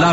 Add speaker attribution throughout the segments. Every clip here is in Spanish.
Speaker 1: La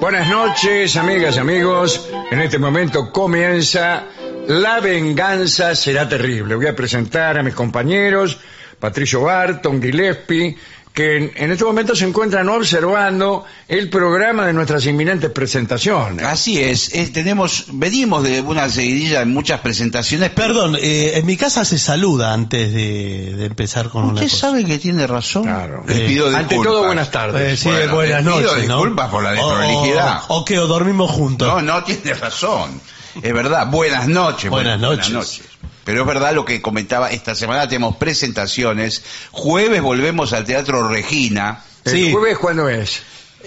Speaker 2: Buenas noches, amigas y amigos. En este momento comienza La venganza será terrible. Voy a presentar a mis compañeros, Patricio Barton, Gillespie, que en, en este momento se encuentran observando el programa de nuestras inminentes presentaciones.
Speaker 3: Así es, es- tenemos, venimos de una seguidilla de muchas presentaciones. pero
Speaker 4: Perdón, eh, en mi casa se saluda antes de, de empezar con una
Speaker 3: usted
Speaker 4: cosa.
Speaker 3: sabe que tiene razón.
Speaker 2: Claro.
Speaker 4: Eh,
Speaker 2: Ante todo, buenas tardes.
Speaker 4: Eh, sí,
Speaker 3: Bueno,
Speaker 4: buenas
Speaker 3: le pido
Speaker 4: noches, ¿no?
Speaker 3: disculpas por la
Speaker 2: Oh.
Speaker 4: O-
Speaker 3: desprolijidad.
Speaker 4: O, o que o dormimos juntos.
Speaker 3: No, no tiene razón. Es verdad. Buenas noches.
Speaker 4: Buenas noches.
Speaker 3: Pero es verdad lo que comentaba, esta semana tenemos presentaciones. Jueves volvemos al Teatro Regina.
Speaker 2: ¿El
Speaker 4: sí.
Speaker 2: jueves cuándo es?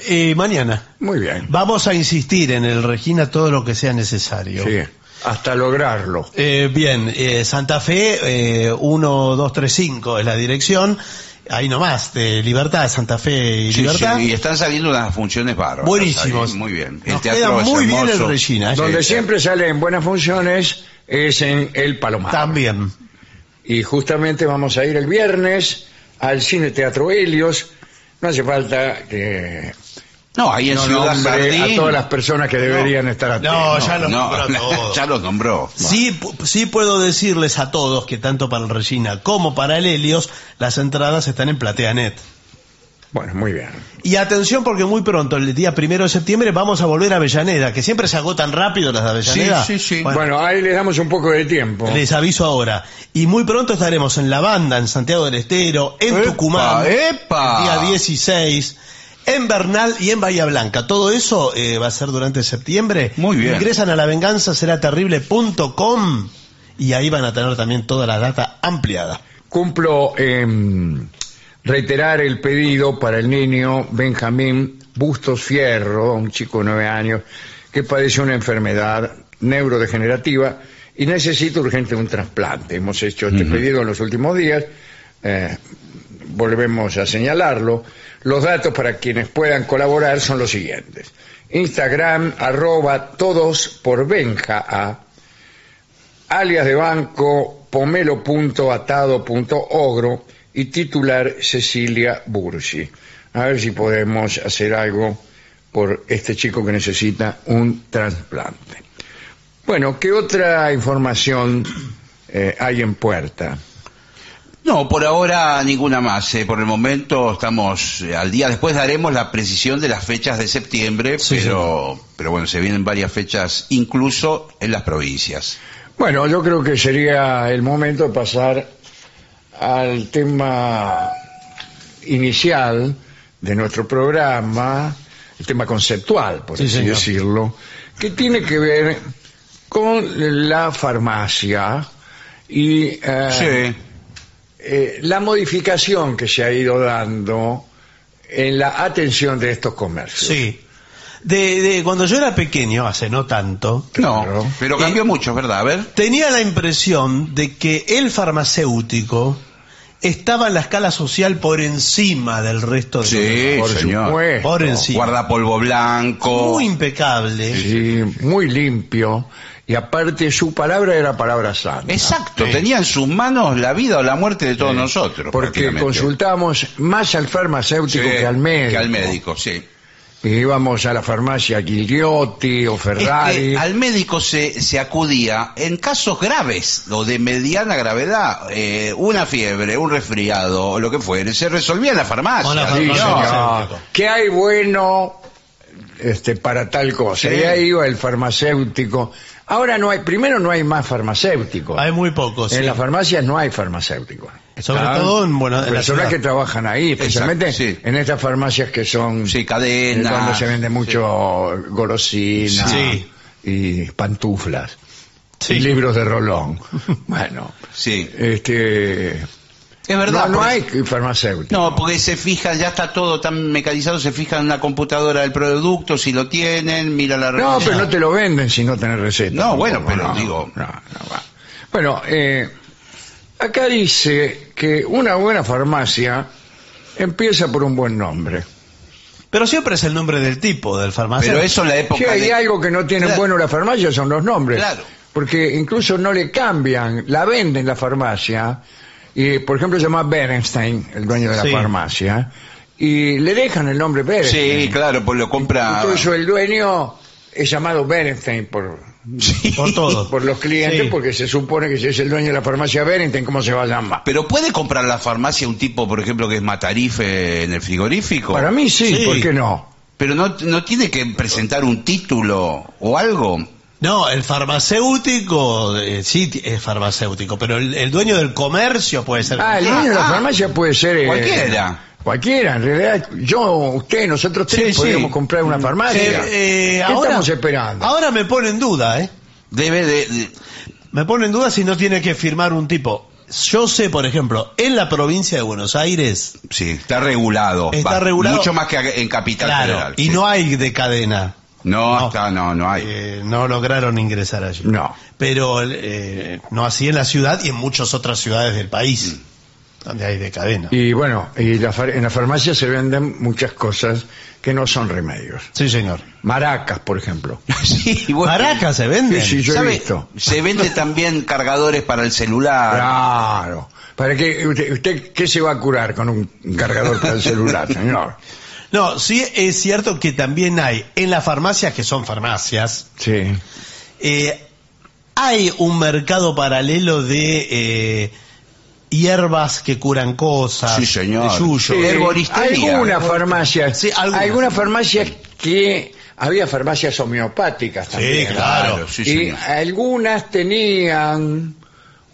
Speaker 4: Eh, mañana.
Speaker 2: Muy bien.
Speaker 4: Vamos a insistir en el Regina todo lo que sea necesario.
Speaker 2: Sí, hasta lograrlo.
Speaker 4: Eh, bien, eh, Santa Fe eh, 1235 es la dirección. Ahí nomás, de Libertad, Santa Fe y
Speaker 3: Sí,
Speaker 4: Libertad.
Speaker 3: sí, y están saliendo unas funciones bárbaras.
Speaker 4: Buenísimos.
Speaker 3: Ahí, Muy bien.
Speaker 4: Nos queda muy bien el Regina. ¿eh?
Speaker 2: Donde
Speaker 4: Sí,
Speaker 2: siempre salen buenas funciones es en El Palomar.
Speaker 4: También.
Speaker 2: Y justamente vamos a ir el viernes al Cine Teatro Helios. No hace falta que
Speaker 3: No, ahí en
Speaker 2: no
Speaker 3: Ciudad
Speaker 2: nombre
Speaker 3: Jardín.
Speaker 2: a todas las personas que deberían estar aquí.
Speaker 4: No, ya los
Speaker 3: No,
Speaker 4: nombró a todos.
Speaker 3: ya los nombró.
Speaker 4: Sí, pu- sí puedo decirles a todos que tanto para el Regina como para el Helios las entradas están en PlateaNet.
Speaker 2: Bueno, muy bien.
Speaker 4: Y atención porque muy pronto, el día primero de septiembre, vamos a volver a Avellaneda, que siempre se agotan rápido las de Avellaneda.
Speaker 3: Sí, sí, sí.
Speaker 4: Bueno,
Speaker 2: Bueno, ahí les damos un poco de tiempo.
Speaker 4: les aviso ahora. Y muy pronto estaremos en La Banda, en Santiago del Estero, en
Speaker 3: ¡Epa,
Speaker 4: Tucumán,
Speaker 3: epa!
Speaker 4: el día 16, en Bernal y en Bahía Blanca. Todo eso eh, va a ser durante septiembre.
Speaker 3: Muy bien.
Speaker 4: Ingresan a lavenganzaseraterrible.com y ahí van a tener también toda la data ampliada.
Speaker 2: Cumplo em, reiterar el pedido para el niño Benjamín Bustos Fierro, un chico de nueve años, que padece una enfermedad neurodegenerativa y necesita urgente un trasplante. Hemos hecho este pedido en los últimos días. eh, volvemos a señalarlo, los datos para quienes puedan colaborar son los siguientes. Instagram, arroba todos por Benja A, alias de banco, pomelo.atado.ogro y titular Cecilia Bursi. A ver si podemos hacer algo por este chico que necesita un trasplante. Bueno, ¿qué otra información eh, hay en puerta?
Speaker 3: No, por ahora ninguna más. eh, Por el momento estamos eh, al día. Después daremos la precisión de las fechas de septiembre,
Speaker 4: Sí,
Speaker 3: pero, pero bueno, se vienen varias fechas, incluso en las provincias.
Speaker 2: Bueno, yo creo que sería el momento de pasar al tema inicial de nuestro programa, el tema conceptual, por
Speaker 4: Sí,
Speaker 2: así
Speaker 4: señor.
Speaker 2: decirlo, que tiene que ver con la farmacia y eh,
Speaker 3: Sí.
Speaker 2: eh, la modificación que se ha ido dando en la atención de estos comercios.
Speaker 4: Sí. De, de cuando yo era pequeño, hace no tanto,
Speaker 3: No,
Speaker 2: Claro.
Speaker 3: pero cambió mucho, ¿verdad? A ver.
Speaker 4: tenía la impresión de que el farmacéutico estaba en la escala social por encima del resto de
Speaker 3: Sí,
Speaker 2: Por
Speaker 3: señor.
Speaker 2: supuesto.
Speaker 4: por encima.
Speaker 3: Guarda polvo blanco.
Speaker 4: Muy impecable.
Speaker 2: Sí, muy limpio. Y aparte su palabra era palabra sana.
Speaker 3: Exacto, tenía en sus manos la vida o la muerte de todos nosotros.
Speaker 2: Porque
Speaker 3: prácticamente.
Speaker 2: consultamos más al farmacéutico
Speaker 3: Sí,
Speaker 2: que al médico.
Speaker 3: Que al médico, sí.
Speaker 2: Y íbamos a la farmacia Gigliotti o Ferrari.
Speaker 3: Este, al médico se, se acudía en casos graves o de mediana gravedad, eh, una fiebre, un resfriado o lo que fuere, se resolvía en la farmacia.
Speaker 4: O la
Speaker 3: ah, Sí,
Speaker 2: Sí,
Speaker 4: farmacia.
Speaker 3: señor.
Speaker 2: señor. ¿Qué hay bueno este, para tal cosa?
Speaker 3: Sí.
Speaker 2: Y ahí iba el farmacéutico. Ahora no hay, primero no hay más farmacéuticos.
Speaker 4: Hay muy pocos.
Speaker 2: En
Speaker 4: sí.
Speaker 2: las farmacias no hay farmacéuticos.
Speaker 4: Sobre
Speaker 2: Están
Speaker 4: todo en Buenos- en la
Speaker 2: personas
Speaker 4: ciudad.
Speaker 2: que trabajan ahí, especialmente
Speaker 3: sí.
Speaker 2: en estas farmacias que son eh,
Speaker 3: Sí, cadena.
Speaker 2: cuando se vende mucho golosina
Speaker 4: Sí.
Speaker 2: y pantuflas
Speaker 4: Sí.
Speaker 2: y libros de Rolón. bueno,
Speaker 3: Sí.
Speaker 2: este
Speaker 3: Es verdad.
Speaker 2: no, no
Speaker 3: por-
Speaker 2: hay farmacéuticos.
Speaker 3: No, porque se fijan, ya está todo tan mecanizado, se fijan en la computadora del producto, si lo tienen, mira la
Speaker 2: No,
Speaker 3: receta.
Speaker 2: pero no te lo venden si no tenés receta.
Speaker 3: No, bueno, pero digo-
Speaker 2: no, no va. Bueno, eh, acá dice que una buena farmacia empieza por un buen nombre.
Speaker 4: Pero siempre es el nombre del tipo del farmacéutico.
Speaker 3: Pero eso en la época
Speaker 2: Si hay
Speaker 3: de-
Speaker 2: algo que no tienen
Speaker 3: Claro.
Speaker 2: bueno las farmacias son los nombres.
Speaker 3: Claro.
Speaker 2: Porque incluso no le cambian, la venden la farmacia. Y, por ejemplo, se llama Berenstein, el dueño de la
Speaker 4: Sí.
Speaker 2: farmacia. Eh, Y le dejan el nombre Berenstein.
Speaker 3: Sí, claro, pues lo compra...
Speaker 2: Incluso el dueño es llamado Berenstein por,
Speaker 3: Sí.
Speaker 4: Por todo.
Speaker 2: por los clientes,
Speaker 4: Sí.
Speaker 2: porque se supone que si es el dueño de la farmacia Berenstein, ¿cómo se va a llamar?
Speaker 3: Pero puede comprar la farmacia un tipo, por ejemplo, que es matarife en el frigorífico.
Speaker 2: Para mí sí,
Speaker 4: Sí.
Speaker 2: ¿por qué no?
Speaker 3: Pero no, no tiene que presentar un título o algo.
Speaker 4: No, el farmacéutico, eh, sí t- es farmacéutico, pero el, el dueño del comercio puede ser.
Speaker 2: Ah, el dueño de la
Speaker 3: ah.
Speaker 2: farmacia puede ser... eh,
Speaker 3: Cualquiera.
Speaker 2: Cualquiera, en realidad, yo, usted, nosotros tres
Speaker 4: Sí, sí.
Speaker 2: podríamos comprar una farmacia.
Speaker 4: Eh, eh,
Speaker 2: ¿Qué
Speaker 4: ahora-
Speaker 2: estamos esperando?
Speaker 4: Ahora me pone en duda, ¿eh?
Speaker 3: Debe de, de-
Speaker 4: Me pone en duda si no tiene que firmar un tipo. Yo sé, por ejemplo, en la provincia de Buenos Aires,
Speaker 3: Sí, está regulado.
Speaker 4: Está
Speaker 3: Va,
Speaker 4: regulado.
Speaker 3: Mucho más que en Capital
Speaker 4: claro,
Speaker 3: Federal.
Speaker 4: y
Speaker 3: sí.
Speaker 4: no hay de cadena.
Speaker 3: No,
Speaker 4: no.
Speaker 3: está- no, no hay.
Speaker 4: Eh, no lograron ingresar allí.
Speaker 2: No.
Speaker 4: Pero eh, no así en la ciudad y en muchas otras ciudades del país,
Speaker 3: Mm.
Speaker 4: donde hay de cadena.
Speaker 2: Y bueno, y la far- en la farmacia se venden muchas cosas que no son remedios.
Speaker 4: Sí, señor.
Speaker 2: Maracas, por ejemplo.
Speaker 3: Sí, y bueno,
Speaker 4: Maracas se venden.
Speaker 2: Sí, sí, yo he
Speaker 3: ¿sabe?
Speaker 2: visto.
Speaker 3: Se vende también cargadores para el celular.
Speaker 2: Claro. ¿Para qué? Usted, usted qué se va a curar con un cargador para el celular, señor?
Speaker 4: No, sí es cierto que también hay en las farmacias, que son farmacias,
Speaker 2: Sí.
Speaker 4: eh, hay un mercado paralelo de eh, hierbas que curan cosas.
Speaker 3: Sí, señor.
Speaker 4: de yuyo.
Speaker 3: Sí. Herboristería.
Speaker 2: Algunas farmacias.
Speaker 4: Sí, algunas.
Speaker 2: algunas farmacias que había farmacias homeopáticas también.
Speaker 4: claro.
Speaker 3: sí,
Speaker 2: y
Speaker 3: señor.
Speaker 2: algunas tenían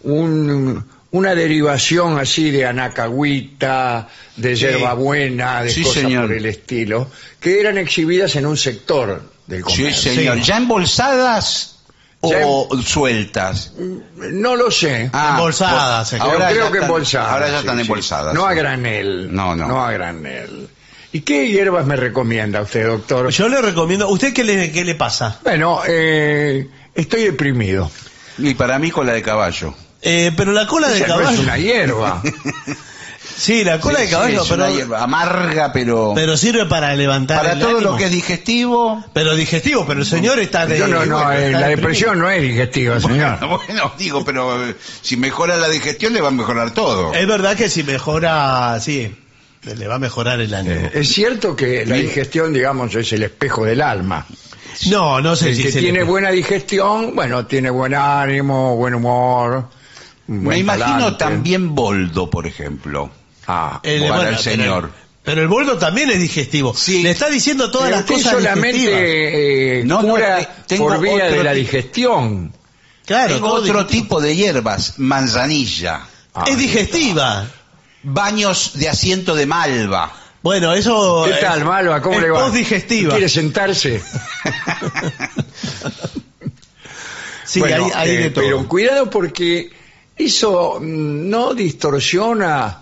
Speaker 2: un- una derivación así de anacagüita, de
Speaker 4: Sí.
Speaker 2: hierbabuena, de
Speaker 3: Sí,
Speaker 2: cosas
Speaker 3: señor.
Speaker 2: por el estilo, que eran exhibidas en un sector del
Speaker 3: Sí,
Speaker 2: comercio.
Speaker 3: señor.
Speaker 4: Sí.
Speaker 3: ¿Ya embolsadas
Speaker 2: Ya
Speaker 3: o sueltas?
Speaker 2: No lo sé.
Speaker 4: Embolsadas,
Speaker 3: pues,
Speaker 4: eh,
Speaker 2: Ahora
Speaker 3: ahora
Speaker 2: creo
Speaker 3: ya
Speaker 2: que
Speaker 3: están-
Speaker 2: embolsadas.
Speaker 3: Ahora ya
Speaker 2: sí,
Speaker 3: están
Speaker 2: sí.
Speaker 3: embolsadas.
Speaker 2: No
Speaker 3: sí.
Speaker 2: a granel.
Speaker 3: No, no.
Speaker 2: No a granel. ¿Y qué hierbas me recomienda usted, doctor?
Speaker 4: Yo le recomiendo, ¿usted qué le, qué le pasa?
Speaker 2: Bueno, eh, estoy deprimido.
Speaker 3: Y para mí con la de caballo.
Speaker 4: Eh, pero la cola de
Speaker 2: Esa no es
Speaker 4: caballo.
Speaker 2: una hierba.
Speaker 4: Sí, la cola de
Speaker 3: Sí,
Speaker 4: caballo,
Speaker 3: es una
Speaker 4: pero,
Speaker 3: hierba amarga, pero,
Speaker 4: pero sirve para levantar.
Speaker 3: para
Speaker 4: el
Speaker 3: todo
Speaker 4: ánimo.
Speaker 3: lo que es digestivo.
Speaker 4: Pero digestivo, pero el señor está de.
Speaker 2: Yo no, no,
Speaker 4: bueno,
Speaker 2: eh,
Speaker 4: está
Speaker 2: la
Speaker 4: deprimido.
Speaker 2: depresión no es digestiva, señor.
Speaker 3: Bueno, digo, pero eh, si mejora la digestión le va a mejorar todo.
Speaker 4: Es verdad que si mejora, sí, le va a mejorar el ánimo.
Speaker 2: Eh, Es cierto que la
Speaker 3: Sí.
Speaker 2: digestión, digamos, es el espejo del alma.
Speaker 4: no, no sé
Speaker 2: El
Speaker 4: si
Speaker 2: que
Speaker 4: se
Speaker 2: tiene
Speaker 4: le-
Speaker 2: buena digestión, bueno, tiene buen ánimo, buen humor. un
Speaker 3: Me
Speaker 2: buen
Speaker 3: imagino
Speaker 2: talante.
Speaker 3: también Boldo, por ejemplo.
Speaker 2: Ah,
Speaker 4: Eh,
Speaker 3: Bueno, el
Speaker 4: pero
Speaker 3: señor.
Speaker 4: Pero el boldo también es digestivo.
Speaker 3: Sí.
Speaker 4: Le está diciendo todas
Speaker 2: Pero
Speaker 4: las
Speaker 2: usted
Speaker 4: cosas digestivas.
Speaker 2: solamente eh,
Speaker 3: No, no,
Speaker 2: cura
Speaker 3: te- tengo
Speaker 2: por vía de
Speaker 3: otro
Speaker 2: la
Speaker 3: ti-
Speaker 2: digestión.
Speaker 4: Claro,
Speaker 3: Tengo
Speaker 4: todo
Speaker 3: otro
Speaker 4: digestivo.
Speaker 3: tipo de hierbas, manzanilla,
Speaker 2: Ah,
Speaker 4: es digestiva.
Speaker 3: baños de asiento de malva.
Speaker 4: Bueno, eso.
Speaker 2: ¿Qué
Speaker 4: es-
Speaker 2: tal, Malva? ¿Cómo
Speaker 4: es
Speaker 2: le va?
Speaker 4: postdigestiva.
Speaker 2: ¿Quiere sentarse?
Speaker 4: Sí,
Speaker 2: Bueno,
Speaker 4: hay, hay
Speaker 2: eh,
Speaker 4: de todo.
Speaker 2: Pero cuidado porque eso mm, no distorsiona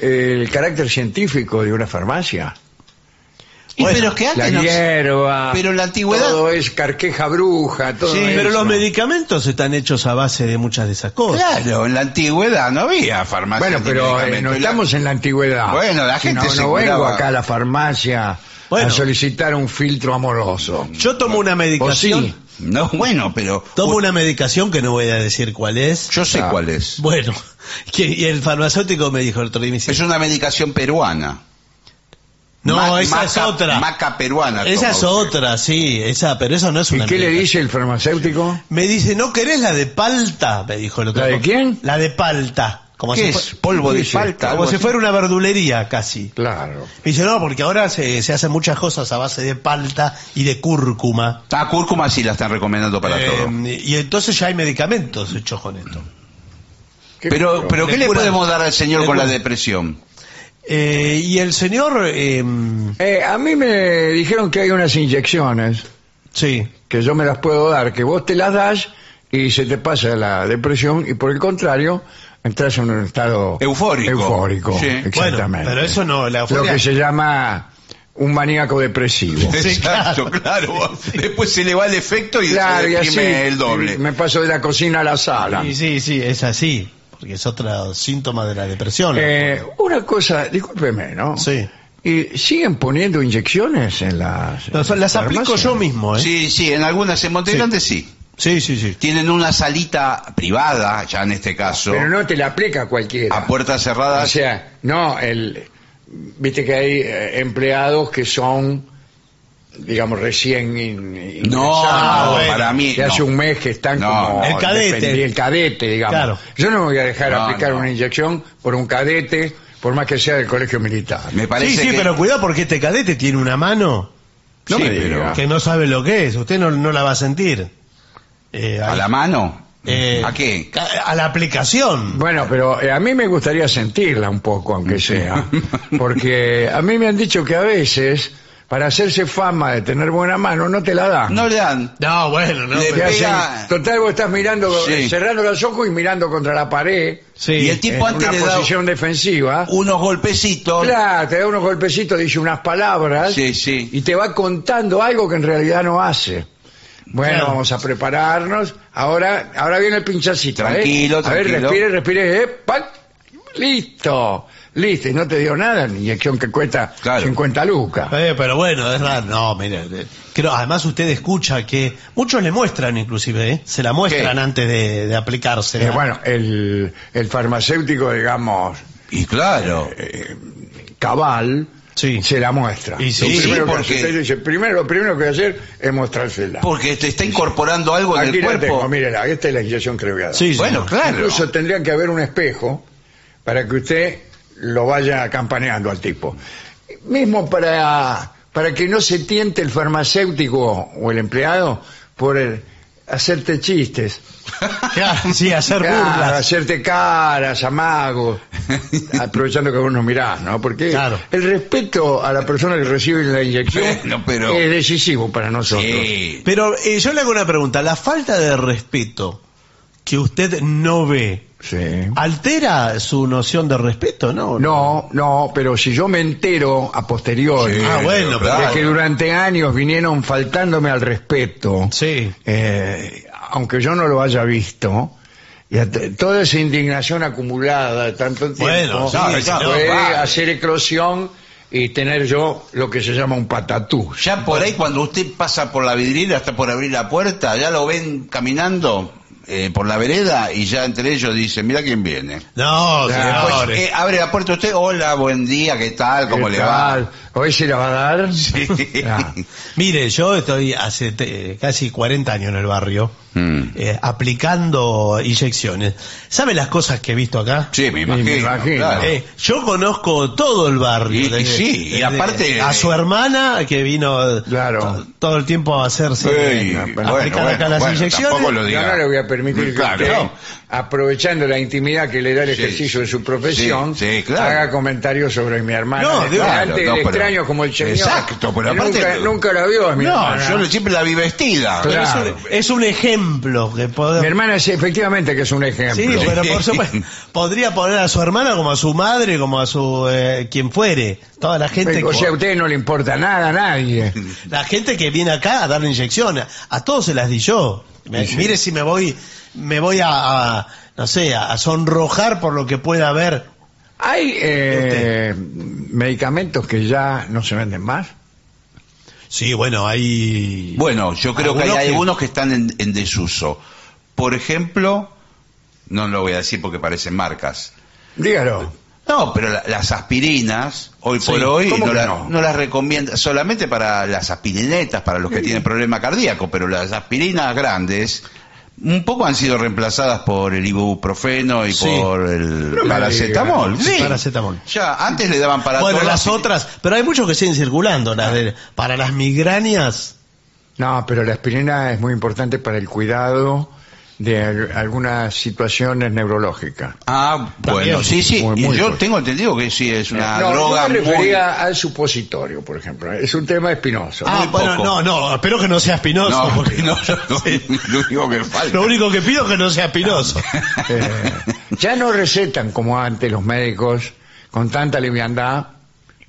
Speaker 2: eh, el carácter científico de una farmacia.
Speaker 3: Y
Speaker 4: Bueno,
Speaker 3: pero es que
Speaker 2: La
Speaker 3: antes no-
Speaker 2: hierba,
Speaker 3: pero en la antigüedad-
Speaker 2: todo es carqueja bruja, todo
Speaker 4: Sí, pero
Speaker 2: eso.
Speaker 4: los medicamentos están hechos a base de muchas de esas cosas.
Speaker 3: Claro, en la antigüedad no había farmacia.
Speaker 2: Bueno, pero eh, no estamos en la antigüedad.
Speaker 3: Bueno, la
Speaker 2: Ah, Si
Speaker 3: gente
Speaker 2: no,
Speaker 3: se
Speaker 2: no vengo
Speaker 3: curaba.
Speaker 2: acá a la farmacia
Speaker 4: Bueno.
Speaker 2: a solicitar un filtro amoroso.
Speaker 4: Yo tomo una
Speaker 2: ¿O
Speaker 4: medicación.
Speaker 2: sí?
Speaker 3: No, bueno, pero...
Speaker 4: Tomo una medicación que no voy a decir cuál es.
Speaker 3: Yo sé
Speaker 2: Ah.
Speaker 3: cuál es.
Speaker 4: Bueno, que- y el farmacéutico me dijo el otro día, me dice,
Speaker 3: Es una medicación peruana.
Speaker 4: no,
Speaker 3: Ma-
Speaker 4: esa
Speaker 3: maca-
Speaker 4: es otra.
Speaker 3: Maca peruana. toma
Speaker 4: esa es
Speaker 3: usted.
Speaker 4: otra, sí, esa, pero eso no es
Speaker 2: ¿Y
Speaker 4: una
Speaker 2: qué le
Speaker 4: medicación.
Speaker 2: dice el farmacéutico?
Speaker 4: Me dice, ¿no querés la de palta? Me dijo el otro
Speaker 2: ¿La de
Speaker 4: día.
Speaker 2: quién?
Speaker 4: La de palta. Como
Speaker 3: ¿Qué
Speaker 4: si
Speaker 3: es?
Speaker 4: fue-
Speaker 3: ¿Polvo de
Speaker 2: Sí, sí,
Speaker 3: palta?
Speaker 4: Como
Speaker 3: algo
Speaker 4: si
Speaker 3: así?
Speaker 4: fuera una verdulería casi.
Speaker 2: Claro.
Speaker 4: Me dice, no, porque ahora se, se hacen muchas cosas a base de palta y de cúrcuma.
Speaker 3: Ah, cúrcuma sí la están recomendando para
Speaker 4: Eh,
Speaker 3: todo.
Speaker 4: y entonces ya hay medicamentos hechos con esto.
Speaker 3: Pero, pero ¿qué le
Speaker 4: Le curan-
Speaker 3: podemos dar al señor
Speaker 4: le
Speaker 3: con la
Speaker 4: curan.
Speaker 3: depresión?
Speaker 4: Eh, y el señor, eh,
Speaker 2: Eh, a mí me dijeron que hay unas inyecciones
Speaker 4: sí,
Speaker 2: que yo me las puedo dar, que vos te las das y se te pasa la depresión y por el contrario entras en un estado
Speaker 3: Eufórico.
Speaker 2: Eufórico,
Speaker 3: Sí.
Speaker 2: exactamente.
Speaker 4: Bueno, pero eso no, la
Speaker 2: lo
Speaker 4: euforia-
Speaker 2: que se llama un maníaco depresivo.
Speaker 3: Exacto, claro. Después se le va el efecto y
Speaker 2: Claro,
Speaker 3: se
Speaker 2: y así
Speaker 3: deprime el doble.
Speaker 2: me paso de la cocina a la sala.
Speaker 4: Sí, sí, sí, es así, porque es otro síntoma de la depresión.
Speaker 2: Eh, una cosa, discúlpeme, ¿no?
Speaker 4: Sí.
Speaker 2: ¿Y siguen poniendo inyecciones en las
Speaker 4: Las, las aplico
Speaker 2: farmacias?
Speaker 4: yo mismo, ¿eh?
Speaker 3: Sí, sí, en algunas, en Monte
Speaker 4: Sí.
Speaker 3: Grande sí.
Speaker 4: sí, sí. sí.
Speaker 3: Tienen una salita privada, ya en este caso,
Speaker 2: Pero no te la aplica cualquiera.
Speaker 3: a puertas cerradas.
Speaker 2: O sea, no, el, viste que hay eh, empleados que son, digamos, recién in- ingresados.
Speaker 3: no,
Speaker 4: Ah, bueno.
Speaker 3: para mí.
Speaker 2: Que
Speaker 3: no.
Speaker 2: hace un mes que están
Speaker 3: No.
Speaker 2: como...
Speaker 4: El cadete.
Speaker 2: dependi- El cadete, digamos.
Speaker 4: Claro.
Speaker 2: Yo no me voy a dejar
Speaker 3: No,
Speaker 2: aplicar
Speaker 3: no.
Speaker 2: una inyección por un cadete, por más que sea del colegio militar.
Speaker 3: Me parece
Speaker 4: sí, sí,
Speaker 3: que-
Speaker 4: pero cuidado porque este cadete tiene una mano
Speaker 3: No
Speaker 2: Sí,
Speaker 3: me
Speaker 2: pero-
Speaker 3: diga.
Speaker 4: que no sabe lo que es. Usted no, no la va a sentir. Eh,
Speaker 3: ¿A
Speaker 4: ahí-
Speaker 3: la mano?
Speaker 4: eh,
Speaker 3: ¿A qué?
Speaker 4: ca- A la aplicación.
Speaker 2: Bueno, pero eh, a mí me gustaría sentirla un poco, aunque sea, porque a mí me han dicho que a veces, para hacerse fama de tener buena mano, no te la dan.
Speaker 3: No le dan.
Speaker 4: No, bueno, no.
Speaker 3: Le
Speaker 4: pero-
Speaker 2: Te hacen-
Speaker 3: pega-
Speaker 2: total, vos estás mirando,
Speaker 3: Sí.
Speaker 2: eh, cerrando los ojos y mirando contra la pared,
Speaker 4: Sí.
Speaker 3: Y el
Speaker 2: en
Speaker 3: tipo antes
Speaker 2: una
Speaker 3: le da
Speaker 2: posición defensiva.
Speaker 3: unos golpecitos.
Speaker 2: Claro, te da unos golpecitos, dice unas palabras
Speaker 3: Sí, sí.
Speaker 2: y te va contando algo que en realidad no hace. Bueno,
Speaker 4: Claro.
Speaker 2: vamos a prepararnos. Ahora, ahora viene el pinchacito. ¿eh?
Speaker 3: Tranquilo,
Speaker 2: A ver,
Speaker 3: tranquilo.
Speaker 2: respire, respire. eh, ¡pac! Listo, listo. Y no te dio nada, ni inyección que cuesta
Speaker 3: Claro.
Speaker 2: 50 lucas.
Speaker 4: Eh, pero bueno, es raro. No, mire, eh, creo, además usted escucha que muchos le muestran inclusive, ¿eh? se la muestran
Speaker 3: ¿Qué?
Speaker 4: antes de, de aplicarse.
Speaker 2: Eh, bueno, el, el farmacéutico, digamos, eh,
Speaker 3: Y claro.
Speaker 2: cabal,
Speaker 4: Sí.
Speaker 2: se la muestra.
Speaker 4: Y sí,
Speaker 2: Lo
Speaker 4: sí,
Speaker 2: primero, que
Speaker 3: porque-
Speaker 2: hace, usted dice, primero, lo primero que voy a hacer es mostrársela.
Speaker 3: Porque te está incorporando algo en
Speaker 2: Aquí
Speaker 3: el
Speaker 2: la tengo,
Speaker 3: cuerpo.
Speaker 2: mírela, esta es la inyección que le voy a dar.
Speaker 4: Sí, sí.
Speaker 3: Bueno, claro.
Speaker 2: Incluso tendrían que haber un espejo para que usted lo vaya campaneando al tipo. Mismo para, para que no se tiente el farmacéutico o el empleado por el- hacerte chistes,
Speaker 4: Claro, sí, hacer
Speaker 2: Claro,
Speaker 4: burlas.
Speaker 2: hacerte caras, amagos, aprovechando que vos no mirás, ¿no? Porque
Speaker 4: Claro.
Speaker 2: el respeto a la persona que recibe la inyección
Speaker 3: Bueno, pero-
Speaker 2: es decisivo para nosotros.
Speaker 3: Sí.
Speaker 4: Pero eh, yo le hago una pregunta. ¿La falta de respeto que usted no ve
Speaker 2: Sí.
Speaker 4: altera su noción de respeto, no?
Speaker 2: No, no, pero si yo me entero a posteriori
Speaker 4: Ah, bueno,
Speaker 3: claro.
Speaker 2: de que durante años vinieron faltándome al respeto,
Speaker 4: Sí.
Speaker 2: eh, aunque yo no lo haya visto, y a- toda esa indignación acumulada de tanto tiempo
Speaker 4: Bueno, sí,
Speaker 2: fue
Speaker 3: claro, vale.
Speaker 2: hacer eclosión y tener yo lo que se llama un patatús.
Speaker 3: Ya por ahí, cuando usted pasa por la vidriera, hasta por abrir la puerta, ya lo ven caminando eh, por la vereda y ya entre ellos dicen, mira quién viene.
Speaker 4: No,
Speaker 2: Claro.
Speaker 3: Pues,
Speaker 4: señores.
Speaker 3: eh, abre la puerta usted, hola, buen día, ¿qué tal? ¿Cómo
Speaker 2: ¿Qué
Speaker 3: le
Speaker 2: tal? ¿Hoy se la va a dar?
Speaker 3: va?
Speaker 2: Ah.
Speaker 4: Mire, yo estoy hace te- casi 40 años en el barrio
Speaker 3: Mm.
Speaker 4: eh, aplicando inyecciones. ¿Sabe las cosas que he visto acá?
Speaker 3: Sí, me
Speaker 2: me
Speaker 3: imagino.
Speaker 2: imagino.
Speaker 3: claro.
Speaker 4: Eh, yo conozco todo el barrio.
Speaker 3: Y- y sí, y aparte-
Speaker 4: Eh,
Speaker 3: ah,
Speaker 4: A su hermana que vino
Speaker 2: Claro.
Speaker 4: to- todo el tiempo a hacerse
Speaker 3: Ey,
Speaker 4: eh,
Speaker 3: bueno,
Speaker 4: aplicar acá
Speaker 3: bueno,
Speaker 4: las
Speaker 3: bueno,
Speaker 4: inyecciones.
Speaker 3: tampoco lo
Speaker 2: Yo
Speaker 3: diga.
Speaker 2: no le voy a permitir que
Speaker 3: Claro.
Speaker 2: usted, aprovechando la intimidad que le da el
Speaker 3: Sí.
Speaker 2: ejercicio de su profesión,
Speaker 3: Sí, sí, claro.
Speaker 2: haga comentarios sobre mi hermana.
Speaker 4: No,
Speaker 2: delante
Speaker 3: claro,
Speaker 2: de
Speaker 3: no, pero-
Speaker 2: extraños como el señor.
Speaker 3: Exacto, pero
Speaker 2: que
Speaker 3: aparte-
Speaker 2: nunca, nunca la vio a mi
Speaker 3: No,
Speaker 2: hermana.
Speaker 3: yo le- siempre la vi vestida.
Speaker 2: Claro.
Speaker 4: Es, un, es un ejemplo que
Speaker 2: Mi
Speaker 4: podemos...
Speaker 2: hermana, sí, efectivamente, que es un ejemplo.
Speaker 4: Sí, pero por supuesto, podría poner a su hermana como a su madre, como a su eh, quien fuere. Toda la gente
Speaker 2: o
Speaker 4: que-
Speaker 2: sea, a usted no le importa nada a nadie.
Speaker 4: La gente que viene acá a darle inyecciones, a todos se las di yo. Me- Mire si me voy, me voy a, a, no sé, a, a sonrojar por lo que pueda haber.
Speaker 2: Hay
Speaker 4: Este.
Speaker 2: eh, medicamentos que ya no se venden más.
Speaker 4: Sí, bueno, hay...
Speaker 3: Bueno, yo creo que hay
Speaker 4: Algunos que-
Speaker 3: algunos que están en, en desuso. Por ejemplo, no lo voy a decir porque parecen marcas.
Speaker 2: Dígalo.
Speaker 3: No, pero la- las aspirinas, hoy
Speaker 4: Sí,
Speaker 3: por hoy,
Speaker 2: ¿cómo
Speaker 3: no,
Speaker 2: que
Speaker 3: la-
Speaker 2: no?
Speaker 3: no las recomienda, solamente para las aspirinetas, para los que tienen problema cardíaco, pero las aspirinas grandes un poco han sido reemplazadas por el ibuprofeno y
Speaker 4: Sí.
Speaker 3: por el
Speaker 2: me
Speaker 3: paracetamol.
Speaker 4: diga. Paracetamol.
Speaker 3: Ya, antes le daban para
Speaker 4: bueno,
Speaker 3: todas
Speaker 4: las otras, pero hay muchos que siguen circulando, las de- para las migrañas.
Speaker 2: No, pero la aspirina es muy importante para el cuidado de al- algunas situaciones neurológicas.
Speaker 3: Ah,
Speaker 4: También.
Speaker 3: bueno, sí, sí.
Speaker 2: Muy,
Speaker 3: y
Speaker 2: muy
Speaker 3: yo
Speaker 2: fuerte.
Speaker 3: tengo entendido que sí es una
Speaker 2: no,
Speaker 3: droga
Speaker 2: yo me
Speaker 3: muy-
Speaker 2: refería al supositorio, por ejemplo. Es un tema espinoso.
Speaker 4: Ah,
Speaker 3: muy
Speaker 4: bueno,
Speaker 3: poco.
Speaker 4: no, no, espero que no sea espinoso.
Speaker 3: No,
Speaker 4: porque-
Speaker 3: no, yo no, lo único que falta.
Speaker 4: Lo único que pido es que no sea espinoso.
Speaker 2: Eh, ya no recetan como antes los médicos con tanta liviandad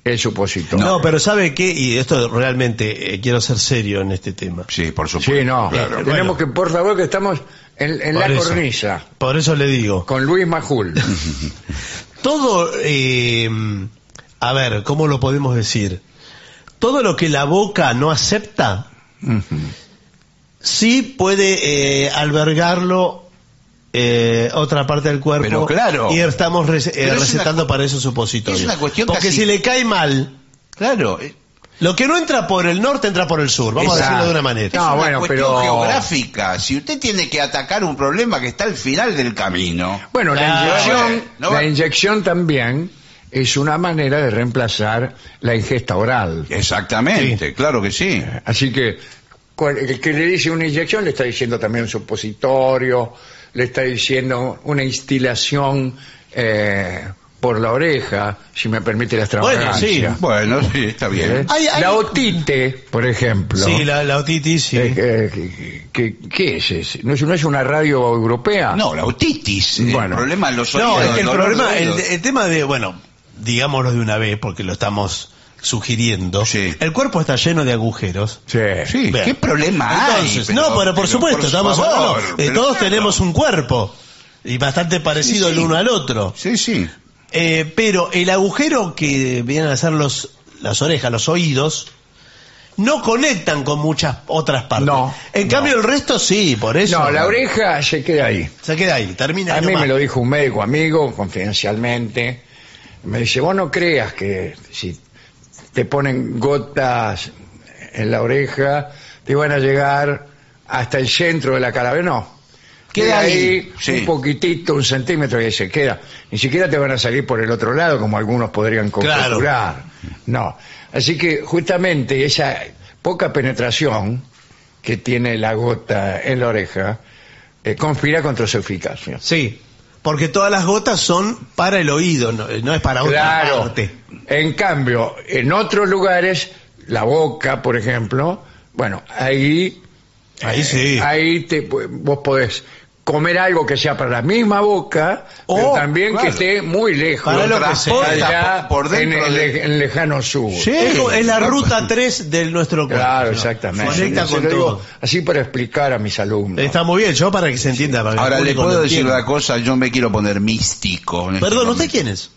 Speaker 2: el supositorio.
Speaker 4: No, pero ¿sabe qué? Y esto realmente, eh, quiero ser serio en este tema.
Speaker 3: Sí, por supuesto.
Speaker 2: sí, no.
Speaker 4: Claro,
Speaker 2: Tenemos
Speaker 4: Eh, bueno.
Speaker 2: que, por favor, que estamos en, en la
Speaker 4: Por eso.
Speaker 2: cornisa
Speaker 4: Por eso le digo.
Speaker 2: con Luis Majul.
Speaker 4: todo, eh, a ver, ¿cómo lo podemos decir? Todo lo que la boca no acepta, sí puede eh, albergarlo eh, otra parte del cuerpo.
Speaker 3: Pero claro.
Speaker 4: Y estamos rece- eh,
Speaker 3: Pero es
Speaker 4: recetando
Speaker 3: una cu-
Speaker 4: para eso supositorio.
Speaker 3: es una cuestión
Speaker 4: Porque
Speaker 3: casi-
Speaker 4: si le cae mal,
Speaker 3: Claro. eh,
Speaker 4: lo que no entra por el norte entra por el sur. Vamos
Speaker 2: Exacto.
Speaker 4: a decirlo de una manera.
Speaker 2: No,
Speaker 3: es una
Speaker 2: bueno,
Speaker 3: cuestión
Speaker 2: pero-
Speaker 3: geográfica. Si usted tiene que atacar un problema que está al final del camino.
Speaker 2: Bueno,
Speaker 4: Claro.
Speaker 2: la inyección,
Speaker 3: No va-
Speaker 2: la inyección también es una manera de reemplazar la ingesta oral.
Speaker 3: Exactamente, claro que sí.
Speaker 2: Así que cual- el que le dice una inyección le está diciendo también un supositorio, le está diciendo una instilación eh, por la oreja, si me permite la
Speaker 4: Bueno, sí.
Speaker 2: extravagancia.
Speaker 3: Bueno, sí, está bien.
Speaker 2: ¿Eh?
Speaker 4: Hay- hay-
Speaker 2: La otite, por ejemplo.
Speaker 4: Sí, la, la otitis, sí.
Speaker 2: Eh, eh, que- que- ¿Qué es ese? ¿No es, no es una radio europea?
Speaker 3: No, la autitis.
Speaker 2: Bueno.
Speaker 3: El problema de los
Speaker 4: No,
Speaker 3: oídos,
Speaker 4: es que el
Speaker 3: dolor de
Speaker 4: problema, el,
Speaker 3: oídos.
Speaker 4: el tema de, bueno, digámoslo de una vez porque lo estamos sugiriendo.
Speaker 3: Sí.
Speaker 4: El cuerpo está lleno de agujeros.
Speaker 2: Sí.
Speaker 3: Sí,
Speaker 4: Bien.
Speaker 3: ¿qué problema
Speaker 4: Entonces,
Speaker 3: hay?
Speaker 4: no, pero por supuesto, estamos hablando, eh, todos tenemos un cuerpo y bastante parecido
Speaker 3: Sí, sí.
Speaker 4: el uno al otro.
Speaker 3: Sí, sí.
Speaker 4: Eh, pero el agujero que vienen a ser los, las orejas, los oídos, no conectan con muchas otras partes.
Speaker 2: No,
Speaker 4: en cambio, el resto sí, por eso.
Speaker 2: No, la oreja se queda ahí.
Speaker 4: Se queda ahí, termina
Speaker 2: A
Speaker 4: ahí
Speaker 2: mí
Speaker 4: nomás.
Speaker 2: me lo dijo un médico amigo, confidencialmente. Me dice, vos no creas que si te ponen gotas en la oreja, te van a llegar hasta el centro de la calavera. No.
Speaker 3: Queda
Speaker 2: Queda ahí,
Speaker 3: ahí, sí.
Speaker 2: un poquitito, un centímetro y ahí se queda. Ni siquiera te van a salir por el otro lado, como algunos podrían
Speaker 4: Claro.
Speaker 2: calcular. No. Así que justamente esa poca penetración que tiene la gota en la oreja eh, conspira contra su eficacia.
Speaker 4: Sí, porque todas las gotas son para el oído, no, eh, no es para otra
Speaker 2: Claro.
Speaker 4: parte.
Speaker 2: En cambio, en otros lugares, la boca, por ejemplo, bueno, ahí,
Speaker 4: Ahí sí.
Speaker 2: Eh, ahí te, vos podés comer algo que sea para la misma boca,
Speaker 4: Oh,
Speaker 2: pero también
Speaker 3: claro.
Speaker 2: que esté muy lejos.
Speaker 4: Para lo que sea.
Speaker 2: allá
Speaker 3: Por- por dentro
Speaker 2: en, el,
Speaker 3: de-
Speaker 2: en lejano sur.
Speaker 4: Es, como- es la ruta 3 de nuestro cuerpo.
Speaker 2: Claro,
Speaker 4: ¿no?
Speaker 2: exactamente.
Speaker 4: Conecta
Speaker 2: Se
Speaker 4: con
Speaker 2: lo digo
Speaker 4: todo.
Speaker 2: así para explicar a mis alumnos.
Speaker 4: Está muy bien, yo para que se entienda. para que el
Speaker 3: Ahora le
Speaker 4: público
Speaker 3: puedo
Speaker 4: lo
Speaker 3: decir
Speaker 4: entienda.
Speaker 3: una cosa, yo me quiero poner místico. en este
Speaker 4: Perdón,
Speaker 3: momento.
Speaker 4: ¿usted quién es?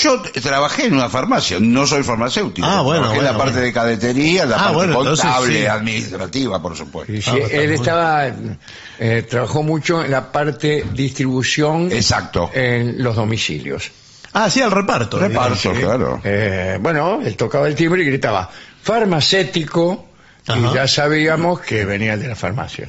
Speaker 3: Yo t- trabajé en una farmacia, no soy farmacéutico.
Speaker 4: Ah, bueno,
Speaker 3: Trabajé en
Speaker 4: bueno,
Speaker 3: la parte
Speaker 4: bueno.
Speaker 3: de cadetería, la
Speaker 4: Ah,
Speaker 3: parte
Speaker 4: bueno, entonces
Speaker 3: contable,
Speaker 4: sí.
Speaker 3: administrativa, por supuesto.
Speaker 2: Sí, sí,
Speaker 4: Ah, está
Speaker 2: él
Speaker 4: muy-
Speaker 2: estaba, eh, trabajó mucho en la parte distribución
Speaker 3: Exacto.
Speaker 2: en los domicilios.
Speaker 4: Ah, sí, al reparto.
Speaker 3: Reparto, claro.
Speaker 2: Eh, bueno, él tocaba el timbre y gritaba, farmacético,
Speaker 4: Ajá.
Speaker 2: y ya sabíamos que venía el de la farmacia.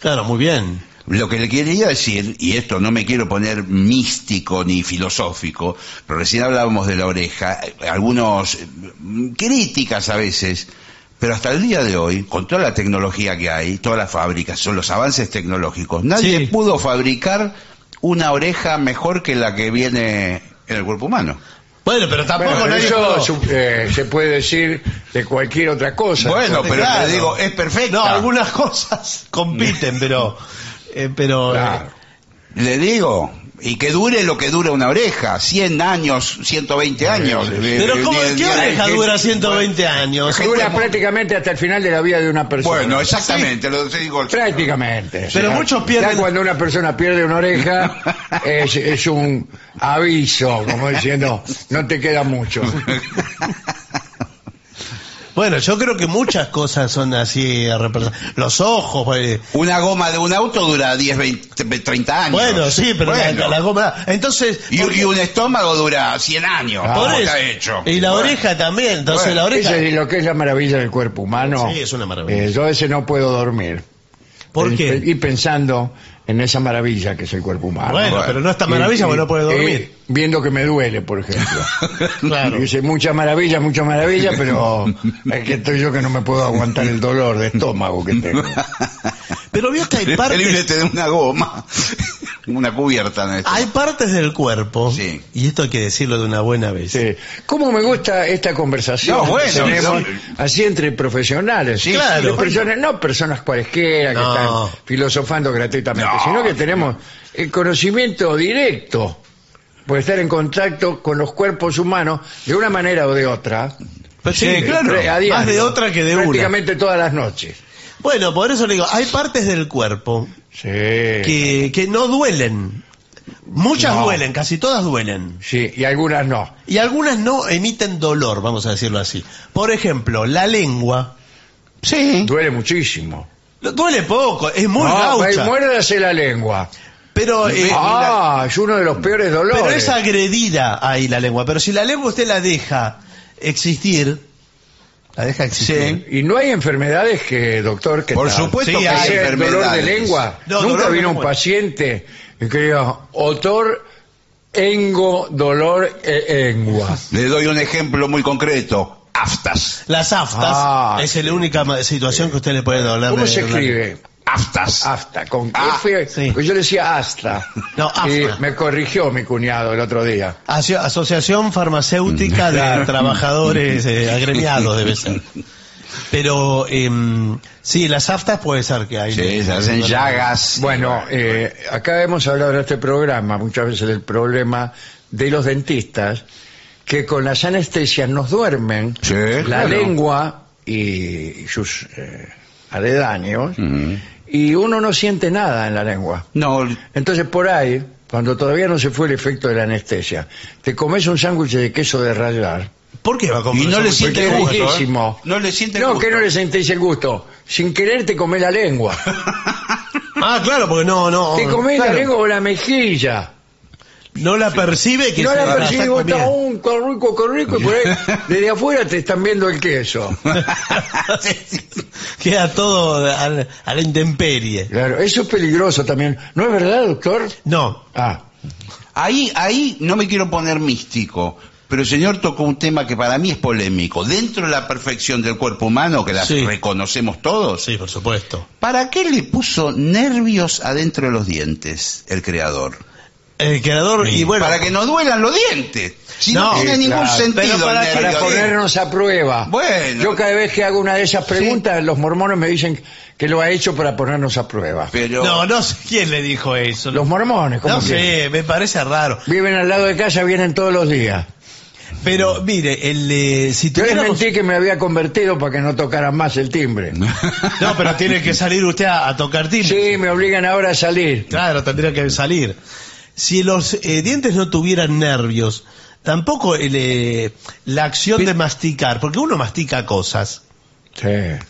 Speaker 4: Claro, muy bien.
Speaker 3: Lo que le quería decir, y esto no me quiero poner místico ni filosófico, eh, pero recién hablábamos de la oreja, algunas críticas mm, a veces, Pero hasta el día de hoy, con toda la tecnología que hay, todas las fábricas, son los avances tecnológicos, nadie
Speaker 4: Sí.
Speaker 3: pudo fabricar una oreja mejor que la que viene en el cuerpo humano.
Speaker 4: Bueno, pero tampoco
Speaker 2: Bueno, pero
Speaker 4: nadie
Speaker 2: eso
Speaker 4: pudo-
Speaker 2: su- eh, se puede decir de cualquier otra cosa.
Speaker 3: Bueno, pero
Speaker 4: claro.
Speaker 3: te digo, es perfecta.
Speaker 4: No, algunas cosas compiten, pero. eh, pero eh,
Speaker 2: Claro.
Speaker 3: Le digo, y que dure lo que dura una oreja, 100 años, 120 años.
Speaker 4: Pero
Speaker 3: Eh,
Speaker 4: ¿cómo,
Speaker 3: ni-
Speaker 4: ¿qué
Speaker 3: ni-
Speaker 4: oreja
Speaker 3: ni-
Speaker 4: dura 120 años?
Speaker 2: Dura prácticamente hasta el final de la vida de una persona.
Speaker 3: Bueno, exactamente, lo te digo.
Speaker 2: Prácticamente.
Speaker 4: Pero
Speaker 2: O sea,
Speaker 4: muchos pierden-
Speaker 2: Ya cuando una persona pierde una oreja, es, es un aviso, como diciendo, no te queda mucho.
Speaker 4: Bueno, yo creo que muchas cosas son así. eh, represent- Los ojos. eh,
Speaker 3: Una goma de un auto dura 10, 20, 30 años.
Speaker 4: Bueno, sí, pero la-
Speaker 3: Bueno.
Speaker 4: La, goma. Entonces.
Speaker 3: Y, y un estómago dura 100 años.
Speaker 2: Ah.
Speaker 4: por
Speaker 3: ¿Cómo
Speaker 4: eso.
Speaker 3: está hecho?
Speaker 4: Y la
Speaker 3: Bueno.
Speaker 4: oreja también. Entonces
Speaker 3: Bueno,
Speaker 4: la oreja.
Speaker 2: Eso es lo que es la maravilla del cuerpo humano.
Speaker 4: Sí, es una maravilla.
Speaker 2: Eh, yo ese no puedo dormir.
Speaker 4: ¿Por
Speaker 2: Eh,
Speaker 4: qué?
Speaker 2: Y pensando en esa maravilla que es el cuerpo humano.
Speaker 4: Bueno,
Speaker 3: bueno.
Speaker 4: pero no es tan maravilla
Speaker 2: Y-
Speaker 4: porque no puede
Speaker 2: y-
Speaker 4: dormir.
Speaker 2: y viendo que me duele, por ejemplo.
Speaker 4: Claro.
Speaker 2: Dice, mucha maravilla, mucha maravilla, pero es que estoy yo que no me puedo aguantar el dolor de estómago que tengo.
Speaker 4: Pero vio que hay
Speaker 3: Es preferible
Speaker 4: partes.
Speaker 3: tener una goma, una cubierta en esto.
Speaker 4: Hay partes del cuerpo.
Speaker 3: Sí.
Speaker 4: Y esto hay que decirlo de una buena vez.
Speaker 2: Sí. ¿Cómo me gusta esta conversación?
Speaker 3: No, bueno,
Speaker 2: que tenemos
Speaker 3: sí.
Speaker 2: así entre profesionales.
Speaker 3: Sí,
Speaker 4: claro.
Speaker 2: Entre personas- no personas cualesquiera que
Speaker 4: No.
Speaker 2: están filosofando gratuitamente,
Speaker 3: No.
Speaker 2: sino que tenemos el conocimiento directo por estar en contacto con los cuerpos humanos de una manera o de otra.
Speaker 4: Pues sí,
Speaker 2: Re- a
Speaker 4: Más
Speaker 2: diario,
Speaker 4: de otra que de una.
Speaker 2: Prácticamente todas las noches.
Speaker 4: Bueno, por eso le digo, hay partes del cuerpo
Speaker 2: Sí.
Speaker 4: que, que no duelen. Muchas
Speaker 2: No.
Speaker 4: duelen, casi todas duelen.
Speaker 2: Sí, y algunas no.
Speaker 4: Y algunas no emiten dolor, vamos a decirlo así. Por ejemplo, la lengua.
Speaker 3: Sí.
Speaker 2: Duele muchísimo.
Speaker 4: No, Duele poco, es muy
Speaker 2: No,
Speaker 4: gaucha.
Speaker 2: muérdase la lengua.
Speaker 4: Pero, eh,
Speaker 2: ah, es uno de los peores dolores.
Speaker 4: pero es agredida ahí la lengua. Pero si la lengua usted la deja existir, la deja existir.
Speaker 2: Y no hay enfermedades que, Eh, doctor, que
Speaker 3: Por
Speaker 2: tal.
Speaker 3: supuesto
Speaker 4: Sí,
Speaker 3: que
Speaker 4: hay
Speaker 3: hay
Speaker 2: Ese el dolor de
Speaker 3: enfermedades.
Speaker 2: lengua.
Speaker 4: No,
Speaker 2: Nunca
Speaker 4: dolor de
Speaker 2: vino un
Speaker 4: lengua.
Speaker 2: paciente que diga, otor, engo, dolor, e engua.
Speaker 3: Le doy un ejemplo muy concreto. Aftas.
Speaker 4: Las aftas
Speaker 2: Ah,
Speaker 4: es la única ma- situación que usted le puede doler.
Speaker 2: ¿Cómo
Speaker 4: de-
Speaker 2: se
Speaker 4: de-
Speaker 2: escribe?
Speaker 3: Aftas.
Speaker 2: Hasta, con
Speaker 3: Ah,
Speaker 2: F.
Speaker 4: sí.
Speaker 2: Pues yo le decía hasta.
Speaker 4: No, hasta.
Speaker 2: Y me corrigió mi cuñado el otro día.
Speaker 4: Aso- Asociación Farmacéutica de Trabajadores eh, Agremiados debe ser. Pero em, sí, las aftas puede ser que hay.
Speaker 3: Sí, se hacen llagas.
Speaker 2: Bueno, eh, acá hemos hablado en este programa muchas veces del problema de los dentistas que con las anestesias nos duermen
Speaker 3: Sí,
Speaker 2: la
Speaker 3: claro.
Speaker 2: lengua y sus eh, aledaños
Speaker 3: Ujú.
Speaker 2: y uno no siente nada en la lengua.
Speaker 3: No,
Speaker 2: Entonces por ahí, cuando todavía no se fue el efecto de la anestesia, te comes un sándwich de queso de rayar.
Speaker 4: ¿Por qué va a comer?
Speaker 3: Y no le siente
Speaker 2: porque es
Speaker 3: gusto, ¿eh?
Speaker 2: riquísimo.
Speaker 3: No le siente
Speaker 2: No,
Speaker 3: gusto.
Speaker 2: que no le sentís el gusto. Sin querer te comés la lengua.
Speaker 4: Ah, claro, porque no, no.
Speaker 2: Te comés
Speaker 4: claro,
Speaker 2: la lengua o la mejilla.
Speaker 4: No la percibe que
Speaker 2: no
Speaker 4: se
Speaker 2: la
Speaker 4: está
Speaker 2: percibe, vos estás,
Speaker 4: comiendo.
Speaker 2: un corrico, corrico, y por ahí Pues, desde afuera te están viendo el queso.
Speaker 4: Queda todo al- a la intemperie.
Speaker 2: Claro, eso es peligroso también. ¿No es verdad, doctor?
Speaker 4: No.
Speaker 2: Ah,
Speaker 3: Ahí, ahí no me quiero poner místico, pero el señor tocó un tema que para mí es polémico. Dentro de la perfección del cuerpo humano, que la
Speaker 4: Sí.
Speaker 3: reconocemos todos,
Speaker 4: Sí, por supuesto.
Speaker 3: ¿para qué le puso nervios adentro de los dientes el creador?
Speaker 4: El creador, y bueno.
Speaker 3: para que no duelan los dientes. Si
Speaker 4: No,
Speaker 3: no, tiene
Speaker 2: sí,
Speaker 3: ningún
Speaker 2: claro.
Speaker 3: sentido.
Speaker 4: Pero para
Speaker 3: el
Speaker 4: que-
Speaker 3: nervio
Speaker 2: para
Speaker 3: adentro.
Speaker 2: ponernos a prueba.
Speaker 3: Bueno.
Speaker 2: Yo cada vez que hago una de esas preguntas, los mormones me dicen que lo ha hecho para ponernos a prueba.
Speaker 3: Pero
Speaker 4: No, no sé quién le dijo eso.
Speaker 2: Los mormones, ¿cómo
Speaker 4: no
Speaker 2: que?
Speaker 4: sé, me parece raro.
Speaker 2: Viven al lado de casa, vienen todos los días.
Speaker 4: Pero mire, el, eh, si
Speaker 2: Yo les
Speaker 4: tuviéramos...
Speaker 2: mentí que me había convertido para que no tocaran más el timbre.
Speaker 4: No, pero tiene que salir usted a, a tocar timbre.
Speaker 2: Sí, me obligan ahora a salir.
Speaker 4: Claro, tendría que salir. Si los eh, dientes no tuvieran nervios, tampoco el, eh, la acción de masticar, porque uno mastica cosas.
Speaker 2: Sí.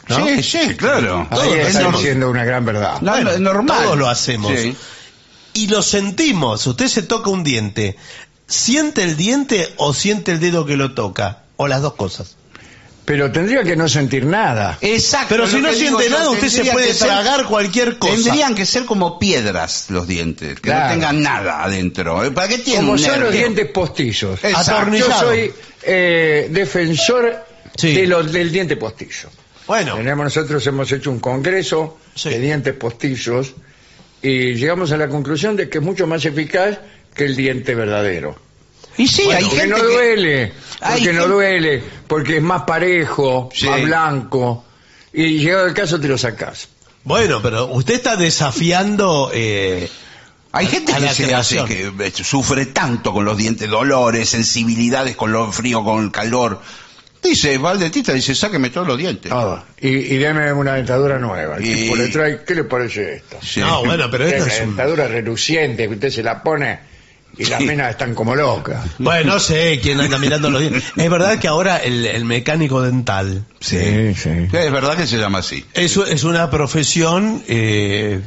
Speaker 4: ¿no?
Speaker 3: Sí, sí, claro.
Speaker 2: Ahí
Speaker 4: Todos
Speaker 2: está
Speaker 4: hacemos.
Speaker 2: diciendo una gran verdad.
Speaker 3: No,
Speaker 4: Bueno,
Speaker 3: es normal.
Speaker 4: todos lo hacemos.
Speaker 3: Sí.
Speaker 4: Y lo sentimos. Usted se toca un diente. ¿Siente el diente o siente el dedo que lo toca? O las dos cosas.
Speaker 2: Pero tendría que no sentir nada.
Speaker 3: Exacto.
Speaker 4: Pero
Speaker 3: lo
Speaker 4: si no
Speaker 3: que digo
Speaker 4: siente
Speaker 3: yo,
Speaker 4: nada, usted se
Speaker 3: tendría
Speaker 4: puede
Speaker 3: que ser-
Speaker 4: tragar cualquier cosa.
Speaker 3: Tendrían que ser como piedras los dientes, que
Speaker 2: Claro.
Speaker 3: no tengan nada adentro. ¿eh? ¿Para qué tienen
Speaker 2: Como
Speaker 3: un
Speaker 2: son los
Speaker 3: nervio?
Speaker 2: dientes postizos.
Speaker 3: Exacto.
Speaker 4: Atornillado.
Speaker 2: Yo soy eh, defensor
Speaker 4: Sí.
Speaker 2: de los- del diente postizo.
Speaker 4: Bueno,
Speaker 2: Tenemos nosotros hemos hecho un congreso
Speaker 4: Sí.
Speaker 2: de dientes postizos y llegamos a la conclusión de que es mucho más eficaz que el diente verdadero.
Speaker 3: Y sí, hay
Speaker 2: porque
Speaker 3: gente
Speaker 2: no
Speaker 3: que-
Speaker 2: duele,
Speaker 3: Hay
Speaker 2: porque no
Speaker 3: gente-
Speaker 2: duele, porque es más parejo,
Speaker 3: Sí.
Speaker 2: más blanco y llegado el caso te lo sacás.
Speaker 4: bueno, pero usted está desafiando. eh,
Speaker 3: Hay gente
Speaker 4: a
Speaker 3: que,
Speaker 4: la
Speaker 3: se hace,
Speaker 4: creación.
Speaker 3: que eh, sufre tanto con los dientes, dolores, sensibilidades con lo frío, con el calor. Dice, va al dentista, dice, sáqueme todos los dientes.
Speaker 2: Ah, y, y deme una dentadura nueva. El
Speaker 3: Y-
Speaker 2: tipo le trae, ¿qué le parece esto?
Speaker 3: Sí.
Speaker 4: No, bueno, pero
Speaker 2: Es
Speaker 4: esto
Speaker 2: una
Speaker 4: es un.
Speaker 2: dentadura reluciente que usted se la pone y las
Speaker 3: Sí.
Speaker 2: minas están como locas.
Speaker 4: Bueno, no sé quién anda mirando los dientes. Es verdad que ahora el, el mecánico dental
Speaker 2: Sí, sí.
Speaker 3: Sí, Es verdad que se llama así.
Speaker 4: es, es una profesión eh,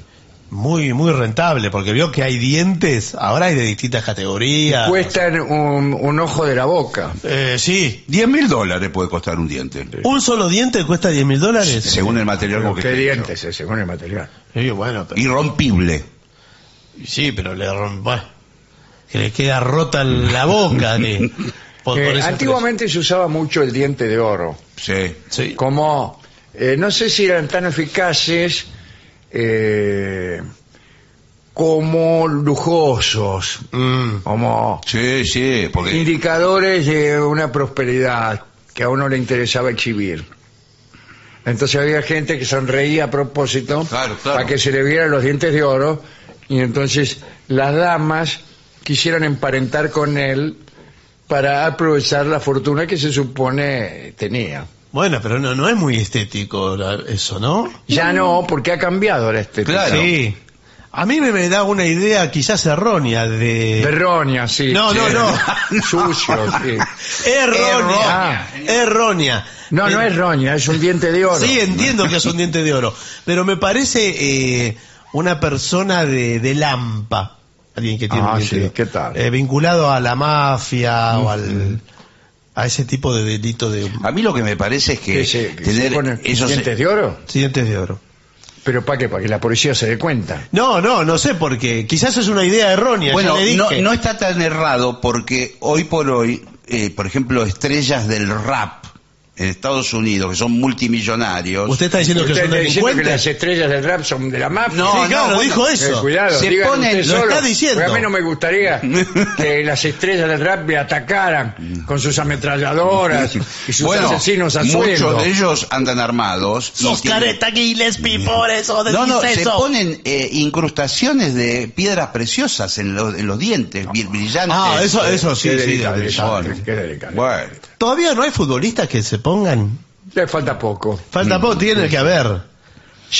Speaker 4: muy muy rentable, porque vio que hay dientes, ahora hay de distintas categorías.
Speaker 2: Cuestan un, un ojo de la boca.
Speaker 4: Eh, sí,
Speaker 3: 10 mil dólares puede costar un diente.
Speaker 4: un solo diente cuesta 10 mil dólares.
Speaker 3: Según el material con
Speaker 2: Pero
Speaker 3: que
Speaker 2: qué
Speaker 3: esté
Speaker 2: dientes, eh, según el material.
Speaker 4: Sí, bueno,
Speaker 3: hecho.
Speaker 4: pero-
Speaker 3: Irrompible.
Speaker 4: Sí, pero le rom- bueno, que le queda rota la boca. de- por-
Speaker 2: Eh,
Speaker 4: por ese
Speaker 2: antiguamente se usaba mucho el diente de oro.
Speaker 3: Sí.
Speaker 4: precio. Sí.
Speaker 2: Como, eh, no sé si eran tan eficaces eh, como lujosos,
Speaker 4: Mm.
Speaker 2: como
Speaker 3: Sí, sí, porque
Speaker 2: indicadores de una prosperidad que a uno le interesaba exhibir. Entonces había gente que sonreía a propósito
Speaker 3: Claro, claro.
Speaker 2: para que se le vieran los dientes de oro y entonces las damas quisieran emparentar con él para aprovechar la fortuna que se supone tenía.
Speaker 4: Bueno, pero no, no es muy estético la- eso, ¿no?
Speaker 2: Ya no, porque ha cambiado la estética.
Speaker 3: Claro.
Speaker 4: Sí. A mí me, me da una idea quizás errónea de...
Speaker 2: Berronia, sí.
Speaker 4: No, no,
Speaker 2: Sí.
Speaker 4: no.
Speaker 2: Sucio, sí.
Speaker 4: Errónea.
Speaker 2: Errónea.
Speaker 4: Errónea.
Speaker 2: No, no
Speaker 4: Eh,
Speaker 2: es roña, es un diente de oro.
Speaker 4: Sí, entiendo que es un diente de oro. Pero me parece eh, una persona de, de Lampa. Alguien que tiene
Speaker 2: Ah,
Speaker 4: un diente
Speaker 2: sí,
Speaker 4: de oro.
Speaker 2: ¿qué tal?
Speaker 4: Eh, ah, vinculado a la mafia o al, a ese tipo de delito de
Speaker 2: Ah.
Speaker 3: a mí lo que me parece es que
Speaker 2: Que se- que se
Speaker 3: tener
Speaker 2: ponen
Speaker 3: esos
Speaker 2: dientes de oro.
Speaker 4: dientes de oro.
Speaker 2: Pero ¿para qué? Para que la policía se dé cuenta.
Speaker 4: No, no, no sé por qué. Quizás es una idea errónea.
Speaker 3: Bueno,
Speaker 4: ya le
Speaker 3: no,
Speaker 4: dije.
Speaker 3: no está tan errado porque hoy por hoy, eh, por ejemplo, estrellas del rap en Estados Unidos, que son multimillonarios,
Speaker 4: Usted está diciendo que
Speaker 2: Usted
Speaker 4: son
Speaker 2: está diciendo que las
Speaker 4: delincuentes.
Speaker 2: estrellas del rap son de la mafia.
Speaker 3: No,
Speaker 4: sí,
Speaker 3: no,
Speaker 4: claro,
Speaker 3: bueno,
Speaker 4: dijo
Speaker 2: Eh,
Speaker 4: eso.
Speaker 2: cuidado,
Speaker 3: Se
Speaker 2: digan
Speaker 3: ponen-
Speaker 2: ustedes
Speaker 4: lo
Speaker 2: solos,
Speaker 4: está diciendo.
Speaker 2: porque A mí no me gustaría que las estrellas del rap me atacaran con sus ametralladoras y sus
Speaker 3: Bueno,
Speaker 2: asesinos a sueldo.
Speaker 3: muchos de ellos andan armados. y
Speaker 4: Sos
Speaker 3: tienen-
Speaker 4: careta, Gillespie, por eso
Speaker 3: No, no,
Speaker 4: decís
Speaker 3: se
Speaker 4: eso.
Speaker 3: ponen eh, incrustaciones de piedras preciosas en, los- en los dientes, bri- brillantes.
Speaker 4: Ah, eso, eso sí,
Speaker 2: Qué
Speaker 4: sí,
Speaker 2: delicadeza,
Speaker 4: delicado.
Speaker 2: qué delicadeza.
Speaker 3: Bueno,
Speaker 4: Todavía no hay futbolistas que se pongan.
Speaker 2: Le falta poco.
Speaker 4: Falta poco, tiene que haber.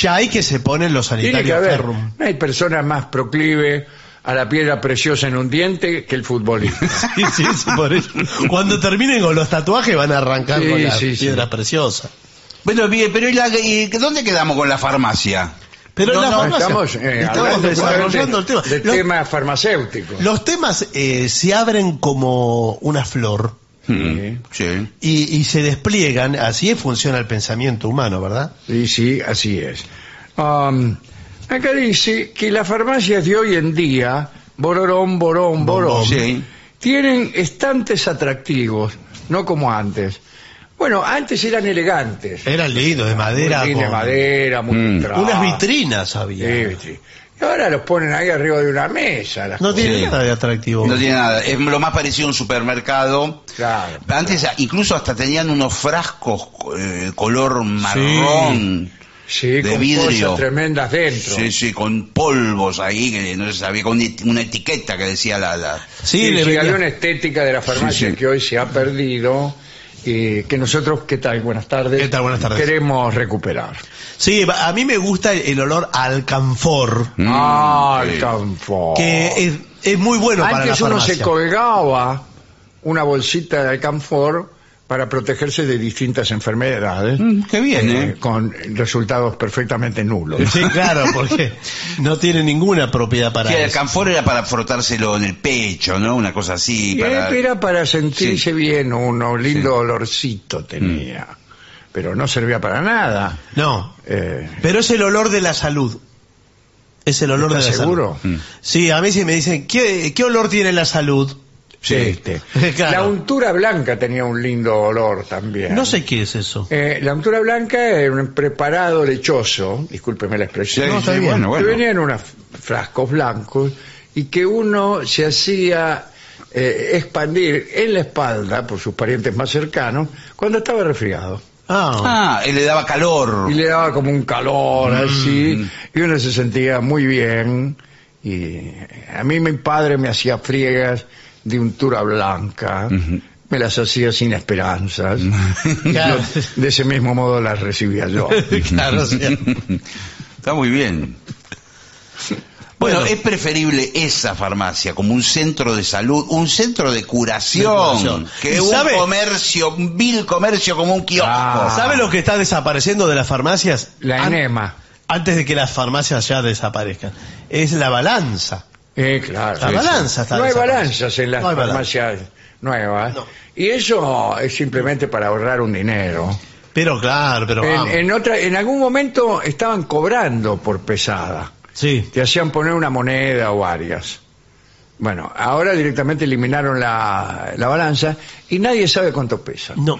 Speaker 4: Ya hay que se ponen los
Speaker 2: Tiene
Speaker 4: sanitarios
Speaker 2: que haber.
Speaker 4: ferrum.
Speaker 2: No hay persona más proclive a la piedra preciosa en un diente que el futbolista.
Speaker 4: Sí, sí, sí, por eso. Cuando terminen con los tatuajes van a arrancar
Speaker 2: Sí,
Speaker 4: con las
Speaker 2: sí, sí.
Speaker 4: piedras preciosas.
Speaker 3: bueno bien, pero ¿y la- y ¿dónde quedamos con la farmacia?
Speaker 4: Pero
Speaker 3: No,
Speaker 4: en la
Speaker 3: no,
Speaker 4: farmacia-
Speaker 2: Estamos, eh,
Speaker 4: estamos
Speaker 2: hablando
Speaker 4: desarrollando el
Speaker 2: justamente
Speaker 4: tema.
Speaker 2: de
Speaker 4: Los,
Speaker 2: temas farmacéuticos.
Speaker 4: los temas eh, se abren como una flor
Speaker 3: Hmm, sí.
Speaker 4: y, y se despliegan. Así funciona el pensamiento humano, ¿verdad?
Speaker 2: Sí, sí, así es. Am, acá dice Um, que las farmacias de hoy en día, bororón, borón, borón,
Speaker 3: sí.
Speaker 2: tienen estantes atractivos, no como antes. Bueno, antes eran elegantes.
Speaker 4: Eran lindos, de madera.
Speaker 2: Muy de
Speaker 4: con-
Speaker 2: madera, muy
Speaker 3: Mm.
Speaker 2: trabajo.
Speaker 4: Unas vitrinas
Speaker 2: Sí,
Speaker 4: había.
Speaker 2: sí. Y ahora los ponen ahí arriba de una mesa. las
Speaker 4: No
Speaker 2: cosas.
Speaker 4: tiene
Speaker 3: Sí.
Speaker 4: nada de atractivo.
Speaker 3: No tiene nada. Es lo más parecido a un supermercado.
Speaker 2: Claro.
Speaker 3: Antes incluso hasta tenían unos frascos eh, color marrón.
Speaker 2: Sí,
Speaker 3: de
Speaker 2: con
Speaker 3: vidrio.
Speaker 2: cosas tremendas dentro.
Speaker 3: Sí, sí, con polvos ahí, que no se sabía, con eti- una etiqueta que decía la... la-
Speaker 4: Sí,
Speaker 2: Sí,
Speaker 4: le
Speaker 2: sí,
Speaker 4: venía-
Speaker 2: había una estética de la farmacia
Speaker 3: Sí, sí.
Speaker 2: que hoy se ha perdido y que nosotros, ¿qué tal? Buenas tardes.
Speaker 4: ¿Qué tal? Buenas tardes.
Speaker 2: Queremos recuperar.
Speaker 4: Sí, a mí me gusta el olor a alcanfor.
Speaker 2: ah,
Speaker 3: Mm. sí.
Speaker 2: el campo.
Speaker 4: que es, es muy bueno para la
Speaker 2: Antes uno
Speaker 4: farmacia.
Speaker 2: se colgaba una bolsita de alcanfor para protegerse de distintas enfermedades.
Speaker 3: Mm, qué bien,
Speaker 2: eh,
Speaker 3: ¿eh?
Speaker 2: Con resultados perfectamente nulos.
Speaker 4: Sí, claro, porque no tiene ninguna propiedad para
Speaker 3: Sí, el
Speaker 4: eso.
Speaker 3: alcanfor era para frotárselo en el pecho, ¿no? Una cosa así. Para...
Speaker 2: Eh, Era para sentirse
Speaker 3: Sí.
Speaker 2: bien uno, lindo
Speaker 3: Sí.
Speaker 2: olorcito tenía.
Speaker 4: Mm.
Speaker 2: Pero no servía para nada.
Speaker 4: No,
Speaker 2: Eh,
Speaker 4: pero es el olor de la salud. Es el olor de la Mm.
Speaker 2: ¿Estás seguro?
Speaker 4: salud. Sí, a mí sí me dicen, ¿qué, qué olor tiene la salud?
Speaker 3: Sí.
Speaker 2: Este.
Speaker 4: Claro.
Speaker 2: La untura blanca tenía un lindo olor también.
Speaker 4: No sé qué es eso.
Speaker 2: Eh, la untura blanca era un preparado lechoso, discúlpeme la expresión.
Speaker 3: Sí, No, está sí, bien. bueno, bueno.
Speaker 2: Que venían unos frascos blancos y que uno se hacía eh, expandir en la espalda por sus parientes más cercanos cuando estaba resfriado.
Speaker 4: Ah,
Speaker 3: Ah, él le daba calor.
Speaker 2: Y le daba como un calor así, y uno se sentía muy bien. Y a mí mi padre me hacía friegas de untura blanca, me las hacía sin esperanzas.
Speaker 4: Claro.
Speaker 2: Yo, de ese mismo modo las recibía yo.
Speaker 4: claro, o sea,
Speaker 3: Está muy bien. Bueno,
Speaker 4: Bueno.
Speaker 3: es preferible esa farmacia como un centro de salud, un centro de curación,
Speaker 4: De curación. ¿Y
Speaker 3: que un
Speaker 4: sabe?
Speaker 3: comercio, un vil comercio como un kiosco.
Speaker 2: Ah.
Speaker 4: ¿Sabe lo que está desapareciendo de las farmacias?
Speaker 2: La
Speaker 4: An-
Speaker 2: enema.
Speaker 4: Antes de que las farmacias ya desaparezcan. Es la balanza.
Speaker 2: Eh, claro.
Speaker 4: La
Speaker 2: Sí,
Speaker 4: balanza
Speaker 2: sí.
Speaker 4: está
Speaker 2: No hay
Speaker 4: desaparecida.
Speaker 2: balanzas en las
Speaker 4: No hay balanza.
Speaker 2: farmacias nuevas.
Speaker 4: No.
Speaker 2: Y eso es simplemente para ahorrar un dinero.
Speaker 4: Pero claro, pero
Speaker 2: En,
Speaker 4: vamos.
Speaker 2: en otra, en algún momento estaban cobrando por pesada.
Speaker 4: Sí.
Speaker 2: Te hacían poner una moneda o varias. Bueno, ahora directamente eliminaron la, la balanza y nadie sabe cuánto pesa.
Speaker 4: No.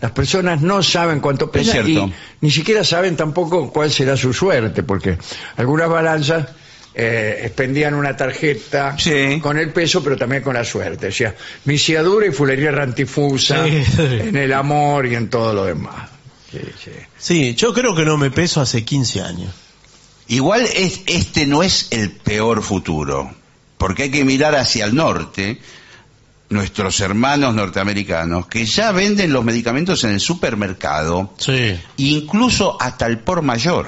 Speaker 2: Las personas no saben cuánto pesa
Speaker 3: cierto.
Speaker 2: y ni siquiera saben tampoco cuál será su suerte, porque algunas balanzas eh, expendían una tarjeta
Speaker 3: Sí.
Speaker 2: con el peso, pero también con la suerte. O sea, misiadura y fulería rantifusa
Speaker 4: Sí, sí.
Speaker 2: en el amor y en todo lo demás. Sí, sí.
Speaker 4: Sí, yo creo que no me peso hace 15 años.
Speaker 3: Igual es, este no es el peor futuro, porque hay que mirar hacia el norte, nuestros hermanos norteamericanos, que ya venden los medicamentos en el supermercado,
Speaker 4: Sí.
Speaker 3: incluso hasta el por mayor,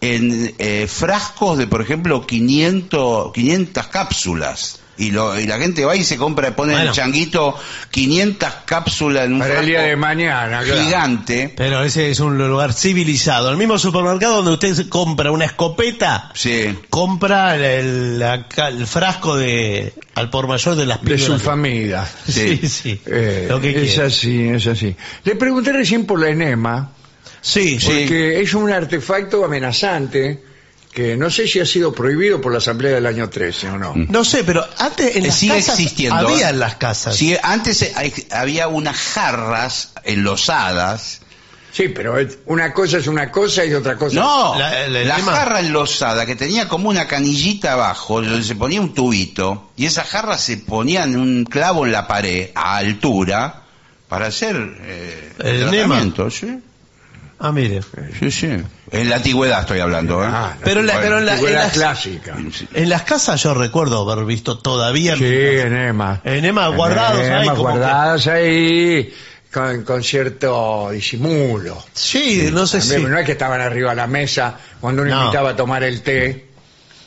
Speaker 3: en eh, frascos de, por ejemplo, 500, 500 cápsulas. Y, lo- y la gente va y se compra, pone en
Speaker 4: Bueno.
Speaker 3: el changuito 500 cápsulas en un
Speaker 2: Para el día
Speaker 3: frasco
Speaker 2: de mañana, claro.
Speaker 3: gigante.
Speaker 4: Pero ese es un lugar civilizado. El mismo supermercado donde usted compra una escopeta,
Speaker 3: Sí.
Speaker 4: compra el, el- la ca- el frasco de al por mayor de las
Speaker 2: De
Speaker 4: píldoras.
Speaker 2: su familia.
Speaker 4: Sí, sí.
Speaker 2: Eh,
Speaker 4: Lo que
Speaker 2: es
Speaker 4: quiera.
Speaker 2: así, es así. Le pregunté recién por la enema,
Speaker 4: Sí, sí.
Speaker 2: porque es un artefacto amenazante que no sé si ha sido prohibido por la Asamblea del año 13 o no.
Speaker 4: No sé, pero antes en
Speaker 3: Eh,
Speaker 4: las
Speaker 3: sigue
Speaker 4: casas
Speaker 3: existiendo.
Speaker 4: había
Speaker 3: ¿eh?
Speaker 4: en las casas.
Speaker 3: Sí, antes eh, hay- había unas jarras enlosadas.
Speaker 2: Sí, pero es- una cosa es una cosa y otra cosa.
Speaker 3: No,
Speaker 4: la-
Speaker 3: la,
Speaker 4: la- la-
Speaker 3: jarra enlosada que tenía como una canillita abajo, donde se ponía un tubito, y esa jarra se ponía en un clavo en la pared, a altura, para hacer eh,
Speaker 4: El
Speaker 3: tratamiento, ¿sí?
Speaker 4: Ah, mire.
Speaker 3: Sí, sí. En la antigüedad estoy hablando, ¿eh?
Speaker 2: Ah,
Speaker 4: Pero, la-
Speaker 3: Bueno,
Speaker 4: pero en, la- en
Speaker 2: Figura
Speaker 4: las,
Speaker 2: clásica.
Speaker 3: Sí.
Speaker 4: en las casas yo recuerdo haber visto todavía
Speaker 2: Sí, enema.
Speaker 4: enema guardados ahí,
Speaker 2: Enemas
Speaker 4: como que-
Speaker 2: guardadas ahí con, con cierto disimulo.
Speaker 4: Sí, no sé si.
Speaker 2: También, No es que estaban arriba de la mesa cuando uno
Speaker 4: No.
Speaker 2: invitaba a tomar el té.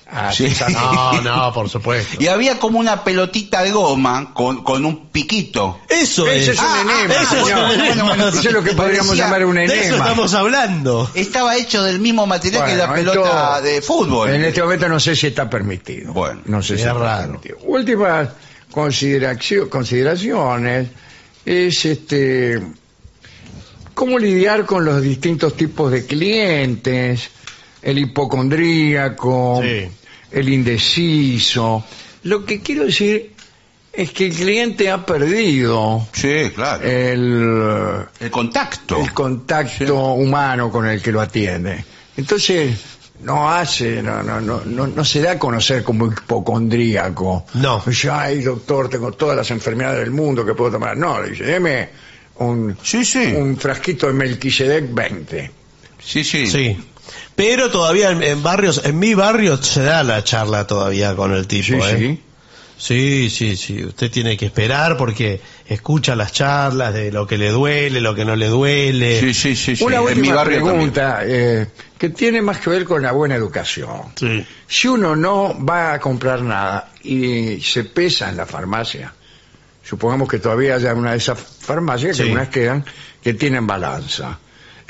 Speaker 2: a
Speaker 3: Sí.
Speaker 2: pisar-
Speaker 4: No, no, por supuesto.
Speaker 3: Y había como una pelotita de goma con, con un piquito.
Speaker 4: Eso es.
Speaker 2: Ese es un
Speaker 4: Ah,
Speaker 2: enema,
Speaker 4: Eso es
Speaker 2: señor.
Speaker 4: un
Speaker 3: Bueno,
Speaker 4: enema.
Speaker 3: bueno,
Speaker 2: Eso es lo que
Speaker 3: Parecía-
Speaker 2: podríamos llamar un
Speaker 4: De eso
Speaker 2: enema.
Speaker 4: estamos hablando.
Speaker 3: Estaba hecho del mismo material que la
Speaker 2: Bueno,
Speaker 3: pelota
Speaker 2: esto-
Speaker 3: de fútbol.
Speaker 2: En este momento no sé si está permitido.
Speaker 3: Bueno,
Speaker 2: no sé
Speaker 4: es
Speaker 2: si está
Speaker 4: raro.
Speaker 2: permitido. Últimas consideracio- consideraciones es este cómo lidiar con los distintos tipos de clientes, el hipocondríaco,
Speaker 4: Sí.
Speaker 2: el indeciso. Lo que quiero decir es que el cliente ha perdido
Speaker 3: Sí, claro.
Speaker 2: el
Speaker 3: el contacto.
Speaker 2: el contacto humano con el que lo atiende. Entonces, no hace, no, no, no, no, no se da a conocer como hipocondríaco.
Speaker 4: No.
Speaker 2: Dice, ay, doctor, tengo todas las enfermedades del mundo que puedo tomar. No, le dice, deme un,
Speaker 3: Sí, sí.
Speaker 2: un frasquito de Melquisedec 20.
Speaker 3: Sí, sí.
Speaker 4: Sí. Pero todavía en, en barrios, en mi barrio se da la charla todavía con el tipo,
Speaker 2: Sí,
Speaker 4: ¿eh?
Speaker 2: sí.
Speaker 4: Sí, sí, sí. Usted tiene que esperar porque escucha las charlas de lo que le duele, lo que no le duele.
Speaker 3: Sí, sí, sí, sí.
Speaker 2: Eh, Una
Speaker 3: En mi
Speaker 2: última
Speaker 3: barrio también.
Speaker 2: pregunta eh, que tiene más que ver con la buena educación.
Speaker 4: Sí.
Speaker 2: Si uno no va a comprar nada y se pesa en la farmacia, supongamos que todavía haya una de esas farmacias,
Speaker 4: Sí.
Speaker 2: que unas quedan, que tienen balanza.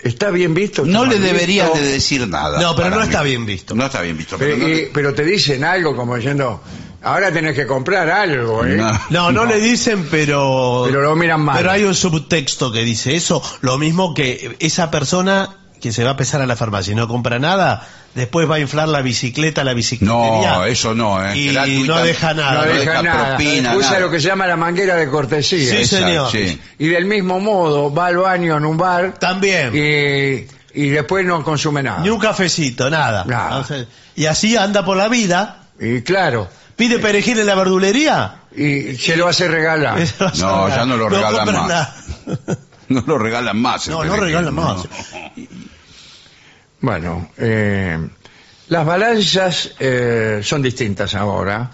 Speaker 2: ¿Está bien visto?
Speaker 3: No
Speaker 2: ¿Está
Speaker 3: le
Speaker 2: mal
Speaker 3: deberían
Speaker 2: visto?
Speaker 3: de decir nada.
Speaker 4: No, pero
Speaker 3: para
Speaker 4: no está
Speaker 3: mí.
Speaker 4: bien visto.
Speaker 3: No está bien visto.
Speaker 2: Pero,
Speaker 3: pero no-
Speaker 2: Eh, y- pero te dicen algo como diciendo, ahora tenés que comprar algo, ¿eh?
Speaker 3: No.
Speaker 4: No, no, le dicen, pero...
Speaker 2: Pero lo miran mal.
Speaker 4: Pero hay un subtexto que dice eso, lo mismo que esa persona que se va a pesar a la farmacia y no compra nada, después va a inflar la bicicleta, la bicicletería.
Speaker 3: No, eso no, ¿eh?
Speaker 4: Y
Speaker 3: Gratuita-
Speaker 4: no deja nada.
Speaker 3: no
Speaker 2: no deja,
Speaker 3: deja
Speaker 2: nada.
Speaker 3: propina,
Speaker 2: Usa
Speaker 3: nada.
Speaker 2: lo que se llama la manguera de cortesía.
Speaker 4: Sí,
Speaker 3: Exacto,
Speaker 4: señor.
Speaker 3: sí.
Speaker 2: Y del mismo modo, va al baño en un bar
Speaker 4: También.
Speaker 2: y, y después no consume nada.
Speaker 4: Ni un cafecito, nada.
Speaker 2: Nada.
Speaker 4: O sea, Y así anda por la vida,
Speaker 2: Y claro, Eh,
Speaker 4: pide perejil en la verdulería.
Speaker 2: y se lo hace regalar.
Speaker 3: No, ya no lo regalan
Speaker 4: compra
Speaker 3: más.
Speaker 4: nada.
Speaker 3: No lo regalan más. el
Speaker 4: No, no
Speaker 3: perejil,
Speaker 4: regalan más.
Speaker 2: Bueno, eh, las balanzas eh, son distintas ahora,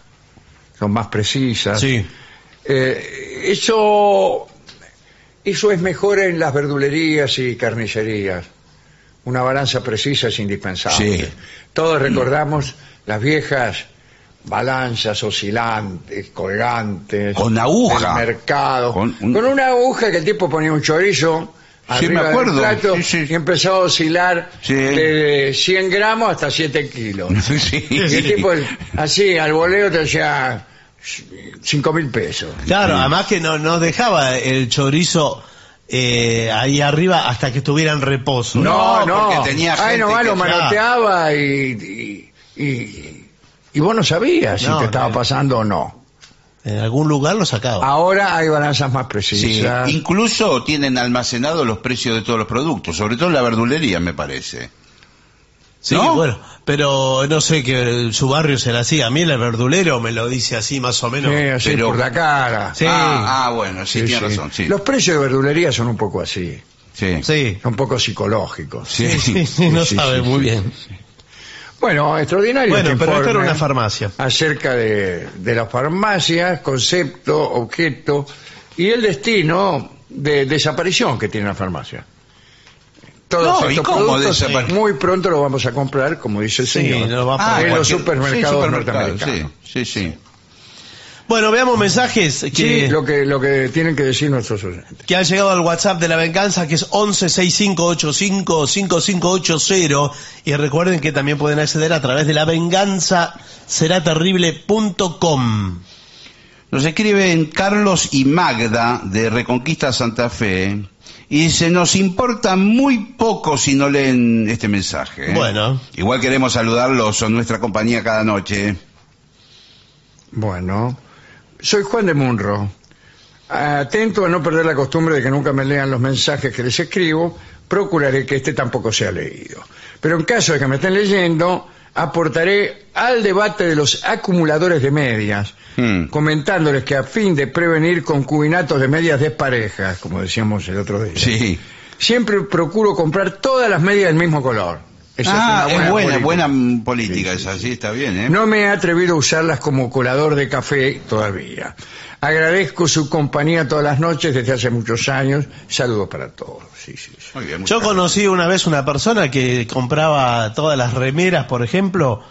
Speaker 2: son más precisas.
Speaker 4: Sí.
Speaker 2: Eh, eso, eso es mejor en las verdulerías y carnicerías. Una balanza precisa es indispensable.
Speaker 3: Sí.
Speaker 2: Todos recordamos las viejas balanzas oscilantes, colgantes.
Speaker 3: Con aguja.
Speaker 2: del mercado.
Speaker 3: Con
Speaker 2: Con,
Speaker 3: un-
Speaker 2: una aguja que el tipo ponía un chorizo.
Speaker 3: Sí, me
Speaker 2: arriba del
Speaker 3: acuerdo.
Speaker 2: plato
Speaker 3: Sí, sí.
Speaker 2: y empezó a oscilar
Speaker 3: Sí.
Speaker 2: de 100 gramos hasta 7 kilos.
Speaker 3: Sí,
Speaker 2: Y el tipo, así, al voleo te hacía 5 mil pesos.
Speaker 4: Claro, además que no, no dejaba el chorizo eh, ahí arriba hasta que estuviera en reposo.
Speaker 3: No, porque tenía
Speaker 2: Ay,
Speaker 3: gente
Speaker 2: nomás
Speaker 3: que-
Speaker 2: lo manoteaba y, y, y- y vos no sabías si
Speaker 4: No,
Speaker 2: te
Speaker 4: no
Speaker 2: estaba
Speaker 4: era.
Speaker 2: pasando o no.
Speaker 4: En algún lugar lo sacaba.
Speaker 2: Ahora hay balanzas más
Speaker 3: Sí,
Speaker 2: precisas.
Speaker 3: Incluso tienen almacenados los precios de todos los productos, sobre todo en la verdulería, me parece.
Speaker 4: Sí,
Speaker 3: ¿No?
Speaker 4: bueno, pero no sé que su barrio será así. A mí el verdulero me lo dice así más o menos.
Speaker 2: Sí, así
Speaker 3: pero-
Speaker 2: por la cara.
Speaker 4: Sí.
Speaker 3: Ah, ah, bueno, sí,
Speaker 2: Sí,
Speaker 3: tiene
Speaker 2: sí.
Speaker 3: razón. Sí,
Speaker 2: Los precios de verdulería son un poco así,
Speaker 3: sí.
Speaker 4: Sí,
Speaker 2: son un poco psicológicos.
Speaker 3: Sí.
Speaker 4: sí, sí, no
Speaker 2: Sí,
Speaker 4: sabe
Speaker 2: sí,
Speaker 4: muy
Speaker 2: sí.
Speaker 4: bien.
Speaker 2: Bueno, extraordinario.
Speaker 4: Bueno,
Speaker 2: este
Speaker 4: pero esto era
Speaker 2: informe
Speaker 4: una farmacia.
Speaker 2: Acerca de, de las farmacias, concepto, objeto y el destino de desaparición que tiene la farmacia. Todos
Speaker 3: No, ¿y
Speaker 2: estos
Speaker 3: cómo
Speaker 2: productos
Speaker 3: desapare-
Speaker 2: muy pronto los vamos a comprar, como dice el
Speaker 4: Sí,
Speaker 2: señor,
Speaker 4: nos va a
Speaker 3: Ah,
Speaker 4: poner-
Speaker 2: en los
Speaker 3: cualquier-
Speaker 2: supermercados
Speaker 3: sí, supermercados,
Speaker 2: norteamericanos.
Speaker 3: Sí, sí, sí.
Speaker 4: Bueno, veamos mensajes que,
Speaker 2: Sí, lo que, lo que tienen que decir nuestros oyentes.
Speaker 4: que han llegado al WhatsApp de la venganza, que es 1165855580. Y recuerden que también pueden acceder a través de la venganzaseraterrible.com.
Speaker 3: Nos escriben Carlos y Magda de Reconquista Santa Fe y dice, nos importa muy poco si no leen este mensaje. ¿eh?
Speaker 4: Bueno.
Speaker 3: Igual queremos saludarlos, son nuestra compañía cada noche.
Speaker 2: Bueno, soy Juan de Munro. Atento a no perder la costumbre de que nunca me lean los mensajes que les escribo, procuraré que este tampoco sea leído. Pero en caso de que me estén leyendo, aportaré al debate de los acumuladores de medias,
Speaker 3: Hmm.
Speaker 2: comentándoles que a fin de prevenir concubinatos de medias desparejas, como decíamos el otro día,
Speaker 3: Sí.
Speaker 2: siempre procuro comprar todas las medias del mismo color. Esa
Speaker 3: ah,
Speaker 2: una
Speaker 3: es buena,
Speaker 2: política.
Speaker 3: buena mm, política esa, sí, está bien, ¿eh?
Speaker 2: No me he atrevido a usarlas como colador de café todavía. Agradezco su compañía todas las noches desde hace muchos años. Saludos para todos. Sí, sí, sí.
Speaker 3: Muy bien, muchas
Speaker 4: Yo
Speaker 3: gracias.
Speaker 4: conocí una vez una persona que compraba todas las remeras, por ejemplo,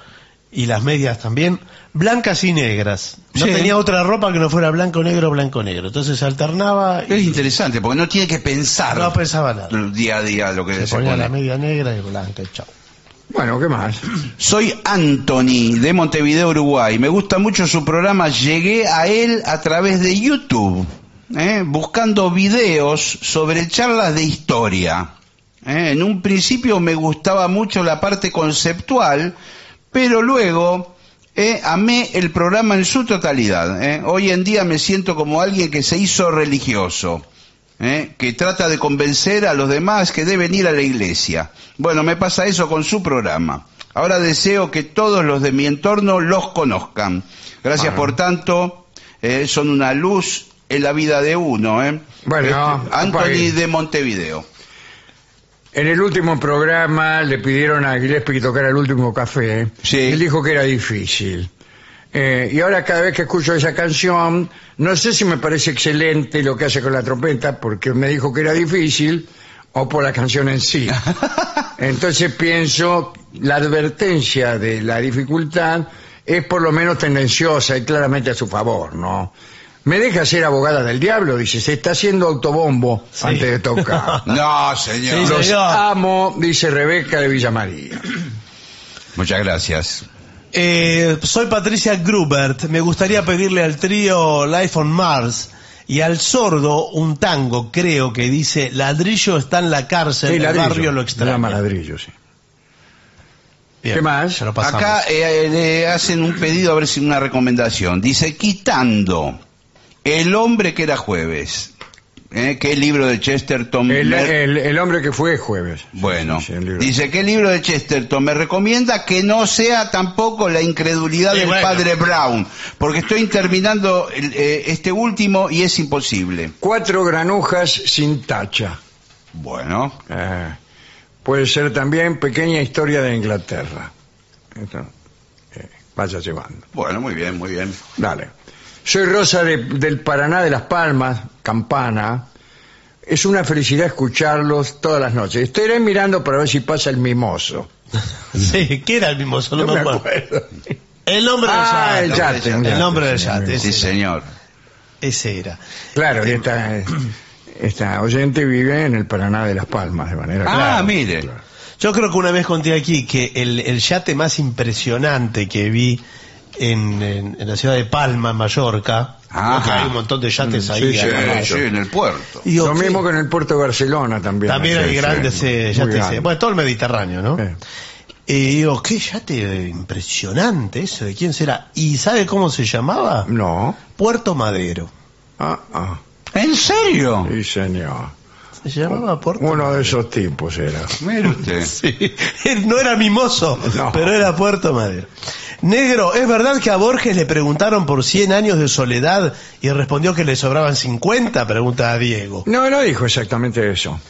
Speaker 4: y las medias también, blancas y negras. No
Speaker 3: Sí.
Speaker 4: tenía otra ropa que no fuera blanco, negro, blanco, negro. Entonces alternaba
Speaker 3: Es
Speaker 4: y
Speaker 3: interesante, porque no tiene que pensar
Speaker 4: no pensaba nada.
Speaker 3: día a día lo que
Speaker 4: Se
Speaker 3: se
Speaker 4: ponía la
Speaker 3: pone.
Speaker 4: media negra y blanca, y chao.
Speaker 2: Bueno, ¿qué más?
Speaker 3: Soy Anthony de Montevideo, Uruguay. Me gusta mucho su programa. Llegué a él a través de YouTube, ¿eh? buscando videos sobre charlas de historia. ¿eh? En un principio me gustaba mucho la parte conceptual, pero luego eh, amé el programa en su totalidad. ¿eh? Hoy en día me siento como alguien que se hizo religioso. ¿eh? que trata de convencer a los demás que deben ir a la iglesia. Bueno, me pasa eso con su programa. Ahora deseo que todos los de mi entorno los conozcan. Gracias
Speaker 2: Bueno.
Speaker 3: por tanto, eh, son una luz en la vida de uno. ¿eh?
Speaker 2: Bueno,
Speaker 3: Este, Anthony
Speaker 2: apague.
Speaker 3: de Montevideo.
Speaker 2: En el último programa le pidieron a Gillespie que tocara el último café.
Speaker 3: Sí.
Speaker 2: Él dijo que era difícil. Eh, y ahora cada vez que escucho esa canción, no sé si me parece excelente lo que hace con la trompeta, porque me dijo que era difícil, o por la canción en sí. Entonces pienso, la advertencia de la dificultad es por lo menos tendenciosa y claramente a su favor, ¿no? Me deja ser abogada del diablo, dice, se está haciendo autobombo antes de tocar.
Speaker 3: No, señor.
Speaker 4: Sí,
Speaker 2: Los
Speaker 4: señor.
Speaker 2: amo, dice Rebeca de Villa María.
Speaker 3: Muchas gracias.
Speaker 4: Eh, soy Patricia Grubert. Me gustaría pedirle al trío Life on Mars y al sordo un tango, creo que dice, ladrillo está en la cárcel,
Speaker 2: Sí,
Speaker 4: el
Speaker 2: ladrillo.
Speaker 4: barrio lo
Speaker 2: Se llama
Speaker 4: extraña.
Speaker 2: ladrillo, sí.
Speaker 4: Bien,
Speaker 2: ¿Qué más?
Speaker 4: se lo pasamos.
Speaker 3: Acá eh, le hacen un pedido, a ver si una recomendación. Dice, quitando El hombre que era jueves, ¿eh? que es libro de Chesterton.
Speaker 2: El,
Speaker 3: Mer-
Speaker 2: el- el hombre que fue jueves.
Speaker 3: Bueno,
Speaker 2: Sí, sí, el libro.
Speaker 3: dice, ¿qué libro de Chesterton me recomienda que no sea tampoco la incredulidad
Speaker 4: Y
Speaker 3: del
Speaker 4: bueno.
Speaker 3: padre Brown? Porque estoy terminando el, eh, este último y es imposible.
Speaker 2: Cuatro granujas sin tacha.
Speaker 3: Bueno,
Speaker 2: Eh, puede ser también Pequeña Historia de Inglaterra. Esto, eh, vaya llevando.
Speaker 3: bueno, muy bien, muy bien.
Speaker 2: Dale. Soy Rosa de- del Paraná de Las Palmas, Campana. Es una felicidad escucharlos todas las noches. Estaré mirando para ver si pasa el mimoso.
Speaker 4: Sí, ¿qué era el mismo? Solo me acuerdo. El nombre del
Speaker 2: Ah,
Speaker 4: yate.
Speaker 2: el yate.
Speaker 3: El
Speaker 2: un yate,
Speaker 4: nombre del
Speaker 2: sí,
Speaker 4: yate,
Speaker 2: amigo.
Speaker 4: Ese
Speaker 3: Sí,
Speaker 4: era.
Speaker 3: señor.
Speaker 4: Ese era. Eh,
Speaker 2: Claro, y esta, eh, esta oyente vive en el Paraná de Las Palmas, de manera
Speaker 3: Ah,
Speaker 2: clara.
Speaker 3: mire.
Speaker 2: Claro.
Speaker 4: Yo creo que una vez conté aquí que el, el yate más impresionante que vi en, en- en la ciudad de Palma, en Mallorca,
Speaker 3: Ajá.
Speaker 4: creo que hay un montón de yates
Speaker 2: Mm,
Speaker 4: ahí.
Speaker 2: sí,
Speaker 3: Sí,
Speaker 4: además.
Speaker 3: sí, en el puerto.
Speaker 4: Digo,
Speaker 2: Lo
Speaker 4: ¿qué?
Speaker 2: mismo que en el puerto de Barcelona también.
Speaker 4: También
Speaker 2: Sí,
Speaker 4: hay
Speaker 2: sí,
Speaker 4: grandes eh,
Speaker 2: muy
Speaker 4: yates.
Speaker 2: grande.
Speaker 4: eh, Bueno, todo el Mediterráneo, ¿no?
Speaker 2: Sí.
Speaker 4: Y digo, qué yate impresionante eso, ¿de quién será? ¿Y sabe cómo se llamaba?
Speaker 2: No.
Speaker 4: Puerto Madero.
Speaker 2: Ah, ah.
Speaker 3: ¿En serio?
Speaker 2: Sí, señor.
Speaker 4: Se llamaba Puerto
Speaker 2: Uno de esos tipos era.
Speaker 3: Mire usted.
Speaker 4: Sí, no era mimoso,
Speaker 2: No.
Speaker 4: pero era Puerto Madero. Negro, ¿es verdad que a Borges le preguntaron por 100 años de soledad y respondió que le sobraban 50? Pregunta a Diego.
Speaker 2: No, no dijo exactamente eso.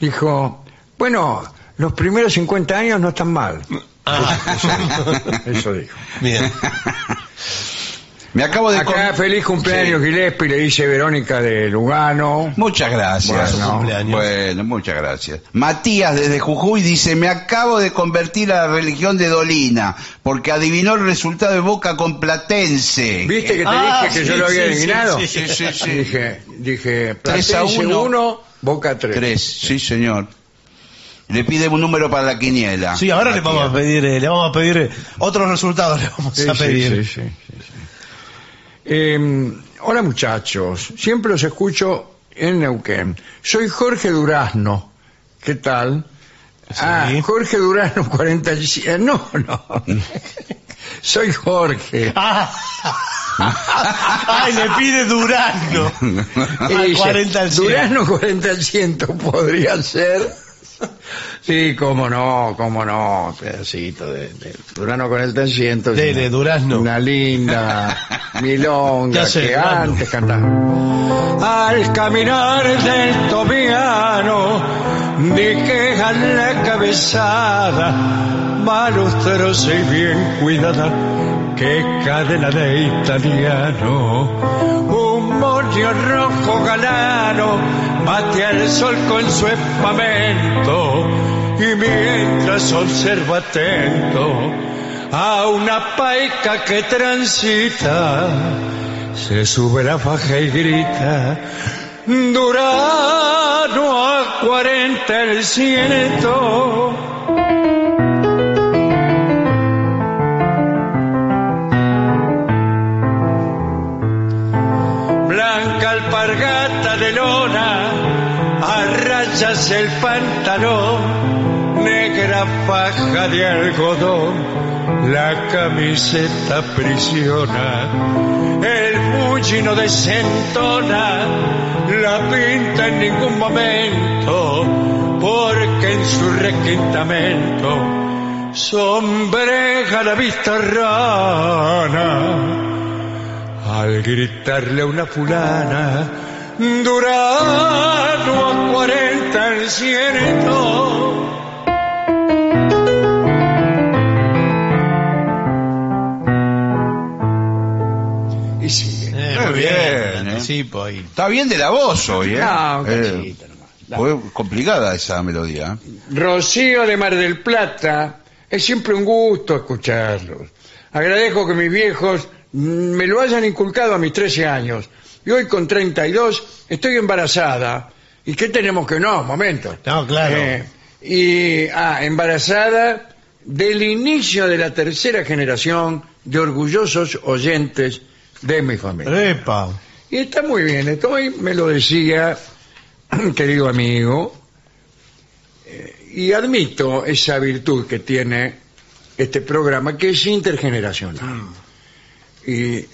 Speaker 2: Dijo, bueno, los primeros 50 años no están mal. Eso dijo.
Speaker 4: Ah. Bien.
Speaker 3: Me acabo de...
Speaker 2: Acá,
Speaker 3: com-
Speaker 2: feliz cumpleaños Gillespie, le dice Verónica de Lugano.
Speaker 3: Muchas gracias.
Speaker 4: Bueno, cumpleaños.
Speaker 3: Bueno, muchas gracias. Matías desde Jujuy dice, me acabo de convertir a la religión de Dolina, porque adivinó el resultado de Boca con Platense.
Speaker 2: ¿Viste que te
Speaker 4: Ah,
Speaker 2: dije que
Speaker 4: sí,
Speaker 2: yo lo había
Speaker 4: sí, sí,
Speaker 2: adivinado?
Speaker 4: sí,
Speaker 3: sí, sí, sí.
Speaker 2: Dije, dije,
Speaker 3: Tres a
Speaker 2: Platense
Speaker 3: uno.
Speaker 2: uno, Boca 3.
Speaker 3: Tres, sí señor. Le pide un número para la quiniela.
Speaker 4: Sí, ahora le
Speaker 3: Matías.
Speaker 4: vamos a pedir, eh, le vamos a pedir eh, otros resultados, le vamos a pedir.
Speaker 2: sí, sí, sí, sí. Eh, hola muchachos, siempre los escucho en Neuquén. Soy Jorge Durazno. ¿Qué tal? Ah, Jorge Durazno 47. No, no. Soy Jorge.
Speaker 4: Ah. Ay, le pide Durano.
Speaker 2: Y
Speaker 4: Al
Speaker 2: dice,
Speaker 4: 40 Ah, al 100.
Speaker 2: Durazno 40 al 100 podría ser. Sí, cómo no, cómo no. Pedacito de, de Durazno 40 al 100.
Speaker 4: De- de Durazno.
Speaker 2: Una linda milonga
Speaker 4: Ya sé,
Speaker 2: que
Speaker 4: Durazno.
Speaker 2: antes cantaba. Al caminar del tobiano, me quejan la cabezada, malustrosa y bien cuidada, que cadena de italiano. Un moño rojo galano bate al sol con su espamento, y mientras observa atento a una paica que transita, se sube la faja y grita, Durano a 40 el ciento. Blanca alpargata de lona, a rayas el pantalón, negra faja de algodón, la camiseta prisiona. El mullino desentona la pinta en ningún momento, porque en su requintamento sombreja la vista rana. Al gritarle a una fulana, Durano a cuarenta el ciento. Y sigue.
Speaker 4: Eh,
Speaker 3: Muy
Speaker 4: muy bien,
Speaker 3: bien, eh.
Speaker 4: anticipo ahí.
Speaker 3: Está bien de la voz hoy, ¿eh?
Speaker 2: pues, No, un
Speaker 3: Eh,
Speaker 2: cachito nomás.
Speaker 3: fue complicada esa melodía. ¿eh?
Speaker 2: Rocío de Mar del Plata, es siempre un gusto escucharlos. Agradezco que mis viejos mm, me lo hayan inculcado a mis 13 años. Y hoy con 32 estoy embarazada. ¿Y qué tenemos que no? Momento.
Speaker 4: No, claro.
Speaker 2: Eh, y, ah, embarazada del inicio de la tercera generación de orgullosos oyentes de mi familia.
Speaker 4: Epa.
Speaker 2: Y está muy bien. Estoy, me lo decía, querido amigo, eh, y admito esa virtud que tiene este programa, que es intergeneracional.
Speaker 3: Ah.
Speaker 2: Y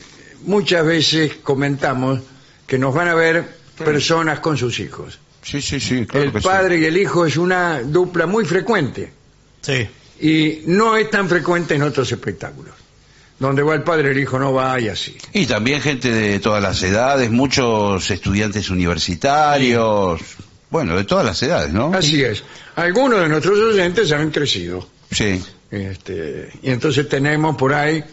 Speaker 2: muchas veces comentamos que nos van a ver personas con sus hijos.
Speaker 3: Sí, sí, sí, claro
Speaker 2: El
Speaker 3: que sí.
Speaker 2: padre y el hijo es una dupla muy frecuente
Speaker 4: Sí.
Speaker 2: y no es tan frecuente en otros espectáculos. Donde va el padre, el hijo no va y así.
Speaker 3: Y también gente de todas las edades, muchos estudiantes universitarios, bueno, de todas las edades, ¿no?
Speaker 2: Así es. Algunos de nuestros oyentes han crecido.
Speaker 3: Sí.
Speaker 2: Este, y entonces tenemos por ahí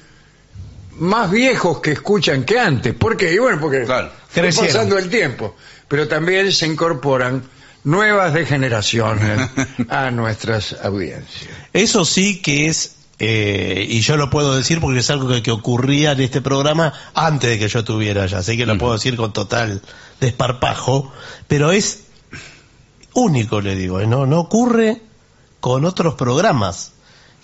Speaker 2: más viejos que escuchan que antes. ¿Por qué? Y bueno, porque
Speaker 3: Claro.
Speaker 2: fue
Speaker 4: Crecieron.
Speaker 2: pasando el tiempo. Pero también se incorporan nuevas degeneraciones a nuestras audiencias.
Speaker 4: Eso sí que es, eh, y yo lo puedo decir porque es algo que, que ocurría en este programa antes de que yo estuviera allá, así que lo puedo decir con total desparpajo, pero es único, le digo, ¿eh? no, no ocurre con otros programas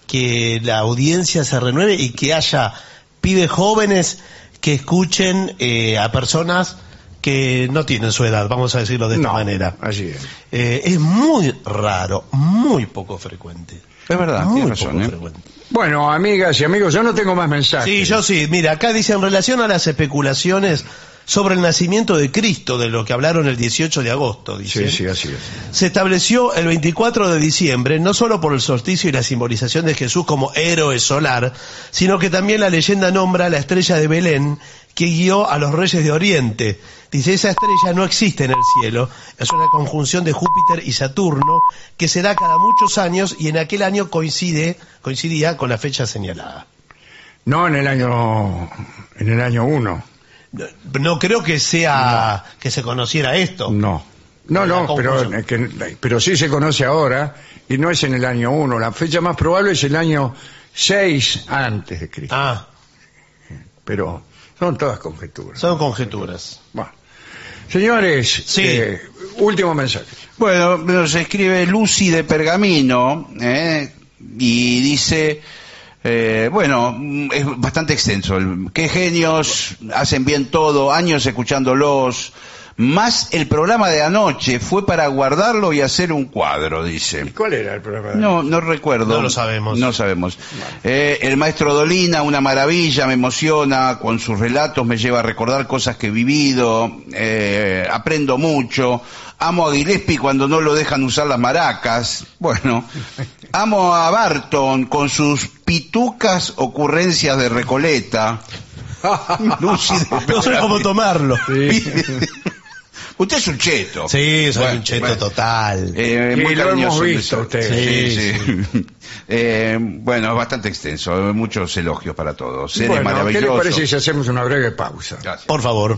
Speaker 4: que la audiencia se renueve y que haya pibes jóvenes que escuchen eh, a personas que no tienen su edad, vamos a decirlo de esta
Speaker 2: No,
Speaker 4: manera.
Speaker 2: Así es.
Speaker 4: Eh, es muy raro, muy poco frecuente.
Speaker 3: Es verdad,
Speaker 4: muy
Speaker 3: tiene razón,
Speaker 4: poco
Speaker 3: ¿eh?
Speaker 4: frecuente.
Speaker 2: Bueno, Oh, amigas y amigos, yo no tengo más mensajes.
Speaker 4: Sí, yo sí. Mira, acá dice en relación a las especulaciones sobre el nacimiento de Cristo, de lo que hablaron el 18 de agosto, dice.
Speaker 2: Sí, sí, así es.
Speaker 4: Se estableció el 24 de diciembre, no solo por el solsticio y la simbolización de Jesús como héroe solar, sino que también la leyenda nombra la estrella de Belén que guió a los reyes de Oriente. Dice, esa estrella no existe en el cielo, es una conjunción de Júpiter y Saturno que se da cada muchos años y en aquel año coincide, coincidía con la fecha señalada.
Speaker 2: No en el año, en el año uno.
Speaker 4: No, no creo que sea que se conociera esto.
Speaker 2: No. No,
Speaker 4: La
Speaker 2: no, pero,
Speaker 4: confusión.
Speaker 2: eh, que- pero sí se conoce ahora y no es en el año 1. La fecha más probable es el año 6 antes de Cristo.
Speaker 4: Ah,
Speaker 2: Pero son todas conjeturas.
Speaker 4: son conjeturas.
Speaker 2: Bueno. Señores,
Speaker 4: Sí.
Speaker 2: eh, último mensaje.
Speaker 3: Bueno, nos escribe Lucy de Pergamino ¿eh? y dice, eh, bueno, mm, es bastante extenso. el- Qué genios, hacen bien todo, años escuchándolos. Más el programa de anoche fue para guardarlo y hacer un cuadro, dice.
Speaker 2: ¿Cuál era el programa? de-
Speaker 3: No, no recuerdo.
Speaker 4: No lo sabemos.
Speaker 3: No sabemos. Eh, el maestro Dolina, una maravilla, me emociona con sus relatos, me lleva a recordar cosas que he vivido, eh, aprendo mucho. Amo a Gillespie cuando no lo dejan usar las maracas. Bueno, amo a Barton con sus pitucas ocurrencias de Recoleta. Lucy de
Speaker 4: No sé cómo tomarlo.
Speaker 3: Usted es un cheto.
Speaker 4: Sí, soy
Speaker 3: Bueno,
Speaker 4: un cheto
Speaker 3: bueno.
Speaker 4: total.
Speaker 3: Eh,
Speaker 2: Y
Speaker 3: muy
Speaker 2: lo
Speaker 3: cariñoso
Speaker 2: hemos
Speaker 3: el
Speaker 2: visto
Speaker 3: beso.
Speaker 2: ustedes.
Speaker 3: Sí,
Speaker 4: Sí,
Speaker 3: sí. Eh, bueno, es bastante extenso. eh, Muchos elogios para todos. Seres
Speaker 2: Bueno, ¿qué
Speaker 3: maravillosos.
Speaker 2: le parece si hacemos una breve pausa?
Speaker 3: Gracias.
Speaker 4: Por favor.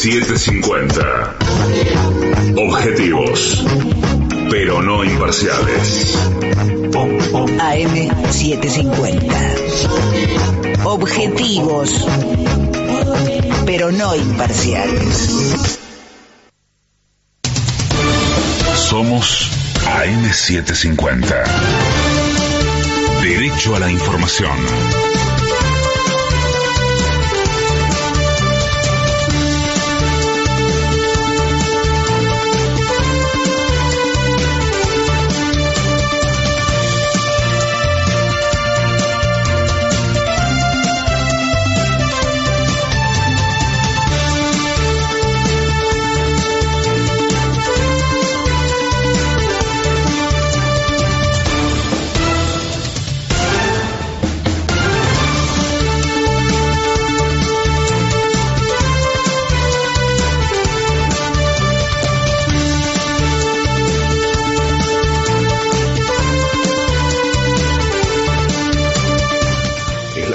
Speaker 5: AM750. Objetivos, pero no imparciales.
Speaker 6: AM750. Objetivos, pero no imparciales.
Speaker 5: Somos AM750. Derecho a la información.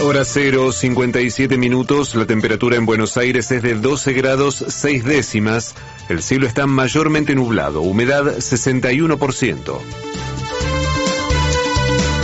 Speaker 7: Hora 0, 57 minutos, la temperatura en Buenos Aires es de 12 grados 6 décimas, el cielo está mayormente nublado, humedad 61%.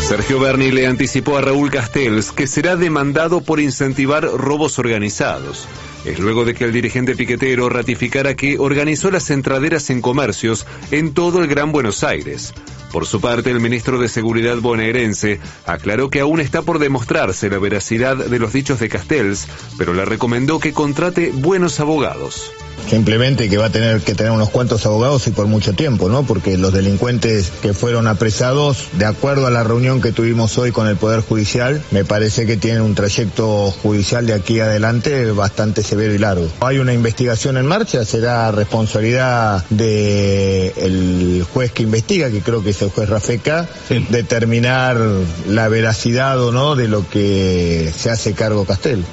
Speaker 7: Sergio Berni le anticipó a Raúl Castells que será demandado por incentivar robos organizados. Es luego de que el dirigente piquetero ratificara que organizó las entraderas en comercios en todo el Gran Buenos Aires. Por su parte, el ministro de Seguridad bonaerense aclaró que aún está por demostrarse la veracidad de los dichos de Castells, pero le recomendó que contrate buenos abogados.
Speaker 8: Simplemente que va a tener que tener unos cuantos abogados y por mucho tiempo, ¿no? Porque los delincuentes que fueron apresados, de acuerdo a la reunión que tuvimos hoy con el Poder Judicial, me parece que tienen un trayecto judicial de aquí adelante bastante severo y largo. Hay una investigación en marcha, será responsabilidad del el juez que investiga, que creo que es el juez Rafeca,
Speaker 4: Sí.
Speaker 8: determinar la veracidad o no de lo que se hace cargo Castel.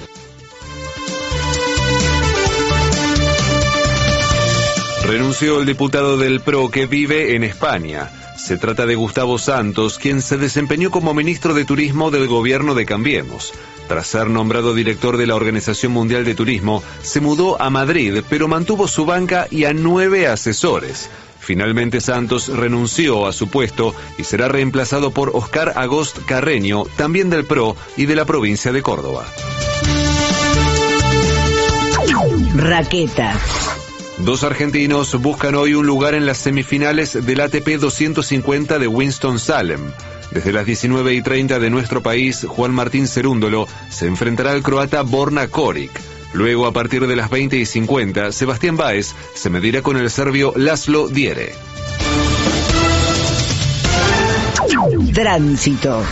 Speaker 7: Renunció el diputado del PRO que vive en España. Se trata de Gustavo Santos, quien se desempeñó como ministro de Turismo del gobierno de Cambiemos. Tras ser nombrado director de la Organización Mundial de Turismo, se mudó a Madrid, pero mantuvo su banca y a nueve asesores. Finalmente Santos renunció a su puesto y será reemplazado por Oscar Agost Carreño, también del PRO y de la provincia de Córdoba.
Speaker 6: Raqueta.
Speaker 7: Dos argentinos buscan hoy un lugar en las semifinales del ATP 250 de Winston-Salem. Desde las 19 y 30 de nuestro país, Juan Martín Cerúndolo se enfrentará al croata Borna Koric. Luego, a partir de las 20 y 50, Sebastián Báez se medirá con el serbio Laszlo Diere.
Speaker 6: Tránsito.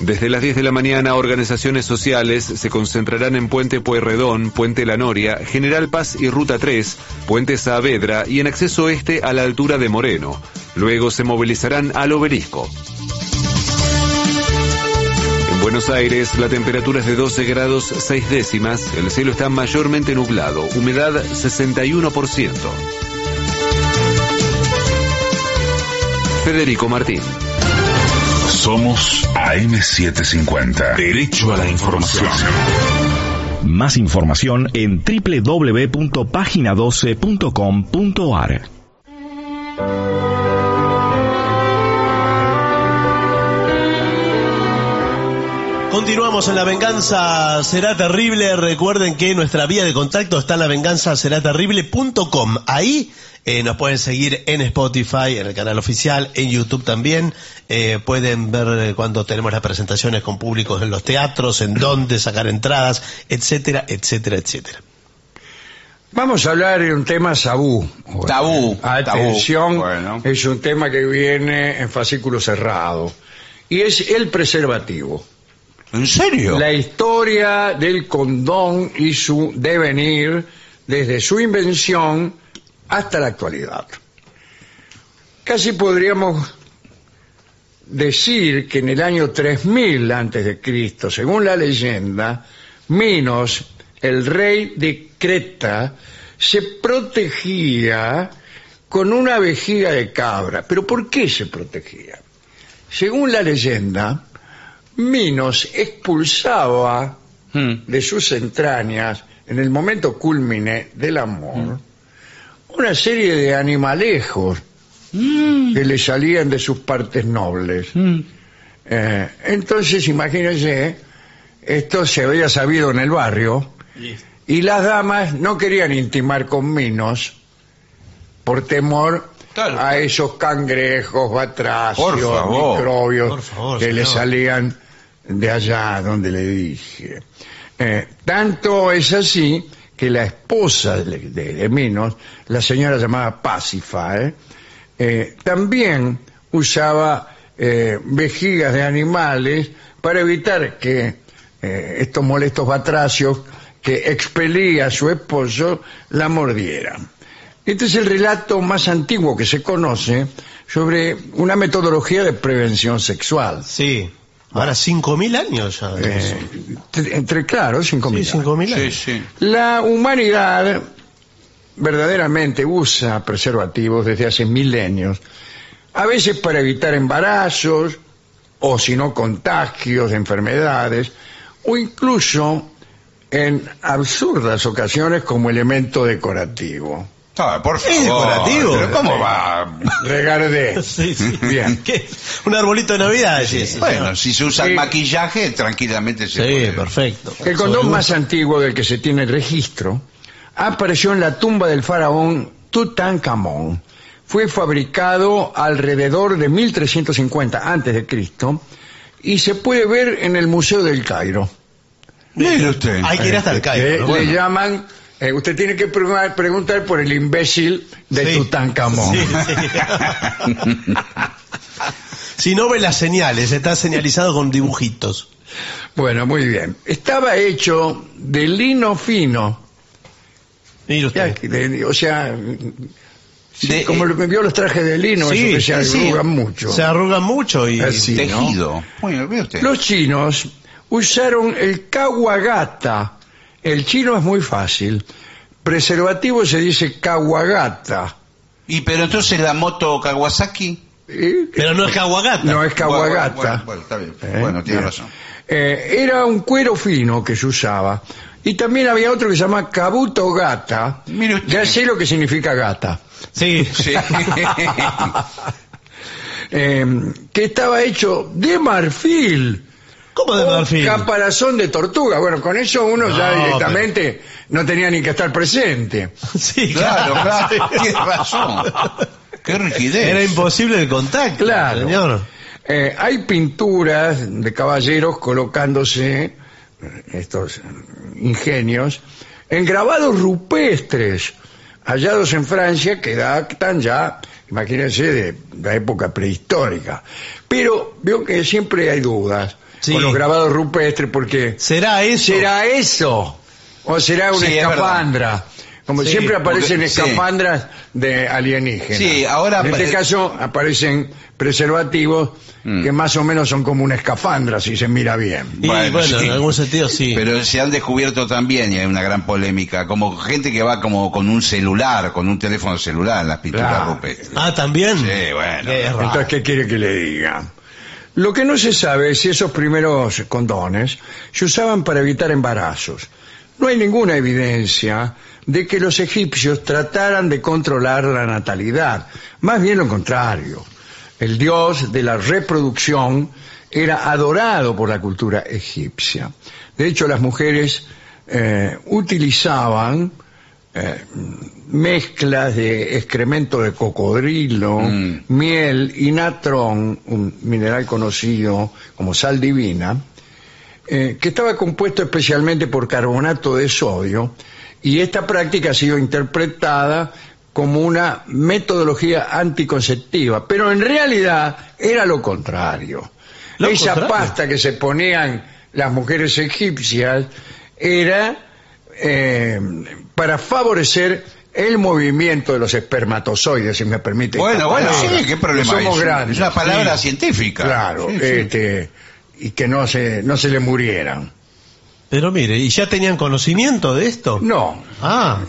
Speaker 7: Desde las 10 de la mañana, organizaciones sociales se concentrarán en Puente Pueyrredón, Puente La Noria, General Paz y Ruta 3, Puente Saavedra y en acceso este a la altura de Moreno. Luego se movilizarán al obelisco. En Buenos Aires, la temperatura es de 12 grados 6 décimas, el cielo está mayormente nublado, humedad 61%. Federico Martín.
Speaker 5: Somos AM750. Derecho a la información.
Speaker 9: Más información en www.pagina12.com.ar.
Speaker 4: Continuamos en La Venganza Será Terrible. Recuerden que nuestra vía de contacto está en lavenganzaseraterrible.com. Ahí eh, nos pueden seguir en Spotify, en el canal oficial, en YouTube también. Eh, pueden ver eh, cuando tenemos las presentaciones con públicos en los teatros, en dónde sacar entradas, etcétera, etcétera, etcétera.
Speaker 2: Vamos a hablar de un tema sabú.
Speaker 3: Tabú,
Speaker 2: Atención,
Speaker 3: tabú. Bueno.
Speaker 2: es un tema que viene en fascículo cerrado. Y es el preservativo.
Speaker 3: ¿En serio?
Speaker 2: La historia del condón y su devenir desde su invención hasta la actualidad. Casi podríamos decir que en el año 3000 antes de Cristo, según la leyenda, Minos, el rey de Creta, se protegía con una vejiga de cabra. ¿Pero por qué se protegía? Según la leyenda, Minos expulsaba
Speaker 3: Hmm.
Speaker 2: de sus entrañas, en el momento culmine del amor, una serie de animalejos que le salían de sus partes nobles. Eh, entonces, imagínense, esto se había sabido en el barrio, y las damas no querían intimar con Minos por temor
Speaker 3: Claro.
Speaker 2: a esos cangrejos, batracios,
Speaker 3: Por favor.
Speaker 2: microbios
Speaker 4: Por favor,
Speaker 2: que le
Speaker 4: señor.
Speaker 2: salían de allá donde le dije. Eh, tanto es así que la esposa de, de- de Minos, la señora llamada Pasifa, eh, eh, también usaba eh, vejigas de animales para evitar que eh, estos molestos batracios que expelía a su esposo la mordieran. Este es el relato más antiguo que se conoce sobre una metodología de prevención sexual.
Speaker 4: Sí. Ahora 5.000 años ya.
Speaker 2: Eh, entre, entre, claro, cinco
Speaker 4: sí,
Speaker 2: mil
Speaker 4: 5.000
Speaker 3: Sí,
Speaker 4: años.
Speaker 3: sí.
Speaker 2: La humanidad verdaderamente usa preservativos desde hace milenios, a veces para evitar embarazos o si no contagios de enfermedades o incluso en absurdas ocasiones como elemento decorativo.
Speaker 3: Ah, por favor.
Speaker 4: Es decorativo.
Speaker 3: Pero ¿Cómo va?
Speaker 2: Regardé.
Speaker 4: Sí, sí.
Speaker 2: Bien.
Speaker 4: ¿Qué? Un arbolito de Navidad allí. Sí,
Speaker 3: Bueno, si se usa
Speaker 2: Sí.
Speaker 3: el maquillaje, tranquilamente se
Speaker 4: Sí,
Speaker 3: puede.
Speaker 4: perfecto.
Speaker 2: El condón más antiguo del que se tiene registro apareció en la tumba del faraón Tutankamón. Fue fabricado alrededor de 1350 antes de Cristo y se puede ver en el Museo del Cairo.
Speaker 3: Mire usted.
Speaker 4: Hay que ir hasta el
Speaker 2: Le,
Speaker 4: Cairo. ¿no?
Speaker 2: le llaman, eh, usted tiene que pre- preguntar por el imbécil de
Speaker 4: Sí.
Speaker 2: Tutankamón.
Speaker 4: Sí, sí. si no ve las señales, está señalizado con dibujitos.
Speaker 2: Bueno, muy bien. Estaba hecho de lino fino,
Speaker 4: Mire
Speaker 2: Ya,
Speaker 4: usted. eh,
Speaker 2: de- o sea, sí,
Speaker 3: De-
Speaker 2: como lo que vio los trajes de lino, eso que se
Speaker 4: sí, sí.
Speaker 2: arrugan mucho.
Speaker 4: Se arrugan mucho y...
Speaker 2: Así, ¿no?
Speaker 3: Tejido. Bueno, ve usted.
Speaker 2: Los chinos usaron el kawagata. El chino es muy fácil. Preservativo se dice kawagata.
Speaker 3: Y pero entonces la moto Kawasaki.
Speaker 2: ¿Eh?
Speaker 4: Pero no es Kawagata.
Speaker 2: No es
Speaker 3: Bueno,
Speaker 2: kawagata.
Speaker 3: bueno, bueno, está bien.
Speaker 2: ¿Eh?
Speaker 3: Bueno, tiene
Speaker 2: Bien.
Speaker 3: razón.
Speaker 2: Eh, era un cuero fino que se usaba. Y también había otro que se llama kabuto gata.
Speaker 3: Mire usted.
Speaker 2: Ya sé lo que significa gata.
Speaker 4: Sí.
Speaker 3: Sí.
Speaker 2: Eh, que estaba hecho de marfil.
Speaker 4: ¿Cómo de
Speaker 2: O
Speaker 4: marfil?
Speaker 2: Caparazón de tortuga. Bueno, con eso uno ya
Speaker 4: No,
Speaker 2: directamente no tenía ni que estar presente.
Speaker 4: Sí,
Speaker 3: claro, claro.
Speaker 4: Sí.
Speaker 3: Tiene razón. Qué rigidez.
Speaker 4: Era imposible el contacto.
Speaker 2: Claro.
Speaker 4: Señor.
Speaker 2: Eh, hay pinturas de caballeros colocándose eh, estos ingenios en grabados rupestres hallados en Francia que datan ya, imagínense, de la época prehistórica. Pero veo que siempre hay dudas
Speaker 4: Sí.
Speaker 2: con los grabados rupestres porque
Speaker 4: ¿Será eso?
Speaker 2: ¿Será eso? ¿O será una
Speaker 3: Sí, es
Speaker 2: escapandra? Como
Speaker 4: Sí,
Speaker 2: siempre aparecen
Speaker 3: porque- sí.
Speaker 2: escapandras de alienígenas.
Speaker 3: Sí, ahora
Speaker 2: En este
Speaker 3: apare- Mm.
Speaker 2: caso aparecen preservativos que más o menos son como una escapandra si se mira bien.
Speaker 4: Y bueno,
Speaker 3: Bueno, sí.
Speaker 4: en algún sentido sí.
Speaker 3: Pero se han descubierto también, y hay una gran polémica, como gente que va como con un celular, con un teléfono celular en las pinturas
Speaker 2: Claro.
Speaker 3: rupestres.
Speaker 4: Ah, también.
Speaker 3: Sí, bueno.
Speaker 4: Qué raro.
Speaker 2: Entonces, ¿qué quiere que le diga? Lo que no se sabe es si esos primeros condones se usaban para evitar embarazos. No hay ninguna evidencia de que los egipcios trataran de controlar la natalidad. Más bien lo contrario. El dios de la reproducción era adorado por la cultura egipcia. De hecho, las mujeres eh, utilizaban eh, mezclas de excremento de cocodrilo,
Speaker 3: Mm.
Speaker 2: miel y natrón, un mineral conocido como sal divina, eh, que estaba compuesto especialmente por carbonato de sodio, y esta práctica ha sido interpretada como una metodología anticonceptiva, pero en realidad era lo contrario.
Speaker 4: ¿Lo
Speaker 2: Esa
Speaker 4: contrario?
Speaker 2: pasta que se ponían las mujeres egipcias era eh, para favorecer el movimiento de los espermatozoides, si me permite. esta
Speaker 3: Bueno, bueno,
Speaker 2: palabra.
Speaker 3: sí, qué problema
Speaker 2: Somos
Speaker 3: es.
Speaker 2: grandes.
Speaker 3: Es una palabra
Speaker 2: Sí.
Speaker 3: científica.
Speaker 2: Claro,
Speaker 3: Sí, sí.
Speaker 2: este, y que no se, no se le murieran.
Speaker 4: Pero mire, ¿y ya tenían conocimiento de esto?
Speaker 2: No.
Speaker 4: Ah,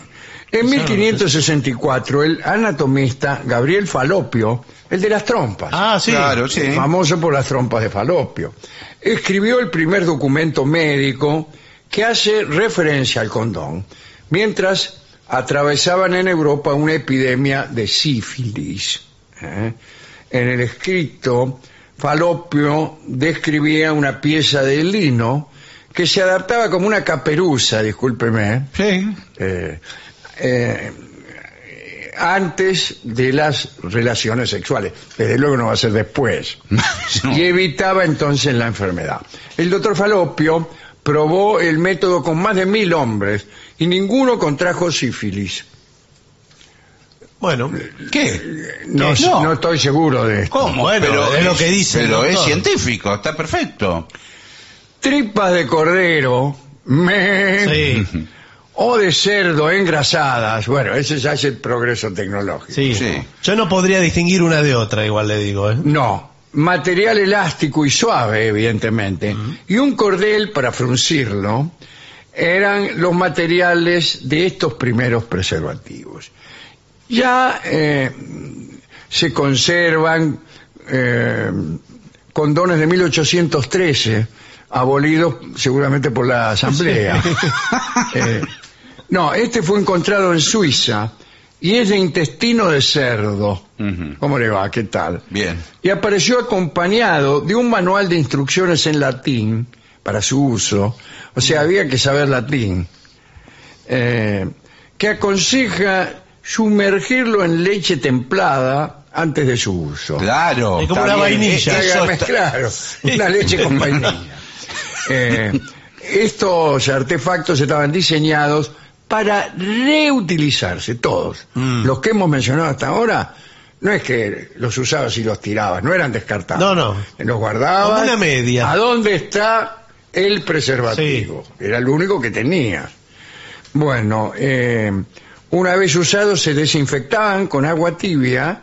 Speaker 2: En 1564, el anatomista Gabriel Falopio, el de las trompas,
Speaker 4: ah, sí.
Speaker 3: Claro, sí.
Speaker 2: famoso por las trompas de Falopio, escribió el primer documento médico que hace referencia al condón, mientras atravesaban en Europa una epidemia de sífilis. ¿eh? En el escrito, Falopio describía una pieza de lino que se adaptaba como una caperuza, discúlpeme,
Speaker 3: Sí.
Speaker 2: eh, eh, antes de las relaciones sexuales. Desde luego no va a ser después.
Speaker 3: No.
Speaker 2: Y evitaba entonces la enfermedad. El doctor Falopio probó el método con más de mil hombres y ninguno contrajo sífilis.
Speaker 4: Bueno,
Speaker 3: ¿Qué?
Speaker 2: No,
Speaker 3: ¿Qué? No.
Speaker 2: no estoy seguro de esto.
Speaker 3: ¿Cómo?
Speaker 4: Bueno, es lo que dice el
Speaker 3: Pero es
Speaker 4: doctor.
Speaker 3: científico, está perfecto.
Speaker 2: Tripas de cordero. me-
Speaker 4: sí,
Speaker 2: O de cerdo engrasadas. Bueno, ese ya es el progreso tecnológico.
Speaker 4: sí,
Speaker 3: Sí.
Speaker 4: Yo no podría distinguir una de otra, igual le digo, ¿eh?
Speaker 2: No, material elástico y suave, evidentemente, y un cordel para fruncirlo, eran los materiales de estos primeros preservativos. Ya eh, se conservan eh, condones de 1813, abolidos seguramente por la Asamblea. Eh, no, este fue encontrado en Suiza y es de intestino de cerdo.
Speaker 3: Ujú.
Speaker 2: ¿Cómo le va? ¿Qué tal?
Speaker 3: Bien.
Speaker 2: Y apareció acompañado de un manual de instrucciones en latín para su uso. O sea, había que saber latín. Eh, que aconseja sumergirlo en leche templada antes de su uso.
Speaker 3: Claro.
Speaker 4: Es como
Speaker 3: está
Speaker 4: una
Speaker 3: bien.
Speaker 4: vainilla.
Speaker 2: Eh,
Speaker 4: eso
Speaker 2: eh,
Speaker 4: está-
Speaker 2: claro, una leche con vainilla. Eh, estos artefactos estaban diseñados para reutilizarse, todos.
Speaker 4: Mm.
Speaker 2: Los que hemos mencionado hasta ahora, no es que los usabas y los tirabas, no eran descartados.
Speaker 4: No, no.
Speaker 2: Los guardabas.
Speaker 4: Como una media.
Speaker 2: ¿A dónde está el preservativo? Era el único que tenía. Bueno, eh, una vez usados se desinfectaban con agua tibia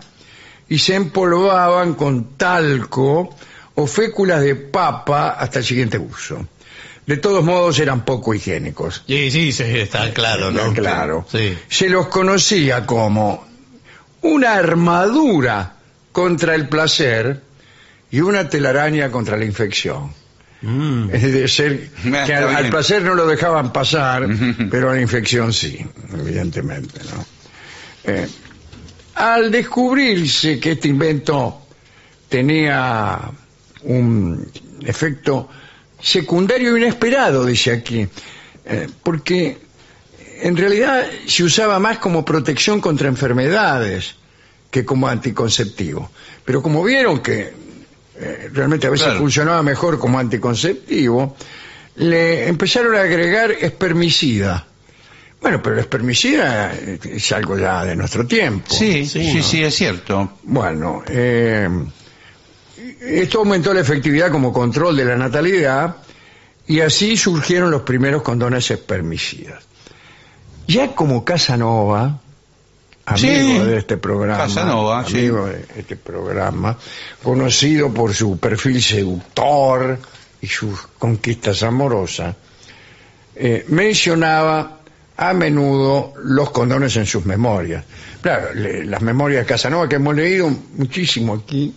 Speaker 2: y se empolvaban con talco o féculas de papa hasta el siguiente uso. De todos modos eran poco higiénicos.
Speaker 4: Sí, sí, sí, está claro, ¿no?
Speaker 2: Claro.
Speaker 4: Sí.
Speaker 2: Se los conocía como una armadura contra el placer y una telaraña contra la infección.
Speaker 4: Mm.
Speaker 2: Es decir,
Speaker 3: Ah,
Speaker 2: que
Speaker 3: está
Speaker 2: al, al
Speaker 3: bien.
Speaker 2: placer no lo dejaban pasar, pero a la infección sí, evidentemente. ¿no? Eh, al descubrirse que este invento tenía un efecto secundario inesperado, dice aquí, eh, porque en realidad se usaba más como protección contra enfermedades que como anticonceptivo. Pero como vieron que eh, realmente a veces
Speaker 3: Claro.
Speaker 2: funcionaba mejor como anticonceptivo, le empezaron a agregar espermicida. Bueno, pero el espermicida eh, es algo ya de nuestro tiempo.
Speaker 3: Sí, sí,
Speaker 4: ¿no?
Speaker 3: sí, es cierto.
Speaker 2: Bueno, eh, esto aumentó la efectividad como control de la natalidad y así surgieron los primeros condones espermicidas. Ya como Casanova, amigo
Speaker 3: Sí,
Speaker 2: de este programa,
Speaker 3: Casanova, sí.
Speaker 2: amigo de este programa, conocido por su perfil seductor y sus conquistas amorosas, eh, mencionaba a menudo los condones en sus memorias. Claro, le- las memorias de Casanova que hemos leído muchísimo aquí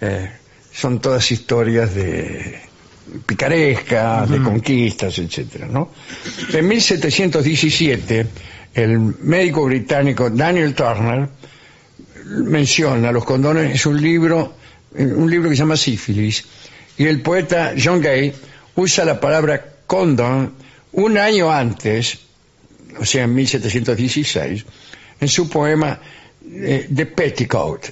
Speaker 2: eh, son todas historias de picarescas, de conquistas, etcétera, ¿no? En 1717, el médico británico Daniel Turner menciona los condones, es un libro, eh, un libro que se llama Sífilis, y el poeta John Gay usa la palabra condón un año antes, o sea, en 1716, en su poema eh, The Petticoat.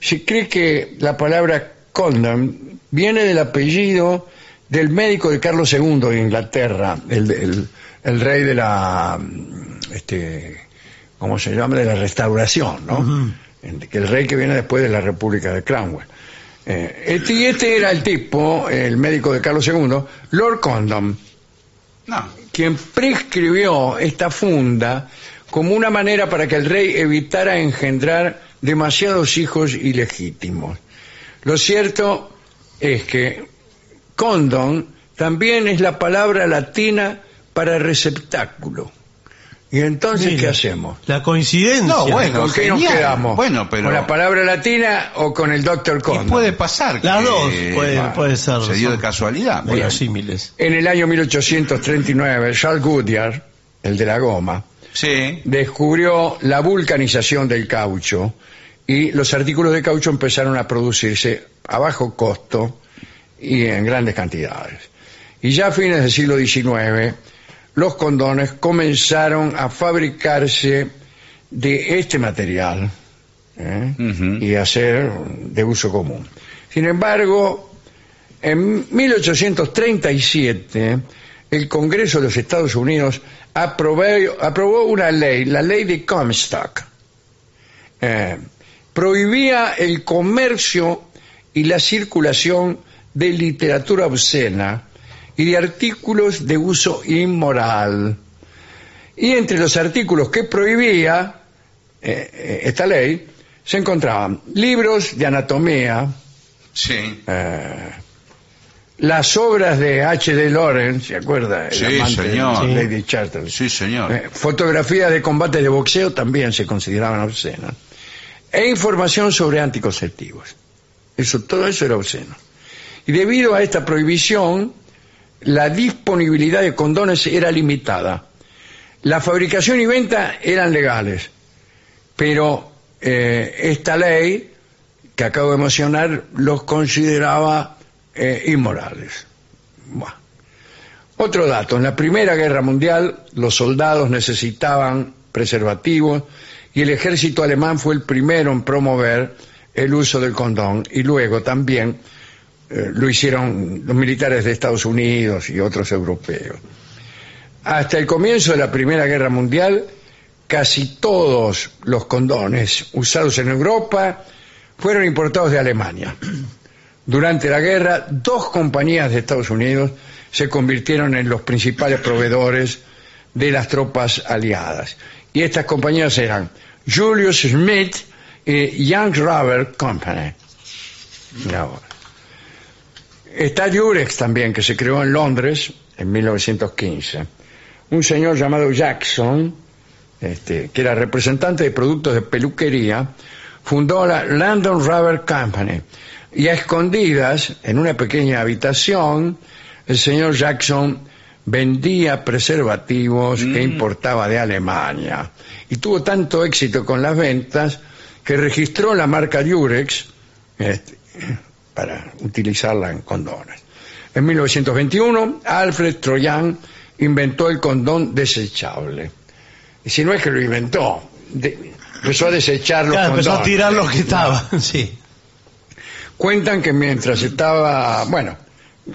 Speaker 2: Se cree que la palabra condón viene del apellido del médico de Carlos II de Inglaterra, el, el- el rey de la, mm, este, ¿cómo se llama? De la restauración, ¿no? En- que El rey que viene después de la República de Cromwell. Eh, este, y este era el tipo, el médico de Carlos II, Lord Condom,
Speaker 3: No.
Speaker 2: quien prescribió esta funda como una manera para que el rey evitara engendrar demasiados hijos ilegítimos. Lo cierto es que condón también es la palabra latina para receptáculo. Y entonces,
Speaker 4: Mira,
Speaker 2: ¿qué hacemos?
Speaker 4: La coincidencia.
Speaker 3: No, bueno.
Speaker 2: ¿Con qué nos
Speaker 3: genial.
Speaker 2: quedamos?
Speaker 3: Bueno, pero-
Speaker 2: ¿Con la palabra latina o con el doctor Eh,
Speaker 3: Y
Speaker 2: Condon?
Speaker 3: puede pasar.
Speaker 4: Las
Speaker 3: que,
Speaker 4: dos, puede-
Speaker 3: bueno,
Speaker 4: puede ser.
Speaker 3: Se dio de
Speaker 4: Son-
Speaker 3: casualidad.
Speaker 4: Bueno,
Speaker 3: Bueno,
Speaker 4: símiles.
Speaker 2: En el año 1839, Charles Goodyear, el de la goma,
Speaker 3: Sí.
Speaker 2: descubrió la vulcanización del caucho y los artículos de caucho empezaron a producirse a bajo costo y en grandes cantidades. Y ya a fines del siglo XIX, los condones comenzaron a fabricarse de este material ¿eh?
Speaker 3: Ujú.
Speaker 2: y a ser de uso común. Sin embargo, en 1837, el Congreso de los Estados Unidos aprobé- aprobó una ley, la ley de Comstock. Eh, prohibía el comercio y la circulación de literatura obscena y de artículos de uso inmoral. Y entre los artículos que prohibía eh, eh, esta ley se encontraban libros de anatomía,
Speaker 3: Sí.
Speaker 2: eh, las obras de H.D. Lawrence, ¿se acuerda? El
Speaker 3: Sí,
Speaker 2: amante de
Speaker 3: señor.
Speaker 2: Lady Chatterley.
Speaker 3: Sí, señor.
Speaker 2: Eh, fotografías de combates de boxeo también se consideraban obscenas. E información sobre anticonceptivos. Eso, todo eso era obsceno. Y debido a esta prohibición, la disponibilidad de condones era limitada. La fabricación y venta eran legales. pero eh, esta ley que acabo de mencionar los consideraba eh, inmorales. Buah. Otro dato, en la Primera Guerra Mundial los soldados necesitaban preservativos y el ejército alemán fue el primero en promover el uso del condón y luego también eh, lo hicieron los militares de Estados Unidos y otros europeos. Hasta el comienzo de la Primera Guerra Mundial, casi todos los condones usados en Europa fueron importados de Alemania. Durante la guerra, dos compañías de Estados Unidos se convirtieron en los principales proveedores de las tropas aliadas. Y estas compañías eran Julius Smith y Young Rubber Company. Mirá vos. Está Durex también, que se creó en Londres en 1915. Un señor llamado Jackson, este, que era representante de productos de peluquería, fundó la London Rubber Company. Y a escondidas, en una pequeña habitación, el señor Jackson vendía preservativos que importaba de Alemania. Y tuvo tanto éxito con las ventas que registró la marca Durex este, para utilizarla en condones. En 1921, Alfred Troyan inventó el condón desechable. Y si no es que lo inventó, de- empezó a desechar los
Speaker 4: Claro, empezó a
Speaker 2: condones.
Speaker 4: tirar los que estaban, sí.
Speaker 2: Cuentan que mientras estaba, bueno,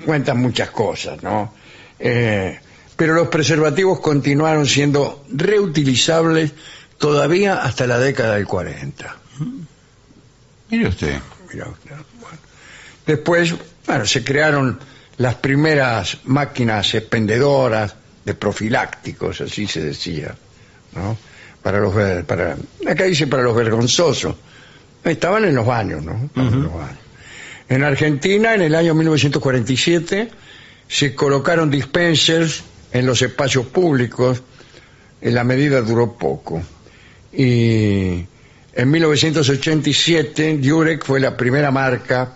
Speaker 2: cuentan muchas cosas, ¿no? Eh, pero los preservativos continuaron siendo reutilizables todavía hasta la década del 40.
Speaker 3: Mire usted.
Speaker 2: Mirá usted, bueno. Después, bueno, se crearon las primeras máquinas expendedoras de profilácticos, así se decía, ¿no? Para los ver- para acá dice para los vergonzosos. Estaban en los baños, ¿no? Estaban en los baños. En Argentina, en el año 1947, se colocaron dispensers en los espacios públicos. Eh, La medida duró poco. Y en 1987, Durek fue la primera marca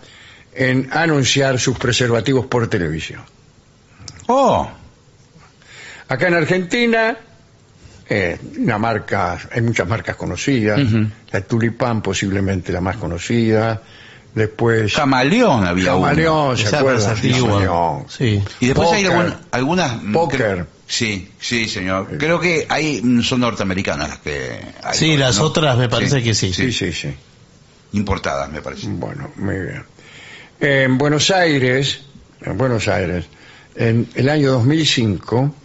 Speaker 2: en anunciar sus preservativos por televisión.
Speaker 3: Oh,
Speaker 2: Acá en Argentina, eh, una marca, hay muchas marcas conocidas. La Tulipán, posiblemente la más conocida. Después,
Speaker 3: camaleón había uno.
Speaker 2: Camaleón, ¿se
Speaker 4: Esa
Speaker 2: acuerdan?
Speaker 4: más antigua.
Speaker 2: Camaleón.
Speaker 4: Sí.
Speaker 3: Y después hay
Speaker 2: Póker.
Speaker 3: algún- algunas... mm,
Speaker 2: Póker.
Speaker 3: creo- sí, sí, señor. Creo que hay mm, son norteamericanas las que... hay,
Speaker 4: Sí, las
Speaker 3: ¿no?
Speaker 4: otras me parece que sí.
Speaker 2: Sí, sí, sí.
Speaker 3: Importadas, me parece.
Speaker 2: Bueno, muy bien. En Buenos Aires, en Buenos Aires, en el año 2005,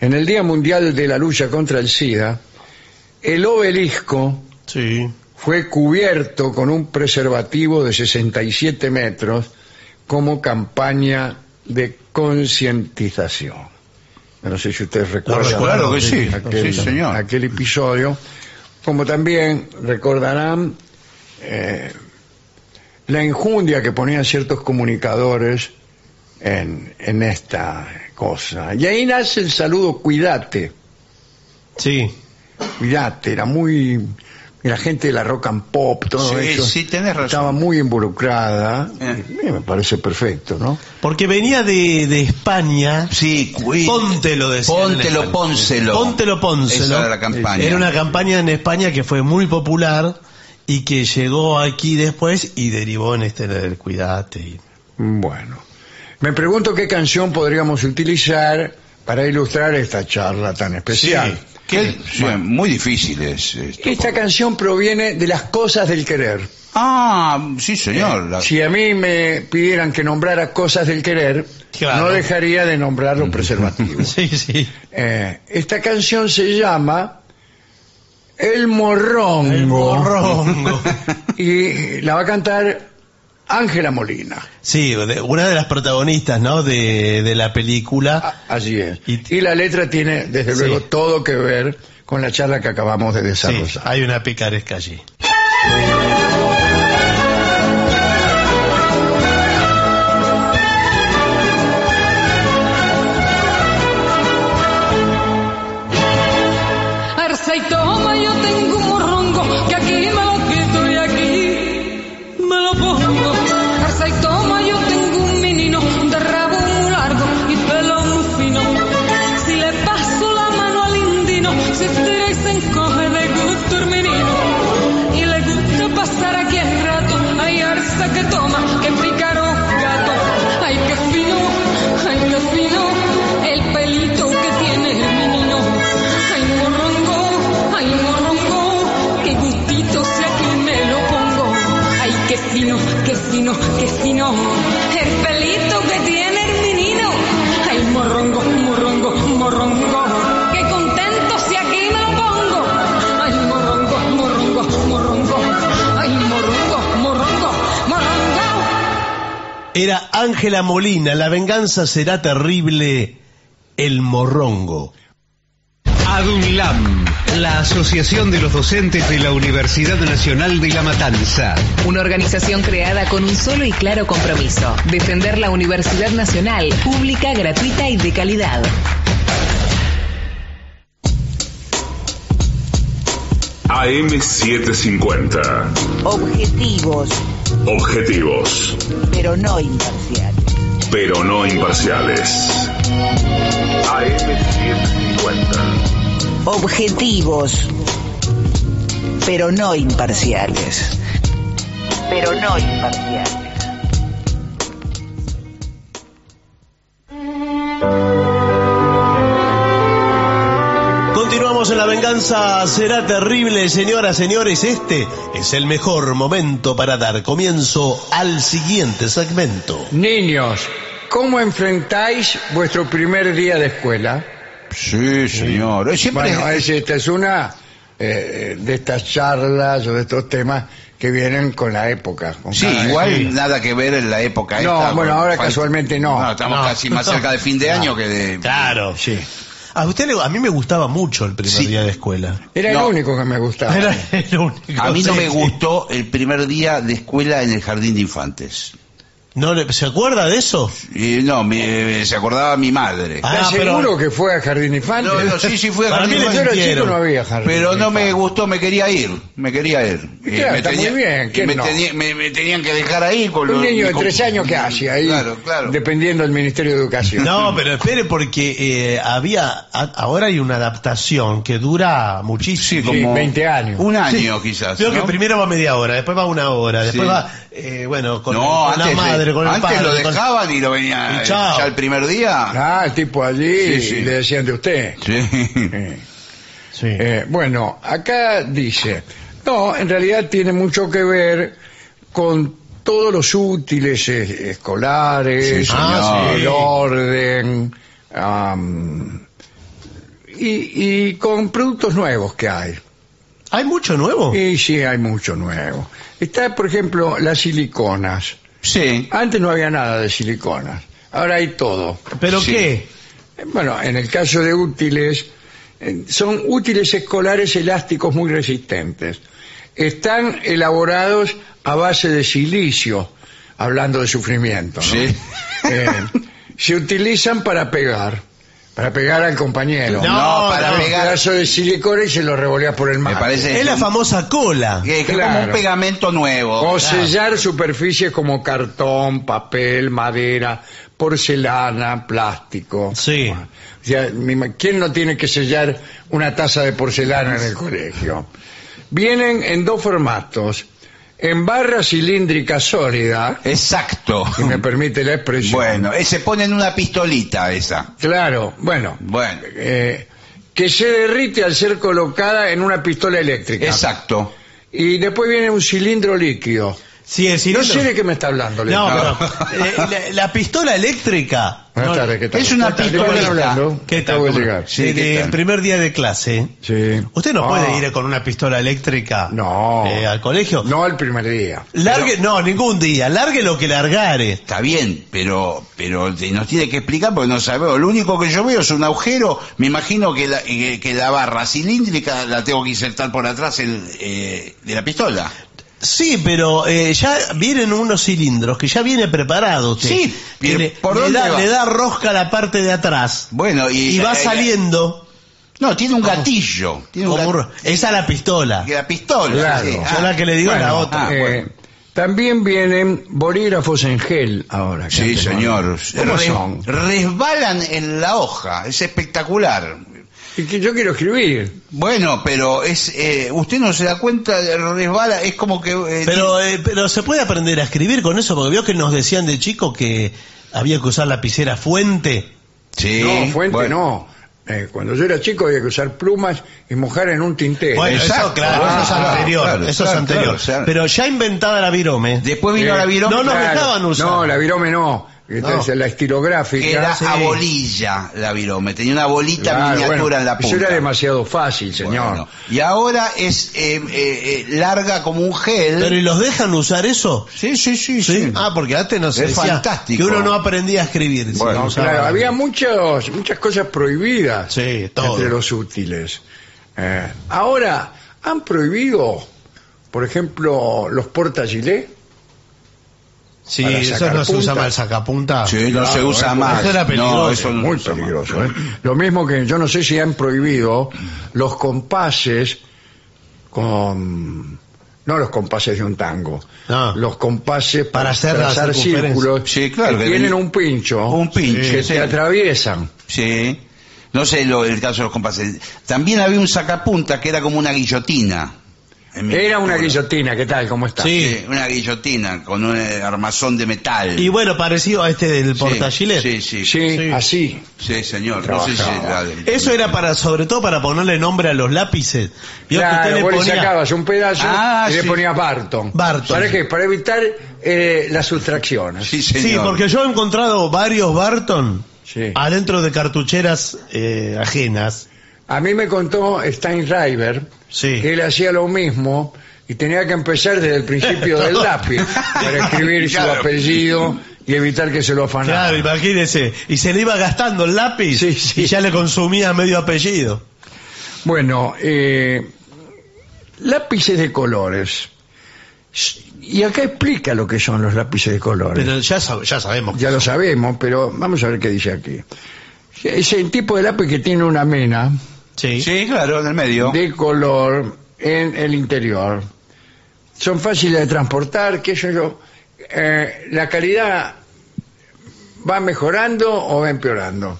Speaker 2: en el Día Mundial de la Lucha contra el SIDA, el obelisco
Speaker 4: Sí.
Speaker 2: fue cubierto con un preservativo de 67 metros como campaña de concientización. No sé si ustedes recuerdan
Speaker 4: recuerdo que sí,
Speaker 2: aquel,
Speaker 3: sí, señor.
Speaker 2: aquel episodio, como también recordarán eh, la injundia que ponían ciertos comunicadores en, en esta cosa. Y ahí nace el saludo cuídate
Speaker 4: Sí.
Speaker 2: cuidate, era muy la gente de la rock and pop, todo
Speaker 3: Sí,
Speaker 2: eso.
Speaker 3: sí, tenés razón.
Speaker 2: Estaba muy involucrada.
Speaker 3: Eh.
Speaker 2: Y me parece perfecto, ¿no?
Speaker 4: Porque venía de, de España.
Speaker 3: Sí, cuí-
Speaker 4: Póntelo, decían en
Speaker 3: Póntelo,
Speaker 4: España.
Speaker 3: pónselo.
Speaker 4: Póntelo, pónselo.
Speaker 3: Esa era la campaña.
Speaker 4: Era una campaña en España que fue muy popular y que llegó aquí después y derivó en este del cuidate. y-
Speaker 2: Bueno. Me pregunto qué canción podríamos utilizar para ilustrar esta charla tan especial.
Speaker 3: Que- sí, muy difícil es esto.
Speaker 2: Esta canción proviene de las cosas del querer. Eh,
Speaker 3: Ah, sí, señor. la-
Speaker 2: Si a mí me pidieran que nombrara cosas del querer,
Speaker 4: Claro.
Speaker 2: no dejaría de nombrar los preservativos.
Speaker 4: Sí, sí.
Speaker 2: Eh, esta canción se llama El Morrongo.
Speaker 4: El morrongo.
Speaker 2: y la va a cantar Ángela Molina.
Speaker 4: Sí, de- una de las protagonistas, ¿no? De, de la película.
Speaker 2: Así es.
Speaker 4: Y-
Speaker 2: Y la letra tiene, desde
Speaker 4: Sí.
Speaker 2: luego, todo que ver con la charla que acabamos de
Speaker 4: Sí,
Speaker 2: desarrollar.
Speaker 4: hay una picaresca allí.
Speaker 10: Arce y toma, yo tengo un morrongo que aquí me lo quito y aquí me lo pongo. Arce y toma, yo tengo un menino de rabo muy largo y pelo muy fino. Si le paso la mano al indino, se estira y se encoge de gusto el menino. no, que si no, que si no. El pelito que tiene el menino. Ay, morrongo, morrongo, morrongo. Qué contento si aquí me lo pongo. Ay, morrongo, morrongo, morrongo. Ay, morrongo, morrongo, morrongo.
Speaker 4: Era Ángela Molina, La venganza será terrible, el morrongo.
Speaker 11: ADUNLAM, la Asociación de los Docentes de la Universidad Nacional de La Matanza.
Speaker 12: Una organización creada con un solo y claro compromiso, defender la Universidad Nacional, pública, gratuita y de calidad.
Speaker 5: AM750.
Speaker 6: Objetivos,
Speaker 5: Objetivos,
Speaker 6: pero no imparciales.
Speaker 5: pero no imparciales. AM750.
Speaker 6: Objetivos, pero no imparciales. Pero no imparciales.
Speaker 4: Continuamos en La venganza será terrible, señoras, señores. Este es el mejor momento para dar comienzo al siguiente segmento.
Speaker 2: Niños, ¿cómo enfrentáis vuestro primer día de escuela?
Speaker 3: Sí, señor. Hoy siempre
Speaker 2: Bueno,
Speaker 3: es-
Speaker 2: es- esta es una eh, de estas charlas o de estos temas que vienen con la época. con
Speaker 3: Sí,
Speaker 2: cada-
Speaker 3: igual
Speaker 2: Sí.
Speaker 3: nada que ver en la época
Speaker 2: No,
Speaker 3: esta,
Speaker 2: bueno,
Speaker 3: con-
Speaker 2: ahora
Speaker 3: fal-
Speaker 2: casualmente no.
Speaker 3: estamos
Speaker 4: No.
Speaker 3: casi más cerca de fin de año que de...
Speaker 4: Claro.
Speaker 2: Sí.
Speaker 4: A usted le- a mí me gustaba mucho el primer
Speaker 3: Sí.
Speaker 4: día de escuela.
Speaker 2: Era
Speaker 3: No.
Speaker 2: el único que me gustaba.
Speaker 4: Era el único,
Speaker 3: A mí no
Speaker 4: sí,
Speaker 3: me
Speaker 4: sí.
Speaker 3: gustó el primer día de escuela en el jardín de infantes.
Speaker 4: No le- ¿Se acuerda de eso?
Speaker 3: Y no, me- se acordaba mi madre.
Speaker 4: Ah,
Speaker 2: ¿Estás
Speaker 4: pero-
Speaker 2: seguro que fue a Jardín Infante?
Speaker 3: No, no, sí, sí fui a
Speaker 4: Para
Speaker 3: jardín de
Speaker 4: mí le
Speaker 2: Cuando yo era
Speaker 3: infantes,
Speaker 4: mintieron.
Speaker 2: chico no había jardín.
Speaker 3: pero no me
Speaker 2: Infante.
Speaker 3: gustó, me quería ir, me quería ir. Y
Speaker 2: Claro,
Speaker 3: me
Speaker 2: está muy bien,
Speaker 3: y
Speaker 2: ¿quién
Speaker 3: me,
Speaker 2: no?
Speaker 3: tenía- me- me tenían que dejar ahí con
Speaker 2: Un
Speaker 3: los-
Speaker 2: niño de
Speaker 3: con- Mm,
Speaker 2: tres años que hace ahí,
Speaker 3: Claro, claro.
Speaker 2: dependiendo del Ministerio de Educación.
Speaker 4: No, pero espere porque eh, había a- ahora hay una adaptación que dura
Speaker 3: Sí,
Speaker 4: muchísimo.
Speaker 2: Sí,
Speaker 3: como
Speaker 2: 20 años.
Speaker 3: Un año quizás.
Speaker 4: Creo
Speaker 3: ¿no?
Speaker 4: que primero va media hora, después va una hora,
Speaker 3: Sí.
Speaker 4: después va, eh, bueno, con,
Speaker 3: no,
Speaker 4: con la
Speaker 3: antes,
Speaker 4: madre, con el
Speaker 3: antes
Speaker 4: padre.
Speaker 3: lo
Speaker 4: con-
Speaker 3: dejaban y lo venían
Speaker 4: Y chao.
Speaker 3: ya el primer día.
Speaker 2: Ah, el tipo allí
Speaker 3: Sí, sí.
Speaker 2: y le decían de usted.
Speaker 3: Sí.
Speaker 2: Eh,
Speaker 4: Sí.
Speaker 2: eh, bueno, acá dice, no, en realidad tiene mucho que ver con todos los útiles eh, escolares,
Speaker 3: Sí, Ah,
Speaker 4: señor. sí.
Speaker 2: el orden, am, y, y con productos nuevos que hay.
Speaker 4: ¿Hay mucho nuevo?
Speaker 2: Y sí, hay mucho nuevo. Está, por ejemplo, las siliconas.
Speaker 3: Sí.
Speaker 2: Antes no había nada de siliconas. Ahora hay todo.
Speaker 4: ¿Pero
Speaker 3: Sí.
Speaker 4: qué?
Speaker 2: Eh, Bueno, en el caso de útiles, eh, son útiles escolares elásticos muy resistentes. Están elaborados a base de silicio, hablando de sufrimiento. ¿no?
Speaker 3: Sí.
Speaker 2: Eh, se utilizan para pegar, para pegar al compañero.
Speaker 4: No,
Speaker 3: No, para
Speaker 4: no.
Speaker 2: Un
Speaker 3: pegar.
Speaker 2: pedazo de silicona y se lo revoleas por el mar.
Speaker 3: Me parece
Speaker 4: Es la famosa cola.
Speaker 3: que es como
Speaker 2: Claro.
Speaker 3: un pegamento nuevo.
Speaker 2: O sellar superficies como cartón, papel, madera, porcelana, plástico.
Speaker 4: Sí.
Speaker 2: O sea, me ima- ¿Quién no tiene que sellar una taza de porcelana en el colegio? Vienen en dos formatos. En barra cilíndrica sólida,
Speaker 3: Exacto.
Speaker 2: que me permite la expresión.
Speaker 3: Bueno, eh, se pone en una pistolita esa.
Speaker 2: Claro, bueno.
Speaker 3: Bueno,
Speaker 2: eh, que se derrite al ser colocada en una pistola eléctrica.
Speaker 3: exacto.
Speaker 2: Y después viene un cilindro líquido.
Speaker 4: Sí, el
Speaker 2: No
Speaker 4: cilindro-
Speaker 2: sé de qué me está hablando. Leo.
Speaker 4: No,
Speaker 3: No.
Speaker 4: pero, eh, la, la pistola eléctrica.
Speaker 2: Buenas
Speaker 4: No,
Speaker 2: tardes, ¿qué tal?
Speaker 3: es una
Speaker 2: ¿Qué tal?
Speaker 3: pistolita.
Speaker 2: ¿De qué están hablando?
Speaker 4: ¿Qué tal?
Speaker 2: Acabo de
Speaker 4: ¿Cómo-
Speaker 2: llegar.
Speaker 3: Sí,
Speaker 4: de-
Speaker 3: ¿qué
Speaker 4: de
Speaker 3: tal?
Speaker 4: primer día de clase.
Speaker 2: Sí.
Speaker 4: Usted no
Speaker 2: Ah.
Speaker 4: puede ir con una pistola eléctrica
Speaker 2: No.
Speaker 4: eh, al colegio.
Speaker 2: No el primer día.
Speaker 4: Largue, no, ningún día. Largue lo que largare.
Speaker 3: Está bien, pero pero te- nos tiene que explicar porque no sabemos. Lo único que yo veo es un agujero. Me imagino que la, que, que la barra cilíndrica la tengo que insertar por atrás el, eh, de la pistola.
Speaker 4: Sí, pero eh, ya vienen unos cilindros que ya viene preparado usted.
Speaker 3: Sí,
Speaker 4: Que
Speaker 3: pero
Speaker 4: le,
Speaker 3: Eh, ¿por
Speaker 4: le
Speaker 3: dónde
Speaker 4: da,
Speaker 3: va?
Speaker 4: le da rosca a la parte de atrás
Speaker 3: Bueno, y,
Speaker 4: y va
Speaker 3: eh,
Speaker 4: saliendo.
Speaker 3: No, tiene un gatillo. Tiene un
Speaker 4: como un
Speaker 3: gatillo.
Speaker 4: ro- Esa es la pistola. Ah,
Speaker 3: La pistola.
Speaker 2: Claro.
Speaker 3: sí.
Speaker 4: Yo la que le digo es la
Speaker 2: Bueno,
Speaker 4: otra.
Speaker 3: ah,
Speaker 2: eh,
Speaker 3: bueno.
Speaker 2: También vienen bolígrafos en gel ahora. que
Speaker 3: Sí,
Speaker 2: antes no
Speaker 3: señor.
Speaker 2: había. ¿Cómo
Speaker 3: Res-
Speaker 2: son?
Speaker 3: Resbalan en la hoja, es espectacular.
Speaker 2: Y que yo quiero escribir.
Speaker 3: Bueno, pero es eh, usted no se da cuenta, resbala, es como que... eh,
Speaker 4: Pero, eh, pero se puede aprender a escribir con eso, porque vio que nos decían de chico que había que usar lapicera fuente.
Speaker 3: Sí,
Speaker 2: no, fuente
Speaker 3: bueno.
Speaker 2: no. Eh, cuando yo era chico había que usar plumas y mojar en un tintero.
Speaker 4: Bueno, eso, Ah, claro,
Speaker 3: Ah,
Speaker 4: eso es anterior. eso es anterior. Pero ya inventada la virome. Después
Speaker 2: Eh,
Speaker 4: No nos
Speaker 2: claro,
Speaker 4: dejaban usar.
Speaker 2: No, la virome no. Entonces,
Speaker 3: No.
Speaker 2: la estilográfica.
Speaker 3: Era a bolilla la virome, tenía una bolita
Speaker 2: Claro,
Speaker 3: miniatura
Speaker 2: bueno,
Speaker 3: en la punta.
Speaker 2: Eso era demasiado fácil, señor.
Speaker 3: Bueno, y ahora es eh, eh, eh, larga como un gel.
Speaker 4: Pero ¿y los dejan usar eso?
Speaker 3: Sí, sí, sí.
Speaker 4: Ah, porque antes no se
Speaker 3: Es
Speaker 4: decía
Speaker 3: fantástico.
Speaker 4: Que uno no aprendía a escribir. si
Speaker 2: Bueno,
Speaker 4: no usaba
Speaker 2: claro,
Speaker 4: la-
Speaker 2: había muchos, muchas cosas prohibidas entre los útiles. Eh, ahora, han prohibido, por ejemplo, los portagilés.
Speaker 4: Sí,
Speaker 2: para
Speaker 4: eso
Speaker 2: sacar
Speaker 4: no se
Speaker 2: punta.
Speaker 4: usa más el sacapunta.
Speaker 2: Claro, eh,
Speaker 4: Ah, Eso era peligroso.
Speaker 2: muy peligroso. ¿eh? Lo mismo que yo no sé si han prohibido los compases con... No los compases de un tango. Los compases para,
Speaker 4: Para hacer la
Speaker 2: trazar
Speaker 4: circunferencia.
Speaker 2: círculos
Speaker 3: Sí, claro,
Speaker 2: que
Speaker 3: que
Speaker 2: tienen
Speaker 3: ven-
Speaker 2: un pincho.
Speaker 3: Un pincho,
Speaker 2: Que
Speaker 3: sí.
Speaker 2: se atraviesan.
Speaker 3: Sí. No sé lo, el caso de los compases. También había un sacapunta que era como una guillotina.
Speaker 4: Mm.
Speaker 2: Era una guillotina, ¿qué tal? ¿Cómo está?
Speaker 3: Sí, una guillotina con un eh, armazón de metal.
Speaker 4: Y bueno, parecido a este del portagilet.
Speaker 3: Sí, sí.
Speaker 2: así.
Speaker 3: Sí, señor. No sé si
Speaker 4: Trabajaba.
Speaker 3: la de-
Speaker 4: Eso era para, sobre todo para ponerle nombre a los lápices. Vio que
Speaker 2: Claro,
Speaker 4: usted le
Speaker 2: vos
Speaker 4: ponía-
Speaker 2: le sacabas un pedazo
Speaker 4: Ah,
Speaker 2: y le
Speaker 4: sí.
Speaker 2: ponías Barton.
Speaker 4: Barton.
Speaker 2: ¿Para qué? Para evitar eh, las sustracciones.
Speaker 4: Sí, porque yo he encontrado varios Barton adentro de cartucheras eh, ajenas.
Speaker 2: A mí me contó Steinreiber que él hacía lo mismo y tenía que empezar desde el principio del lápiz para escribir su
Speaker 4: Claro.
Speaker 2: apellido y evitar que se lo afanaran.
Speaker 4: Claro, imagínese. Y se le iba gastando el lápiz y ya le consumía medio apellido.
Speaker 2: Bueno, eh, lápices de colores. Y acá explica lo que son los lápices de colores.
Speaker 4: Pero ya, sab- ya sabemos.
Speaker 2: Ya lo sabemos, pero vamos a ver qué dice aquí. Es el tipo de lápiz que tiene una mena.
Speaker 4: Sí.
Speaker 3: claro, en el medio.
Speaker 2: De color en el interior. Son fáciles de transportar, qué sé yo. Eh, la calidad va mejorando o va empeorando.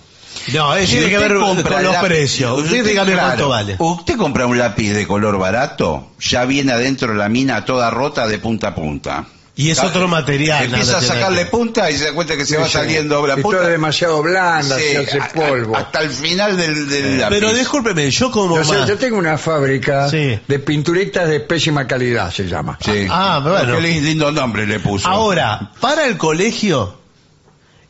Speaker 4: No, eh, tiene que
Speaker 3: usted
Speaker 4: ver con
Speaker 3: compra
Speaker 4: los
Speaker 3: lápiz-
Speaker 4: precios. Usted dígame cuánto vale.
Speaker 3: Usted compra un lápiz de color barato, ya viene adentro la mina toda rota de punta a punta.
Speaker 4: Y es
Speaker 3: Ah,
Speaker 4: otro material.
Speaker 3: Empieza
Speaker 4: nada
Speaker 3: a
Speaker 4: tiene
Speaker 3: sacarle
Speaker 4: que-
Speaker 3: punta y se da cuenta que se va
Speaker 4: Sí, sí.
Speaker 3: saliendo la
Speaker 4: Y
Speaker 3: punta.
Speaker 4: todo
Speaker 2: demasiado blanda, se hace polvo.
Speaker 3: Hasta el final del, del lápiz.
Speaker 4: Eh, Pero discúlpeme, yo como
Speaker 2: Yo, sé,
Speaker 4: más-
Speaker 2: yo tengo una fábrica de pinturitas de pésima calidad, se llama.
Speaker 4: Ah, bueno.
Speaker 3: Qué lindo nombre le puso.
Speaker 4: Ahora, para el colegio,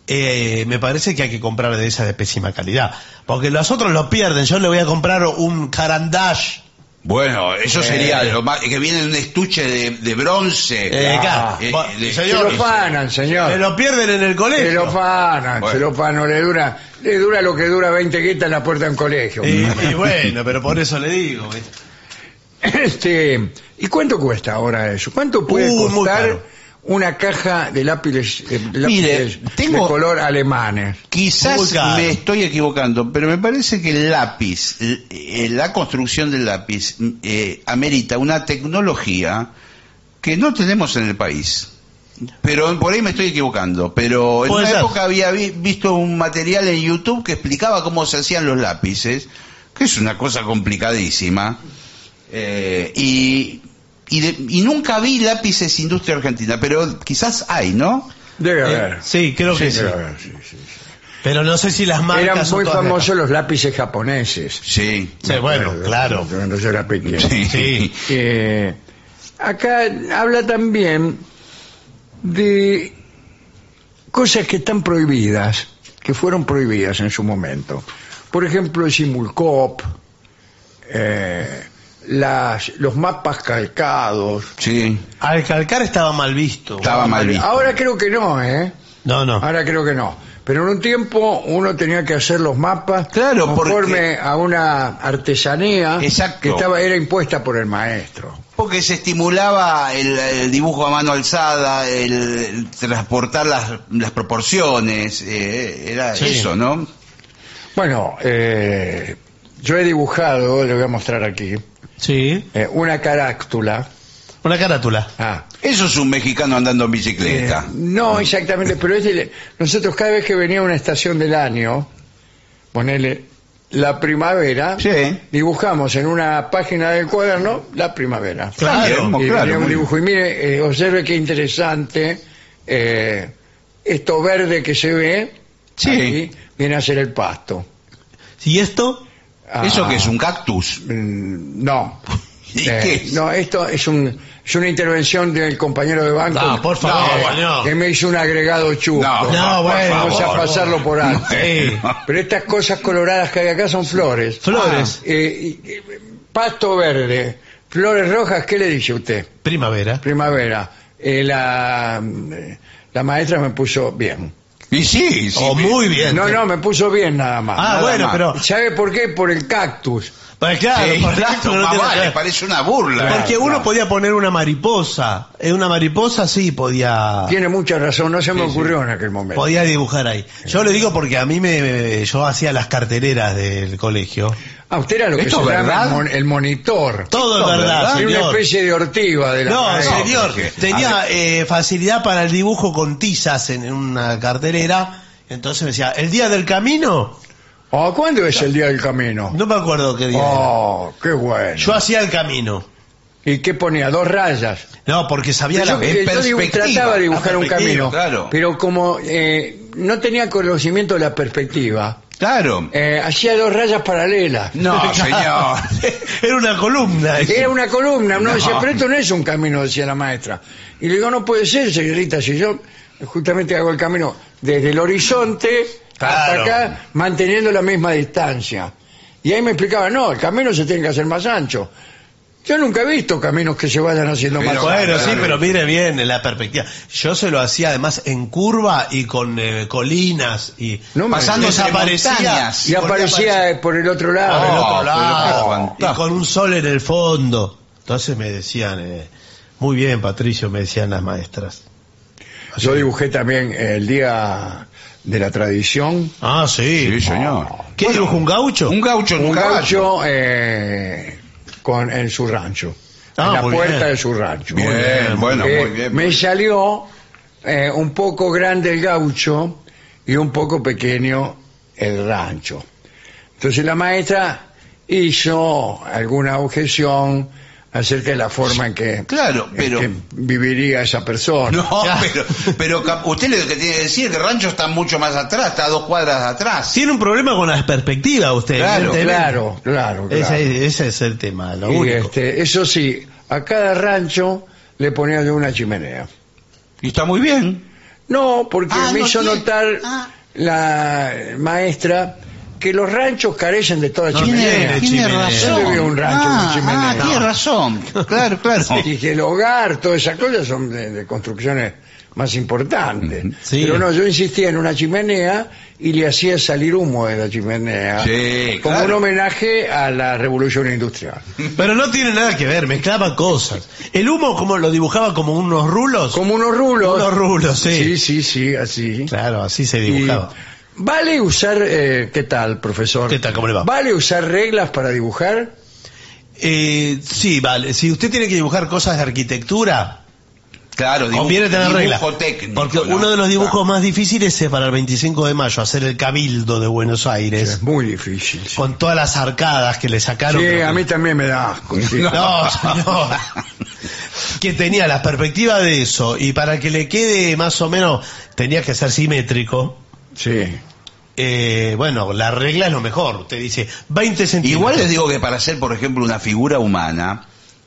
Speaker 4: eh, me parece que hay que comprar de esas de pésima calidad. Porque los otros lo pierden. Yo le voy a comprar un carandash.
Speaker 3: Bueno, eso
Speaker 4: Eh.
Speaker 3: sería lo más. Que viene en un estuche de, de bronce.
Speaker 4: Eh, claro.
Speaker 3: Eh,
Speaker 4: Bo-
Speaker 3: de-
Speaker 2: Se lo fanan, señor.
Speaker 4: Se lo pierden en el colegio.
Speaker 2: Se lo fanan,
Speaker 3: Bueno.
Speaker 2: se lo fanan. Le dura, le dura lo que dura 20 guitas en la puerta de un colegio.
Speaker 4: Y, y bueno, pero por eso le digo. ¿viste?
Speaker 2: Este, ¿y cuánto cuesta ahora eso? ¿Cuánto puede
Speaker 4: Uh, muy
Speaker 2: costar
Speaker 4: caro.
Speaker 2: una caja de lápices, eh, lápices
Speaker 3: Mire,
Speaker 2: de
Speaker 3: tengo-
Speaker 2: color alemanes?
Speaker 3: Quizás me estoy equivocando, pero me parece que el lápiz, l- eh, la construcción del lápiz, mm, eh, amerita una tecnología que no tenemos en el país. Pero por ahí me estoy equivocando. Pero en
Speaker 4: Puede
Speaker 3: una
Speaker 4: ser.
Speaker 3: época había vi- visto un material en YouTube que explicaba cómo se hacían los lápices, que es una cosa complicadísima. Eh, y, y, de- y nunca vi lápices industria argentina, pero quizás hay, ¿no? Eh,
Speaker 2: Debe
Speaker 4: haber. Sí, creo que sí.
Speaker 2: debe haber,
Speaker 4: Pero no sé si las marcas
Speaker 2: Eran
Speaker 4: son
Speaker 2: muy
Speaker 4: todas de-
Speaker 2: famosos los lápices japoneses.
Speaker 3: Sí.
Speaker 4: Sí, bueno, claro.
Speaker 2: Cuando yo era pequeño.
Speaker 4: Sí.
Speaker 2: Eh, acá habla también de cosas que están prohibidas, que fueron prohibidas en su momento. Por ejemplo, el simulcop, eh, las, los mapas calcados.
Speaker 3: Sí.
Speaker 4: Al calcar estaba mal visto.
Speaker 2: Ahora creo que no, ¿eh?
Speaker 4: No, no.
Speaker 2: Ahora creo que no. Pero en un tiempo uno tenía que hacer los mapas
Speaker 3: Claro, porque-
Speaker 2: conforme a una artesanía que estaba era impuesta por el maestro.
Speaker 3: Porque se estimulaba el, el dibujo a mano alzada, el, el transportar las, las proporciones, eh, era
Speaker 2: Sí.
Speaker 3: eso, ¿no?
Speaker 2: Bueno, eh, yo he dibujado, le voy a mostrar aquí, eh,
Speaker 4: sí.
Speaker 2: una caráctula.
Speaker 4: Una carátula.
Speaker 3: Ah. Eso es un mexicano andando en bicicleta.
Speaker 2: Eh, No, exactamente, pero es del- nosotros cada vez que venía una estación del año, ponele la primavera, dibujamos en una página del cuaderno la primavera.
Speaker 3: Claro,
Speaker 2: y
Speaker 3: claro,
Speaker 2: venía un
Speaker 3: muy
Speaker 2: dibujo. Y mire, eh, observe qué interesante eh, esto verde que se ve, sí. viene a ser el pasto.
Speaker 4: ¿Y esto? Ah.
Speaker 3: ¿Eso que es un cactus?
Speaker 2: Mm, No.
Speaker 3: ¿Y
Speaker 2: Eh,
Speaker 3: qué es?
Speaker 2: No, esto es, un, es una intervención del compañero de banco.
Speaker 4: No, por favor,
Speaker 2: que-
Speaker 4: señor.
Speaker 2: Que me hizo un agregado chulo.
Speaker 4: No, No, por bueno. favor. eh.
Speaker 2: Vamos a pasarlo por alto.
Speaker 4: Sí.
Speaker 2: Pero estas cosas coloradas que hay acá son flores.
Speaker 4: Flores.
Speaker 2: Ah, eh, y- y- pasto verde. Flores rojas, ¿qué le dice usted?
Speaker 4: Primavera.
Speaker 2: Primavera. Eh, la, mm, la maestra me puso bien.
Speaker 3: Y sí, sí.
Speaker 4: Oh, muy bien.
Speaker 2: No, no, me puso bien nada más.
Speaker 4: Ah,
Speaker 2: Nada
Speaker 4: bueno,
Speaker 2: más.
Speaker 4: pero-
Speaker 2: ¿Sabe por qué? Por el cactus.
Speaker 4: Pues claro,
Speaker 3: Sí,
Speaker 4: porque
Speaker 3: claro,
Speaker 4: esto no
Speaker 3: más
Speaker 4: tiene
Speaker 3: vale,
Speaker 4: nada-
Speaker 3: parece una burla.
Speaker 4: Porque uno podía poner una mariposa. Eh, Una mariposa sí podía...
Speaker 2: Tiene mucha razón, no se me ocurrió en aquel momento.
Speaker 4: Podía dibujar ahí. Yo le digo porque a mí me, me- yo hacía las cartereras del colegio.
Speaker 2: Ah, usted era lo que se
Speaker 3: ¿Esto es
Speaker 2: llama
Speaker 3: verdad?
Speaker 2: el, mon- el monitor.
Speaker 4: Todo es verdad,
Speaker 2: Era una
Speaker 4: señor.
Speaker 2: especie de ortiva de la
Speaker 4: No,
Speaker 2: maestra.
Speaker 4: señor,
Speaker 3: porque-
Speaker 4: tenía eh, facilidad para el dibujo con tizas en en una carterera. Entonces me decía, ¿el día del camino?
Speaker 2: Oh, ¿Cuándo es el día del camino?
Speaker 4: No me acuerdo qué día. era.
Speaker 2: Oh, qué bueno.
Speaker 4: Yo hacía el camino.
Speaker 2: ¿Y qué ponía? Dos rayas.
Speaker 4: No, porque sabía
Speaker 2: Yo,
Speaker 4: la
Speaker 2: yo dibu-
Speaker 3: perspectiva,
Speaker 2: trataba de dibujar
Speaker 3: la
Speaker 2: un camino,
Speaker 3: perspectiva, claro.
Speaker 2: pero como eh, no tenía conocimiento de la perspectiva,
Speaker 3: Claro.
Speaker 2: eh, hacía dos rayas paralelas.
Speaker 3: No, señor.
Speaker 4: Era una columna.
Speaker 2: Era una columna, uno
Speaker 3: No.
Speaker 2: decía, pero esto no es un camino, decía la maestra. Y le digo, no puede ser, señorita, si yo justamente hago el camino desde el horizonte hasta
Speaker 4: Claro.
Speaker 2: acá, manteniendo la misma distancia. Y ahí me explicaba, no, el camino se tiene que hacer más ancho. Yo nunca he visto caminos que se vayan haciendo
Speaker 3: Pero
Speaker 2: más anchos.
Speaker 4: Bueno, sí,
Speaker 3: Claro.
Speaker 4: pero mire bien la perspectiva. Yo se lo hacía además en curva y con eh, colinas y
Speaker 2: No me-
Speaker 4: pasando
Speaker 3: entre
Speaker 4: desaparecía
Speaker 3: montañas.
Speaker 2: Y aparecía eh, por el otro lado.
Speaker 4: por el otro
Speaker 3: Oh, pero qué
Speaker 4: lado y
Speaker 3: fantástico.
Speaker 4: con un sol en el fondo. Entonces me decían, eh, muy bien, Patricio, me decían las maestras.
Speaker 2: Yo dibujé también el día de la tradición. Ah.
Speaker 4: Ah, sí.
Speaker 3: Sí, señor.
Speaker 4: ¿Qué dibujó un gaucho?
Speaker 3: Un gaucho en un,
Speaker 2: un
Speaker 3: caballo.
Speaker 2: gaucho eh, con, en su rancho.
Speaker 4: Ah,
Speaker 2: en la
Speaker 4: muy
Speaker 2: puerta
Speaker 4: bien.
Speaker 2: de su rancho.
Speaker 3: Bien,
Speaker 2: Muy
Speaker 3: bueno,
Speaker 2: Eh,
Speaker 3: muy bien. pues.
Speaker 2: Me salió eh, un poco grande el gaucho y un poco pequeño el rancho. Entonces la maestra hizo alguna objeción acerca de la forma en que,
Speaker 3: Claro,
Speaker 2: en
Speaker 3: pero-
Speaker 2: que viviría esa persona.
Speaker 3: No, pero, pero cap- usted lo que tiene que decir, el rancho está mucho más atrás, está a dos cuadras atrás.
Speaker 4: Tiene un problema con la perspectiva usted.
Speaker 3: Claro,
Speaker 4: evidentemente.
Speaker 2: Claro, claro, claro.
Speaker 4: Ese, ese es el tema, lo
Speaker 2: Y,
Speaker 4: único.
Speaker 2: este, eso sí, a cada rancho le ponía yo una chimenea.
Speaker 3: Y está muy bien.
Speaker 2: No, porque
Speaker 3: Ah,
Speaker 2: me
Speaker 3: no
Speaker 2: hizo
Speaker 3: tiene-
Speaker 2: notar
Speaker 3: ah.
Speaker 2: la maestra que los ranchos carecen de toda
Speaker 4: No
Speaker 2: chimenea.
Speaker 4: tiene chimenea.
Speaker 2: ¿Dónde veo un rancho
Speaker 3: ah,
Speaker 2: con chimenea?
Speaker 3: ah, tiene razón. Claro, claro.
Speaker 2: Y que el hogar, todas esas cosas son de, de construcciones más importantes.
Speaker 4: Sí.
Speaker 2: Pero no, yo insistía en una chimenea y le hacía salir humo de la chimenea.
Speaker 3: Sí,
Speaker 2: como
Speaker 3: claro.
Speaker 2: un homenaje a la revolución industrial.
Speaker 4: Pero no tiene nada que ver, mezclaba cosas. El humo como lo dibujaba como unos rulos.
Speaker 2: Como unos rulos.
Speaker 4: Unos rulos, sí.
Speaker 2: Sí, sí, sí, así.
Speaker 4: Claro, así se
Speaker 2: Y
Speaker 4: dibujaba.
Speaker 2: ¿Vale usar, eh, qué tal, profesor?
Speaker 4: ¿Qué tal, cómo le va?
Speaker 2: ¿Vale usar reglas para dibujar?
Speaker 4: Eh, sí, vale. Si usted tiene que dibujar cosas de arquitectura,
Speaker 3: Claro, dibujo,
Speaker 4: conviene tener
Speaker 3: dibujo
Speaker 4: reglas.
Speaker 3: técnico.
Speaker 4: Porque
Speaker 3: ¿no?
Speaker 4: uno de los dibujos
Speaker 3: Claro.
Speaker 4: más difíciles es para el 25 de mayo, hacer el Cabildo de Buenos Aires,
Speaker 2: Es muy difícil. Sí,
Speaker 4: con todas las arcadas que le sacaron.
Speaker 2: Sí,
Speaker 4: Pero-
Speaker 2: a mí también me da asco. sí.
Speaker 4: No, señor. que tenía la perspectiva de eso, y para que le quede más o menos, tenía que ser simétrico.
Speaker 2: Sí.
Speaker 4: Eh, bueno, la regla es lo mejor. Usted dice 20 centímetros.
Speaker 3: Igual les digo que para hacer, por ejemplo, una figura humana,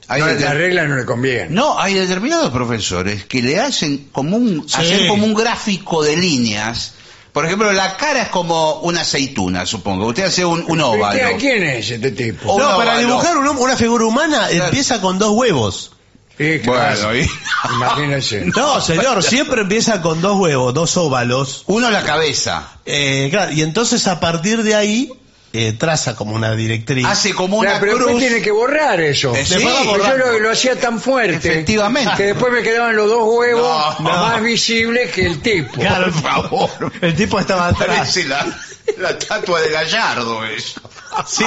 Speaker 3: hay
Speaker 2: No,
Speaker 3: deter-
Speaker 2: la regla no le conviene.
Speaker 3: no, hay determinados profesores que le hacen como un,
Speaker 4: Sí.
Speaker 3: hacen como un gráfico de líneas. Por ejemplo, la cara es como una aceituna, supongo. Usted hace un, un
Speaker 2: ¿Viste
Speaker 3: óvalo.
Speaker 2: a quién es este tipo?
Speaker 3: O-
Speaker 4: No,
Speaker 3: No,
Speaker 4: para
Speaker 3: no.
Speaker 4: dibujar un hom- una figura humana
Speaker 3: Claro.
Speaker 4: empieza con dos huevos.
Speaker 2: Sí, claro.
Speaker 3: Bueno, y-
Speaker 2: Imagínese.
Speaker 4: No, señor, siempre empieza con dos huevos, dos óvalos.
Speaker 3: uno en la cabeza.
Speaker 4: Eh, claro, y entonces a partir de ahí eh, traza como una directriz.
Speaker 3: Hace como
Speaker 2: Claro,
Speaker 3: una
Speaker 2: pero
Speaker 3: cruz.
Speaker 2: después tiene que borrar eso.
Speaker 3: Eh, sí.
Speaker 2: Después va borrando. yo lo, lo hacía tan fuerte
Speaker 3: Efectivamente.
Speaker 2: que después me quedaban los dos huevos
Speaker 3: No, no.
Speaker 2: más visibles que el tipo.
Speaker 4: Claro,
Speaker 3: Por favor.
Speaker 4: El tipo estaba atrás.
Speaker 3: Parece la, la estatua de Gallardo eso.
Speaker 4: Sí.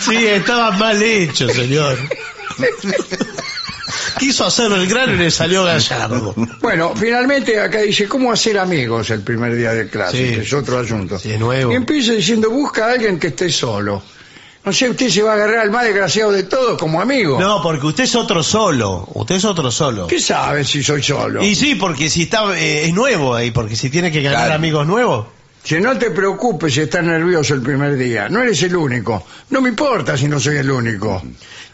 Speaker 4: sí, estaba mal hecho, señor. Quiso hacerlo el grano y le salió gallardo.
Speaker 2: Bueno, finalmente acá dice, ¿cómo hacer amigos el primer día de clase?
Speaker 4: Sí.
Speaker 2: Que es otro asunto.
Speaker 4: Sí, nuevo.
Speaker 2: Y empieza diciendo, busca a alguien que esté solo. No sé, usted se va a agarrar al más desgraciado de todos como amigo.
Speaker 4: No, porque usted es otro solo. Usted es otro solo.
Speaker 2: ¿Qué sabe si soy solo?
Speaker 4: Y sí, porque si está eh, es nuevo ahí, porque si tiene que ganar
Speaker 3: Claro.
Speaker 4: amigos nuevos.
Speaker 2: Si no te preocupes si estás nervioso el primer día. No eres el único. No me importa si no soy el único.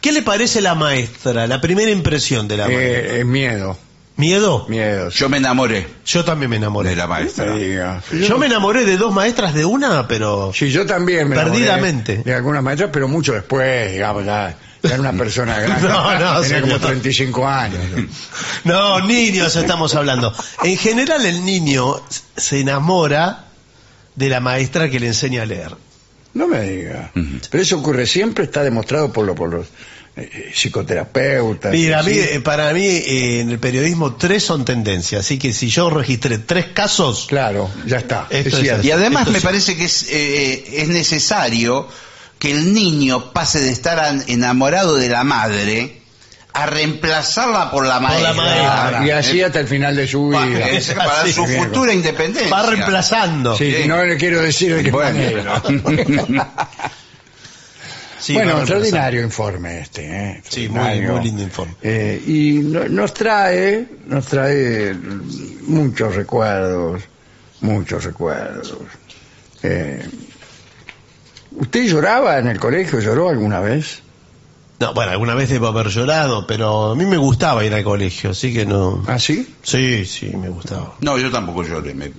Speaker 4: ¿Qué le parece la maestra? La primera impresión de la maestra.
Speaker 2: Eh, miedo.
Speaker 4: ¿Miedo?
Speaker 2: Miedo.
Speaker 3: Yo me enamoré.
Speaker 4: Yo también me enamoré.
Speaker 3: De la maestra.
Speaker 4: Yo me enamoré de dos maestras de una, pero.
Speaker 2: Sí, yo también me enamoré
Speaker 4: Perdidamente.
Speaker 2: De algunas maestras, pero mucho después, digamos, ya, ya era una persona grande.
Speaker 4: No, no,
Speaker 2: Tenía como
Speaker 4: señor.
Speaker 2: 35 años.
Speaker 4: No, niños estamos hablando. En general, el niño se enamora de la maestra que le enseña a leer.
Speaker 2: No me diga. Pero eso ocurre siempre, está demostrado por, lo, por los eh, psicoterapeutas.
Speaker 4: Mira, a mí,
Speaker 2: ¿sí?
Speaker 4: eh, para mí, eh, en el periodismo, tres son tendencias. Así que si yo registré tres casos.
Speaker 2: Claro, ya está.
Speaker 4: Esto es así.
Speaker 3: Y además
Speaker 4: Esto
Speaker 3: me
Speaker 4: es-
Speaker 3: parece que es, eh, es necesario que el niño pase de estar an- enamorado de la madre a reemplazarla por la maestra.
Speaker 2: Ah, y así hasta el final de su
Speaker 3: Pa-
Speaker 2: vida.
Speaker 3: es para su
Speaker 2: Bien.
Speaker 3: futura independencia.
Speaker 4: Va reemplazando.
Speaker 2: Sí,
Speaker 3: Sí.
Speaker 2: no le quiero decir de qué manera.
Speaker 4: Sí, va
Speaker 2: bueno,
Speaker 4: reemplazando.
Speaker 2: extraordinario informe este. ¿eh?
Speaker 4: Sí, muy,
Speaker 2: Extraordinario.
Speaker 4: muy lindo informe.
Speaker 2: Eh, y no- nos trae, nos trae muchos recuerdos, muchos recuerdos. Eh, ¿Usted lloraba en el colegio? ¿Lloró alguna vez?
Speaker 4: No, bueno, alguna vez debo haber llorado, pero a mí me gustaba ir al colegio, así que no.
Speaker 2: ¿Ah, sí?
Speaker 4: Sí, sí, me gustaba.
Speaker 3: No, yo tampoco lloré. me-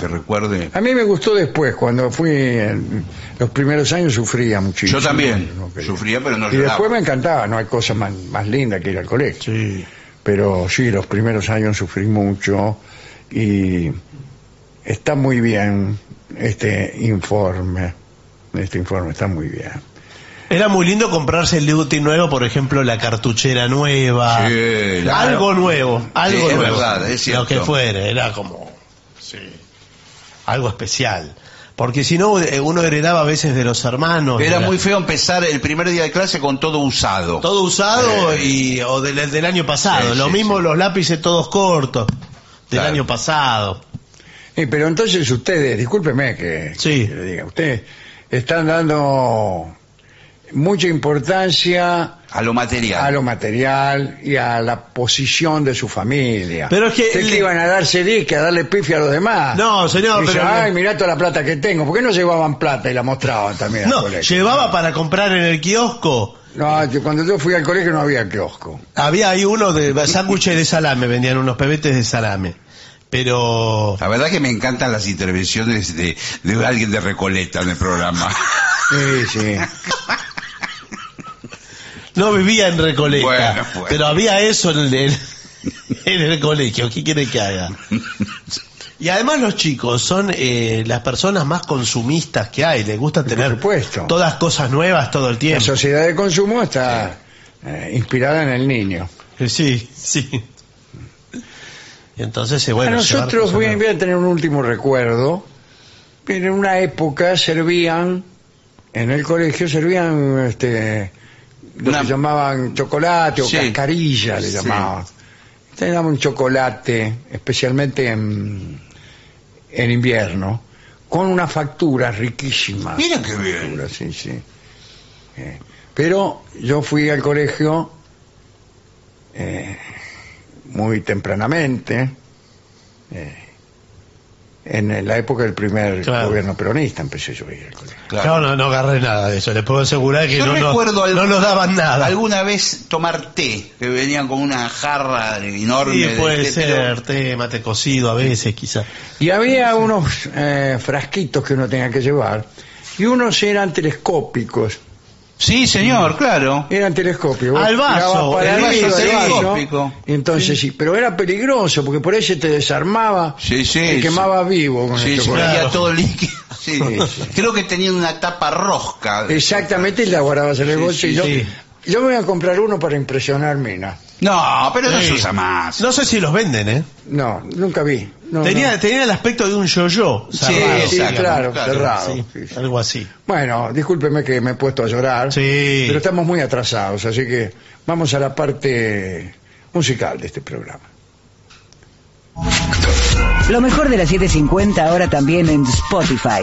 Speaker 3: que recuerde.
Speaker 2: A mí me gustó después, cuando fui, en- los primeros años sufría muchísimo.
Speaker 3: Yo también
Speaker 2: No quería.
Speaker 3: sufría, pero no
Speaker 2: Y
Speaker 3: lloraba.
Speaker 2: después me encantaba, no hay cosa más, más linda que ir al colegio.
Speaker 4: Sí.
Speaker 2: pero sí, los primeros años sufrí mucho y está muy bien este informe. Este informe está muy bien.
Speaker 4: Era muy lindo comprarse el Duty nuevo, por ejemplo, la cartuchera nueva.
Speaker 3: Sí, claro.
Speaker 4: Algo nuevo, algo
Speaker 3: Sí, es
Speaker 4: nuevo.
Speaker 3: verdad, es cierto.
Speaker 4: Lo que fuera, era como. sí, algo especial. Porque si no, eh, uno heredaba a veces de los hermanos.
Speaker 3: Era
Speaker 4: de la-
Speaker 3: muy feo empezar el primer día de clase con todo usado. Eh,
Speaker 4: Todo usado y, o del, del año pasado.
Speaker 3: Sí,
Speaker 4: Lo
Speaker 3: sí,
Speaker 4: mismo
Speaker 3: sí.
Speaker 4: los lápices todos cortos del
Speaker 3: Claro.
Speaker 4: año pasado.
Speaker 2: Eh, pero entonces ustedes, discúlpeme que,
Speaker 4: Sí.
Speaker 2: que le diga, ustedes están dando mucha importancia
Speaker 3: A lo material.
Speaker 2: a lo material y a la posición de su familia.
Speaker 4: Pero es que-
Speaker 2: Ustedes iban a darse disque, a darle pifia a los demás.
Speaker 4: No, señor,
Speaker 2: Dice,
Speaker 4: pero-
Speaker 2: ay, mirá toda la plata que tengo. ¿Por qué no llevaban plata y la mostraban también? al
Speaker 4: No,
Speaker 2: colegio?
Speaker 4: llevaba para comprar en el kiosco.
Speaker 2: No, yo- cuando yo fui al colegio no había kiosco.
Speaker 4: Había ahí uno de sándwiches de salame, vendían unos pebetes de salame. Pero
Speaker 3: La verdad que me encantan las intervenciones de, de alguien de Recoleta en el programa.
Speaker 2: Sí, sí.
Speaker 4: no vivía en Recoleta.
Speaker 3: Bueno, bueno.
Speaker 4: Pero había eso en el, en el colegio. ¿Qué quiere que haga? Y además los chicos son eh, las personas más consumistas que hay. Les gusta tener
Speaker 2: supuesto.
Speaker 4: todas cosas nuevas todo el
Speaker 2: La
Speaker 4: tiempo.
Speaker 2: sociedad de consumo está eh, inspirada en el niño.
Speaker 4: Eh, Sí, sí. Y entonces, eh, bueno,
Speaker 2: A
Speaker 4: llevar
Speaker 2: nosotros
Speaker 4: cosas
Speaker 2: voy, a-
Speaker 4: nuevas.
Speaker 2: voy a tener un último recuerdo. En una época servían, en el colegio servían este, lo
Speaker 3: Una-
Speaker 2: que llamaban chocolate o
Speaker 3: Sí.
Speaker 2: cascarilla, le
Speaker 3: Sí.
Speaker 2: llamaban. Entonces daban un chocolate, especialmente en, en invierno, con unas facturas riquísimas.
Speaker 3: Mira qué bien.
Speaker 2: Facturas, Sí, sí. Eh, pero yo fui al colegio eh, muy tempranamente, eh, en la época del primer
Speaker 4: Claro.
Speaker 2: gobierno peronista empecé yo a ir al colegio.
Speaker 4: No, no, no agarré nada de eso. Les puedo asegurar que
Speaker 3: Yo
Speaker 4: no, no-
Speaker 3: recuerdo al-
Speaker 4: no nos daban nada.
Speaker 3: Alguna vez tomar té, que venían con una jarra enorme.
Speaker 4: Sí,
Speaker 3: de
Speaker 4: puede
Speaker 3: té, pero-
Speaker 4: ser té, mate cocido a veces, quizá.
Speaker 2: Y había unos eh, frasquitos que uno tenía que llevar, y unos eran telescópicos. Mm.
Speaker 3: Sí, señor, claro.
Speaker 2: Eran telescópicos. Vos
Speaker 4: Al vaso,
Speaker 2: tirabas para
Speaker 4: el
Speaker 2: arriba
Speaker 4: vaso
Speaker 2: del
Speaker 3: telescópico.
Speaker 2: vaso, Entonces sí, pero era peligroso porque por ahí se te desarmaba,
Speaker 3: Sí, sí,
Speaker 2: te
Speaker 3: sí.
Speaker 2: quemaba vivo con
Speaker 3: Sí,
Speaker 2: el
Speaker 3: se
Speaker 2: chocolate.
Speaker 3: veía todo líquido. Sí.
Speaker 2: Sí.
Speaker 3: Creo que tenían una tapa rosca.
Speaker 2: Exactamente, y la guardabas en el
Speaker 3: Sí,
Speaker 2: bolsillo.
Speaker 4: sí, sí.
Speaker 2: Yo me voy a comprar uno para impresionar Mina.
Speaker 3: No, pero no
Speaker 4: Sí.
Speaker 3: se usa más.
Speaker 4: No sé si los venden, ¿eh?
Speaker 2: No, nunca vi. No,
Speaker 4: tenía,
Speaker 2: no.
Speaker 4: tenía el aspecto de un yo-yo. cerrado,
Speaker 2: sí,
Speaker 4: digamos.
Speaker 2: claro, cerrado.
Speaker 4: Sí,
Speaker 2: Sí, sí.
Speaker 4: Algo así.
Speaker 2: Bueno, discúlpeme que me he puesto a llorar,
Speaker 4: Sí.
Speaker 2: pero estamos muy atrasados, así que vamos a la parte musical de este programa.
Speaker 6: Lo mejor de la 750 ahora también en Spotify.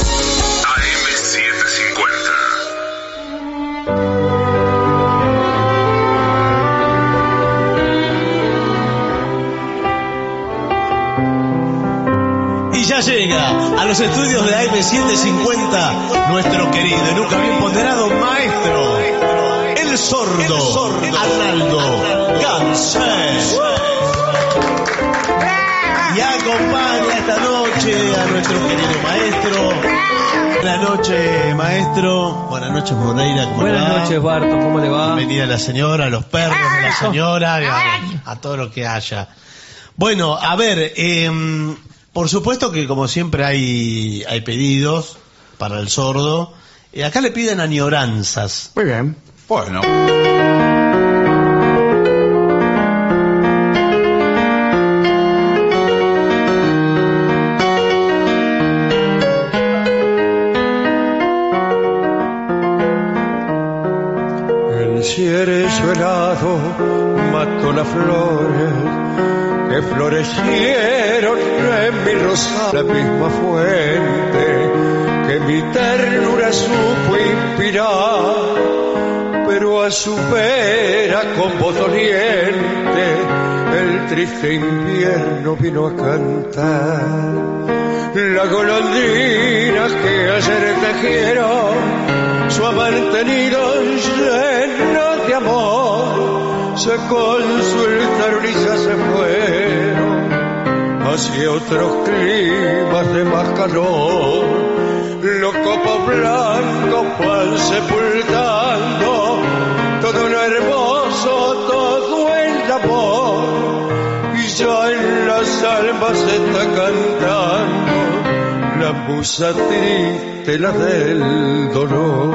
Speaker 4: Y ya llega a los estudios de AM750 nuestro querido y nunca bien ponderado maestro, el sordo, Arnaldo Gansés. Y acompaña esta noche a nuestro querido maestro. Buenas noches, maestro. Buenas noches, Moreira. ¿Cómo le
Speaker 13: Buenas
Speaker 4: va?
Speaker 13: noches, Barto, ¿cómo le va?
Speaker 4: Bienvenida a la señora, a los perros de la señora, a, a todo lo que haya. Bueno, a ver, em, por supuesto que como siempre hay, hay pedidos para el sordo. Eh, acá le piden añoranzas.
Speaker 2: Muy bien.
Speaker 4: Bueno.
Speaker 14: El cierzo helado mató las flores que florecieron en mi rosal, la misma fuente que mi ternura supo inspirar, pero a su vera con voz doliente el triste invierno vino a cantar. La golondrina que ayer tejieron su haber tenido lleno de amor, se consultaron y ya se fueron hacia otros climas de más calor. Los copos blancos van sepultando todo lo hermoso, todo el amor, y ya en las almas se está cantando la musa triste, la del dolor.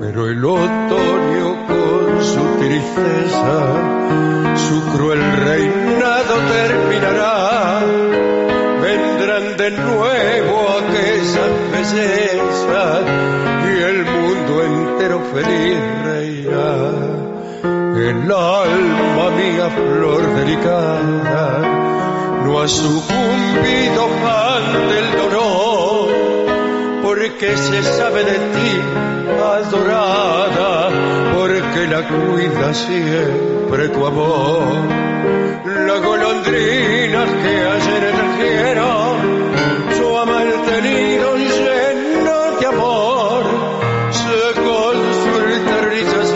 Speaker 14: Pero el otoño con su tristeza, su cruel reinado terminará. Vendrán de nuevo aquellas bellezas y el mundo entero feliz reirá. El alma mía, flor delicada, no ha sucumbido ante el dolor, porque se sabe de ti, adorada, porque la cuida siempre tu amor. Las golondrinas que ayer trajeron, su mantenido lleno de amor, se consultaron y ya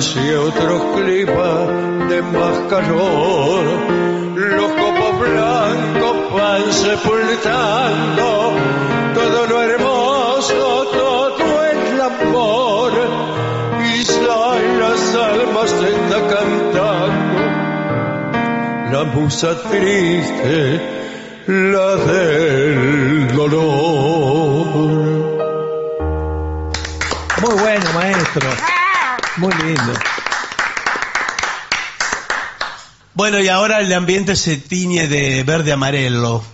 Speaker 14: se fueron hacia otros climas de más calor. Los copos blancos van sepultando todo lo hermoso, todo el amor. Y ya en las almas se está cantando la musa triste, la del dolor.
Speaker 4: Muy bueno, maestro. Muy lindo. Bueno, y ahora el ambiente se tiñe de verde amarelo.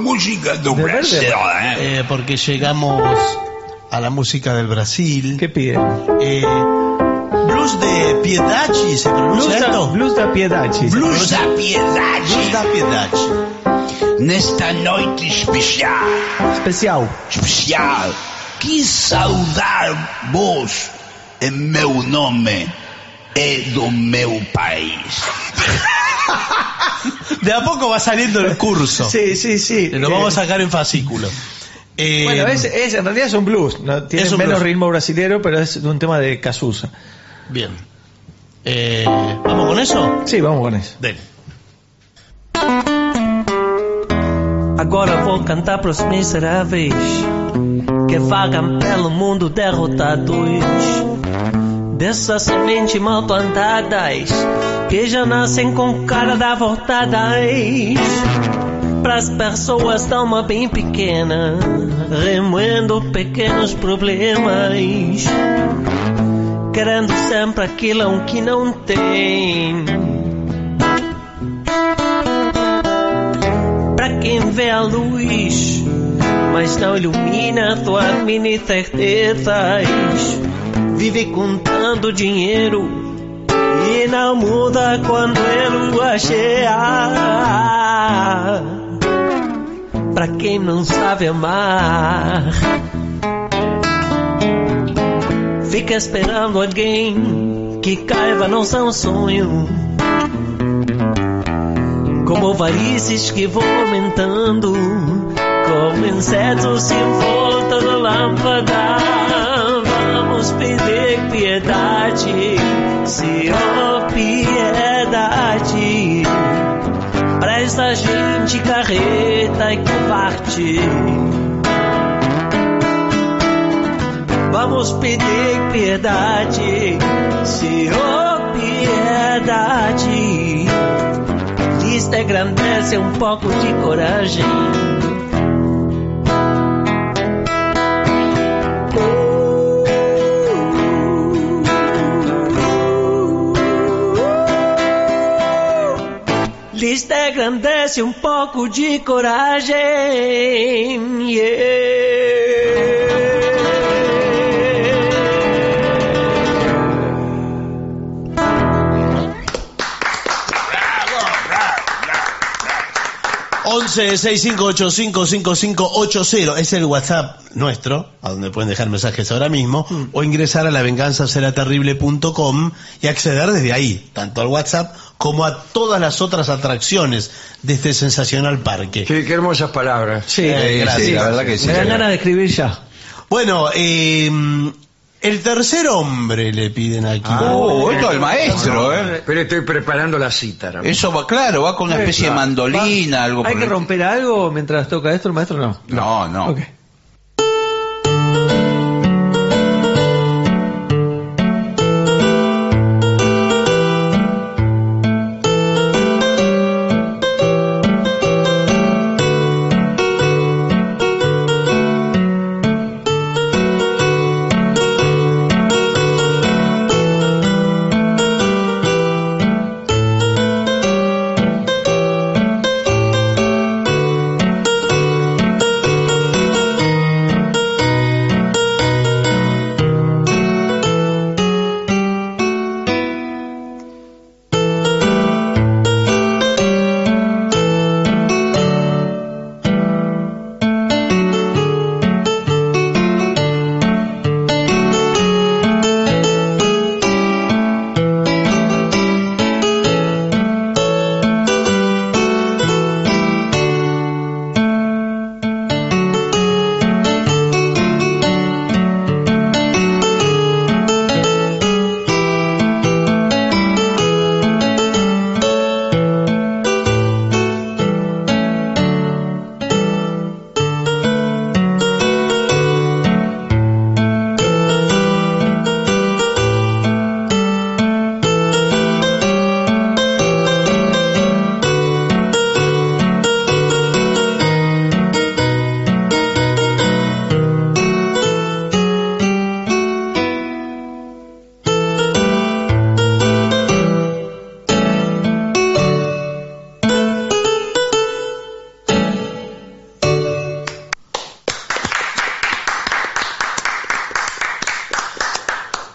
Speaker 4: música
Speaker 3: do Oh, De verde Brasil, eh. amarelo.
Speaker 4: Eh, porque llegamos a la música del Brasil. ¿Qué piden? blues de Piedachi, ¿se pronuncia
Speaker 13: Blues da-
Speaker 4: esto?
Speaker 13: blues da Piedachi.
Speaker 3: Blues da Piedachi.
Speaker 4: Blues da Piedachi.
Speaker 3: Nesta noite especial.
Speaker 13: Especial.
Speaker 3: Especial. Quis saudar vos em meu nome e do meu país.
Speaker 4: De a poco va saliendo el curso.
Speaker 13: Sí, sí, sí.
Speaker 4: Lo vamos a sacar en fascículo. Eh,
Speaker 13: Bueno, es, es- en realidad es un blues. ¿no? Tiene
Speaker 4: Es un
Speaker 13: menos
Speaker 4: blues.
Speaker 13: ritmo brasilero, pero es de un tema de Casusa.
Speaker 4: Bien. Eh, ¿Vamos con eso?
Speaker 13: Sí, vamos con eso.
Speaker 4: Dele.
Speaker 15: Agora vou cantar pros miseráveis que vagam pelo mundo derrotados. Dessa semente mal plantadas que já nascem com cara da voltadas. Pras pessoas da alma bem pequena, remoendo pequenos problemas. Querendo sempre aquilo que não tem. Pra quem vê a luz, mas não ilumina tuas mini certezas. Vive contando dinheiro e pena muda quando é ele o achea. Pra quem não sabe amar, fica esperando alguém que caiba não são sonho. Como varizes que vão aumentando, como insetos em volta da lâmpada. Vamos pedir piedade, Senhor, piedade. Pra esta gente carreta e covarde. Vamos pedir piedade, Senhor, piedade. Lhes engrandece um pouco de coragem. lhes degrandece um pouco de coragem. yeah.
Speaker 4: cero es el WhatsApp nuestro, a donde pueden dejar mensajes ahora mismo,
Speaker 2: Mm.
Speaker 4: o ingresar a lavenganzaseraterrible.com y acceder desde ahí, tanto al WhatsApp como a todas las otras atracciones de este sensacional parque.
Speaker 2: Sí, qué hermosas palabras.
Speaker 4: Sí,
Speaker 2: Eh,
Speaker 4: gracias.
Speaker 2: sí, la verdad que sí. Me dan ganas de
Speaker 4: escribir ya. Bueno, eh, el tercer hombre le piden aquí.
Speaker 2: Ah,
Speaker 3: Oh, esto es el maestro, ¿eh?
Speaker 2: Pero estoy preparando la cítara.
Speaker 3: Eso va claro, va con una especie de mandolina, algo
Speaker 13: ¿Hay
Speaker 3: por
Speaker 13: que
Speaker 3: el-
Speaker 13: romper algo mientras toca esto el maestro? No.
Speaker 3: No, no.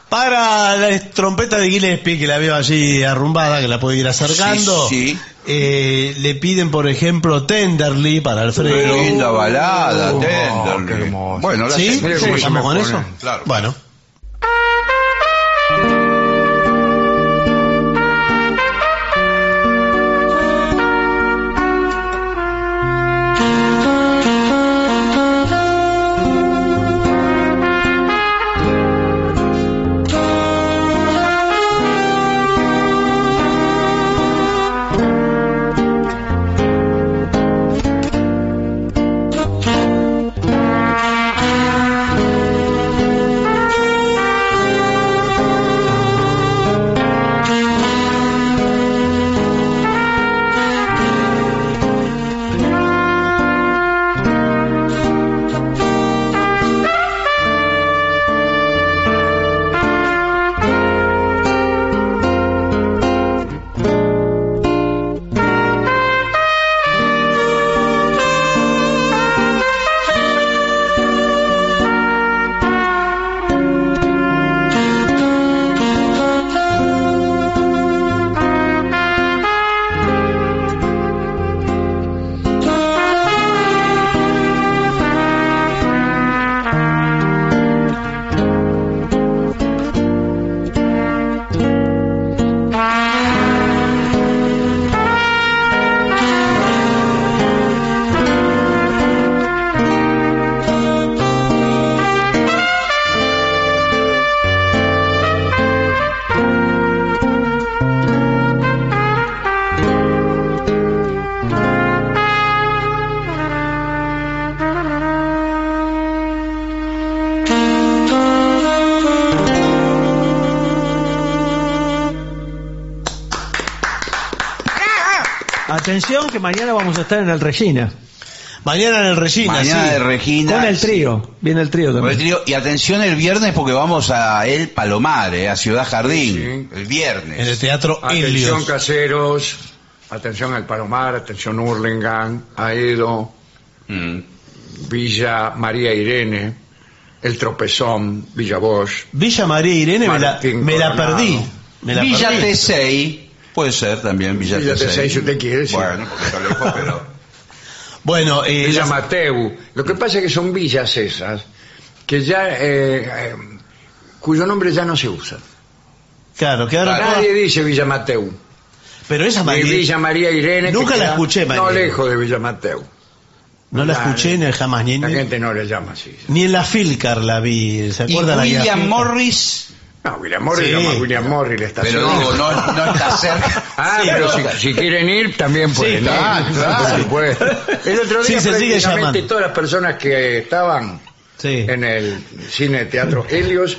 Speaker 4: Para la trompeta de Gillespie, que la veo allí arrumbada, que la puedo ir acercando.
Speaker 3: Sí, sí.
Speaker 4: eh, le piden, por ejemplo, Tenderly para Alfredo. Oh,
Speaker 3: Qué linda balada, Tenderly. Bueno, la
Speaker 4: ¿Sí?
Speaker 3: hacemos.
Speaker 4: ¿Sí?
Speaker 3: Mire cómo
Speaker 4: ¿Estamos con
Speaker 3: se me
Speaker 4: eso?
Speaker 3: pone. Claro.
Speaker 4: Bueno.
Speaker 10: Thank you.
Speaker 16: Atención que mañana vamos a estar en el Regina.
Speaker 4: Mañana en el Regina,
Speaker 3: Mañana
Speaker 4: sí.
Speaker 3: de Regina.
Speaker 16: Con el trío. Viene el trío
Speaker 3: Con el
Speaker 16: también.
Speaker 3: trío. Y atención el viernes porque vamos a El Palomar, eh, a Ciudad Jardín. El viernes. En el
Speaker 4: Teatro
Speaker 2: Atención caseros, atención al Palomar, atención Hurlingham, Aedo, Villa María Irene, El Tropezón, Villa Bosch.
Speaker 4: Villa María Irene me la,
Speaker 2: Martín
Speaker 4: me la
Speaker 2: Coronado.
Speaker 4: perdí. Me la
Speaker 3: Villa
Speaker 4: perdí.
Speaker 3: T6. Puede ser también Villa,
Speaker 2: Villa
Speaker 3: T6.
Speaker 2: T6, si usted quiere, sí.
Speaker 3: Bueno, un poquito lejos, pero...
Speaker 4: Bueno, eh,
Speaker 2: Villa Mateu. Lo que pasa es que son villas esas que ya eh, eh, cuyo nombre ya no se usa.
Speaker 4: Claro, quedaron
Speaker 2: Nadie dice Villa Mateu.
Speaker 4: Pero esa
Speaker 2: Ni
Speaker 4: María-
Speaker 2: Villa María Irene. que
Speaker 4: Nunca la
Speaker 2: queda
Speaker 4: escuché,
Speaker 2: No
Speaker 4: María.
Speaker 2: lejos de Villa Mateu.
Speaker 4: No la
Speaker 2: Nadie.
Speaker 4: escuché ni jamás, ni,
Speaker 2: La
Speaker 4: ni-
Speaker 2: gente no le llama así.
Speaker 4: ni en la Filcar la vi. ¿Se
Speaker 2: ¿Y
Speaker 4: acuerdan? ahí la
Speaker 2: William
Speaker 4: Filcar?
Speaker 3: Morris.
Speaker 2: No, William Morris,
Speaker 4: Sí.
Speaker 2: llama a William Morris la estación.
Speaker 4: Pero digo,
Speaker 3: no- no está cerca.
Speaker 2: Ah,
Speaker 3: Sí,
Speaker 2: pero
Speaker 3: no
Speaker 2: si,
Speaker 3: está.
Speaker 2: si quieren ir, también
Speaker 3: Sí,
Speaker 2: pueden ir.
Speaker 3: claro, claro.
Speaker 2: Por supuesto. El otro
Speaker 3: Sí,
Speaker 2: día
Speaker 3: se sigue
Speaker 2: prácticamente
Speaker 3: llamando.
Speaker 2: todas las personas que estaban en el cine teatro Helios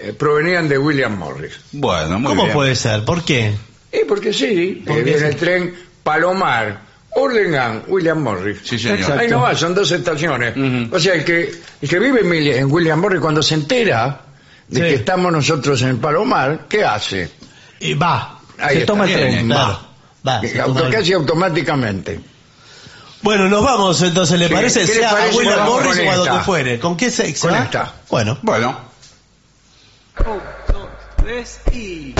Speaker 2: eh, provenían de William Morris.
Speaker 3: Bueno, muy
Speaker 4: ¿Cómo
Speaker 2: bien.
Speaker 4: puede ser? ¿Por qué?
Speaker 2: Eh, porque sí, eh, viene el tren Palomar, Hurlingham, William Morris. Sí,
Speaker 3: señor.
Speaker 2: Ahí
Speaker 3: Exacto.
Speaker 2: no va, son dos estaciones. O sea, el que, el que vive en Mil- en William Morris, cuando se entera de que estamos nosotros en Palomar, ¿qué hace?
Speaker 4: Y va.
Speaker 2: Ahí
Speaker 4: Se
Speaker 2: está.
Speaker 4: toma el
Speaker 2: Bien,
Speaker 4: tren,
Speaker 2: va.
Speaker 4: claro. Va, se
Speaker 2: Eh,
Speaker 4: toma
Speaker 2: auto-
Speaker 4: el-
Speaker 2: Casi automáticamente.
Speaker 4: Bueno, nos vamos entonces, ¿le
Speaker 2: Sí,
Speaker 4: parece?
Speaker 2: ¿qué le
Speaker 4: Sea
Speaker 2: parece?
Speaker 4: a William
Speaker 2: Vamos
Speaker 4: Morris
Speaker 2: con
Speaker 4: o a donde
Speaker 2: esta.
Speaker 4: fuere. ¿Con qué se, se
Speaker 2: Con
Speaker 4: va?
Speaker 2: esta.
Speaker 4: Bueno.
Speaker 3: Bueno.
Speaker 14: Tres y...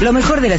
Speaker 6: Lo mejor de la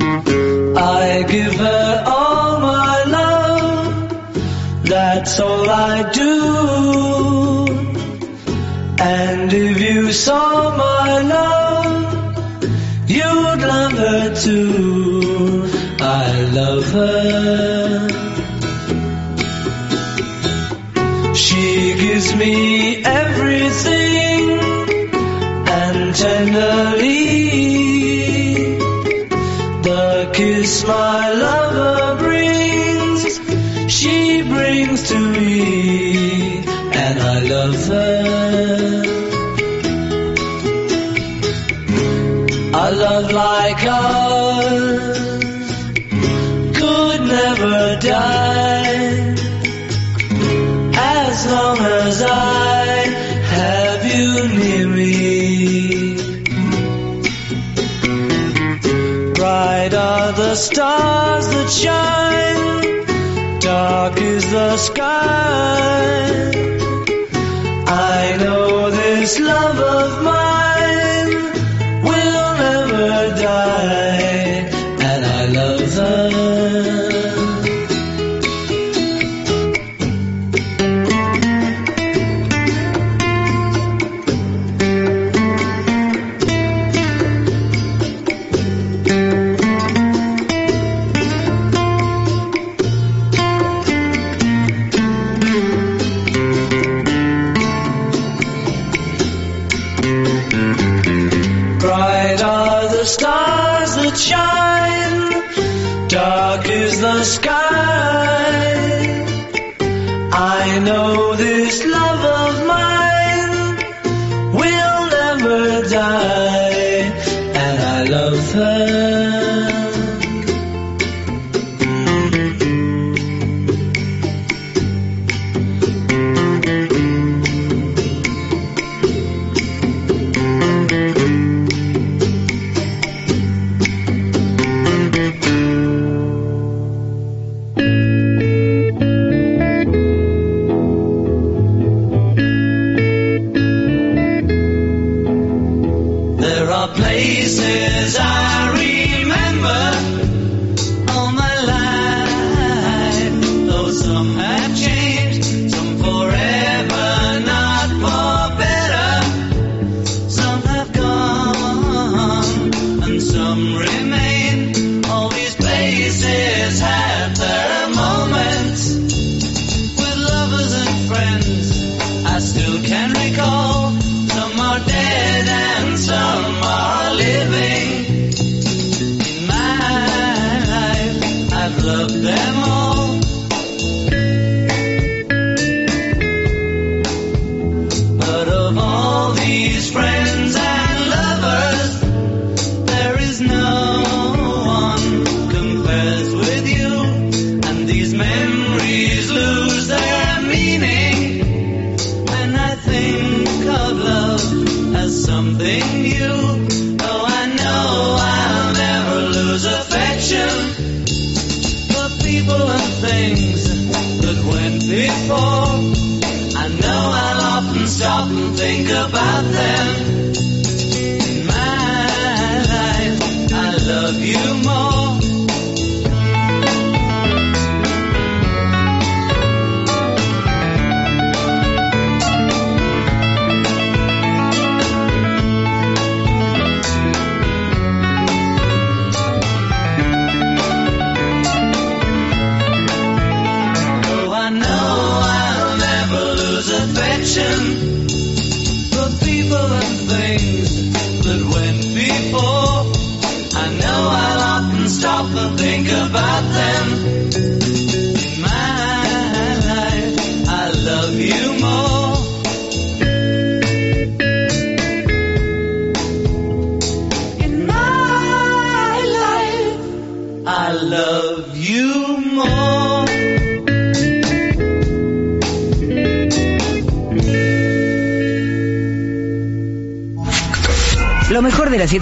Speaker 10: I give her all my love, that's all I do. And if you saw my love, you would love her too. I love her. She gives me everything and tenderly. The kiss my lover brings, she brings to me, and I love her. A love like ours could never die as long as I have you near me. Bright are the stars that shine, dark is the sky. I know this love of mine will never die, and I love her. Bright are the stars that shine, dark is the sky. I know this love of mine will never die, and I love her. There are places I remember all my life, though some have changed, some forever, not for better. Some have gone, and some remain. All these places had their moments with lovers and friends. I still can recall. Some are dead and some are living. In my life, I've loved them all. But of all these friends and lovers, there is no one compares with you. And these memories lose their meaning when I think of love as something new. Though I know I'll never lose affection for people and things that went before. I know I'll often stop and think about them. In my life, I love you more. Though I know I'll never lose affection for people and things that went before. I know I'll often stop and think about them. In my life, I love you more. In my life, I love you more.
Speaker 6: Lo mejor de la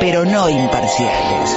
Speaker 6: Pero no imparciales.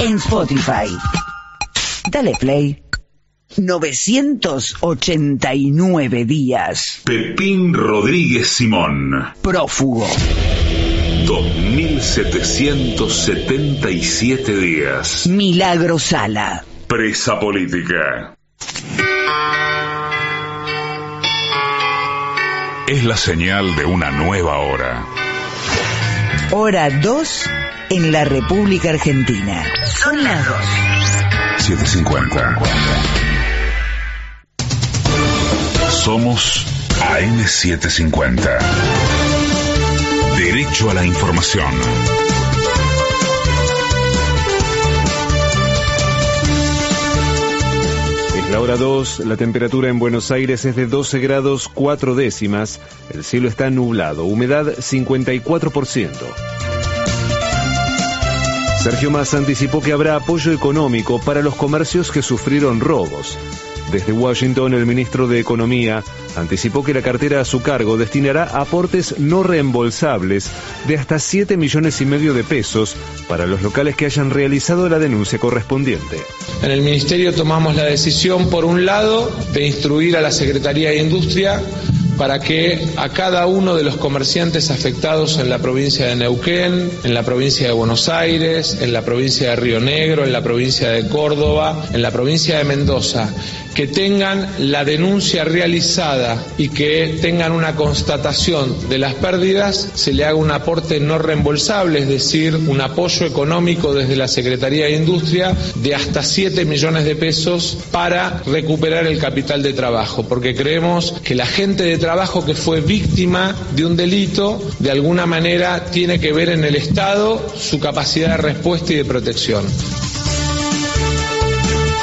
Speaker 6: en Spotify. Dale play. 989 días.
Speaker 5: Pepín Rodríguez Simón.
Speaker 6: Prófugo.
Speaker 5: 2777 días.
Speaker 6: Milagro Sala.
Speaker 5: Presa política. Es la señal de una nueva hora.
Speaker 6: Hora 2 en la República Argentina. Son las 2.
Speaker 5: 750. Somos AM750. Derecho a la información.
Speaker 7: Es la hora 2, la temperatura en Buenos Aires es de 12 grados 4 décimas, el cielo está nublado, humedad 54%. Sergio Massa anticipó que habrá apoyo económico para los comercios que sufrieron robos. Desde Washington, el ministro de Economía anticipó que la cartera a su cargo destinará aportes no reembolsables de hasta 7 millones y medio de pesos para los locales que hayan realizado la denuncia correspondiente.
Speaker 17: En el Ministerio tomamos la decisión, por un lado, de instruir a la Secretaría de Industria para que a cada uno de los comerciantes afectados en la provincia de Neuquén, en la provincia de Buenos Aires, en la provincia de Río Negro, en la provincia de Córdoba, en la provincia de Mendoza, que tengan la denuncia realizada y que tengan una constatación de las pérdidas, se le haga un aporte no reembolsable, es decir, un apoyo económico desde la Secretaría de Industria de hasta 7 millones de pesos para recuperar el capital de trabajo, porque creemos que la gente de trabajo que fue víctima de un delito, de alguna manera, tiene que ver en el Estado su capacidad de respuesta y de protección.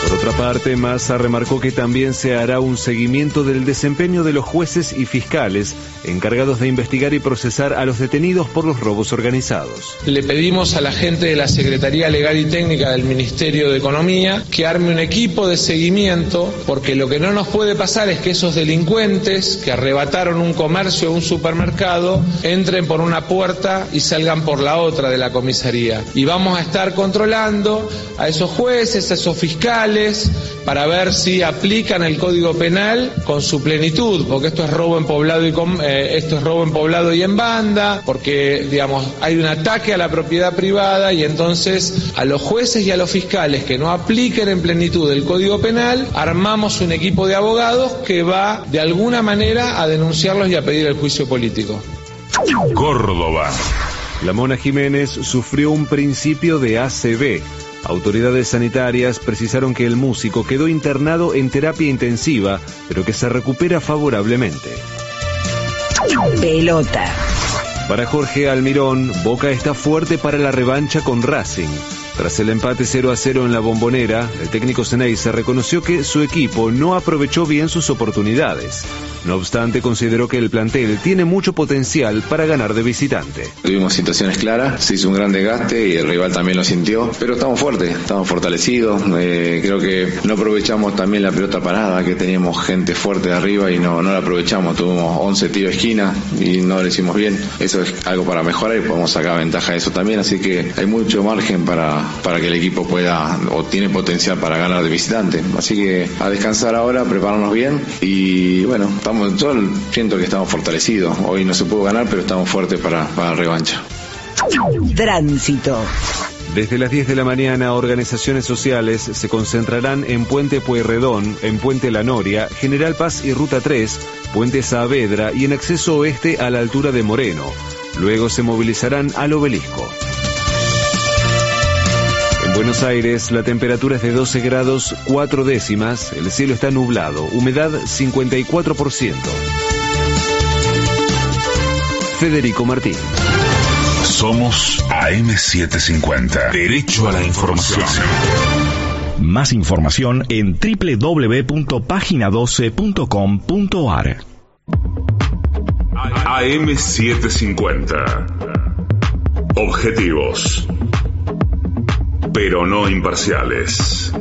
Speaker 7: Por otra parte, Massa remarcó que también se hará un seguimiento del desempeño de los jueces y fiscales encargados de investigar y procesar a los detenidos por los robos organizados.
Speaker 17: Le pedimos a la gente de la Secretaría Legal y Técnica del Ministerio de Economía que arme un equipo de seguimiento, porque lo que no nos puede pasar es que esos delincuentes que arrebataron un comercio o un supermercado entren por una puerta y salgan por la otra de la comisaría. Y vamos a estar controlando a esos jueces, a esos fiscales, para ver si aplican el Código Penal con su plenitud, porque esto es robo en poblado y com- eh, esto es robo en poblado y en banda, porque digamos hay un ataque a la propiedad privada y entonces a los jueces y a los fiscales que no apliquen en plenitud el Código Penal, armamos un equipo de abogados que va de alguna manera a denunciarlos y a pedir el juicio político.
Speaker 5: Córdoba.
Speaker 7: La Mona Jiménez sufrió un principio de ACV. Autoridades sanitarias precisaron que el músico quedó internado en terapia intensiva, pero que se recupera favorablemente.
Speaker 6: Pelota.
Speaker 7: Para Jorge Almirón, Boca está fuerte para la revancha con Racing. Tras el empate 0 a 0 en la bombonera, el técnico se reconoció que su equipo no aprovechó bien sus oportunidades. No obstante, consideró que el plantel tiene mucho potencial para ganar de visitante.
Speaker 18: Tuvimos situaciones claras, se hizo un gran desgaste y el rival también lo sintió, pero estamos fuertes, estamos fortalecidos. eh, creo que no aprovechamos también la pelota parada, que teníamos gente fuerte de arriba y no, no la aprovechamos. Tuvimos 11 tiros de esquina y no lo hicimos bien. Eso es algo para mejorar y podemos sacar ventaja de eso también. Así que hay mucho margen para, para que el equipo pueda o tiene potencial para ganar de visitante. Así que a descansar ahora, prepararnos bien y bueno, estamos, yo siento que estamos fortalecidos. Hoy no se pudo ganar, pero estamos fuertes para, para la revancha.
Speaker 6: Tránsito.
Speaker 7: Desde las 10 de la mañana, organizaciones sociales se concentrarán en Puente Pueyrredón, en Puente La Noria, General Paz y Ruta 3, Puente Saavedra y en acceso oeste a la altura de Moreno. Luego se movilizarán al obelisco. En Buenos Aires la temperatura es de 12 grados 4 décimas, el cielo está nublado, humedad 54%. Federico Martín.
Speaker 5: Somos AM750. Derecho a la información.
Speaker 9: Más información en www.pagina12.com.ar.
Speaker 5: AM750. Objetivos. Pero no imparciales.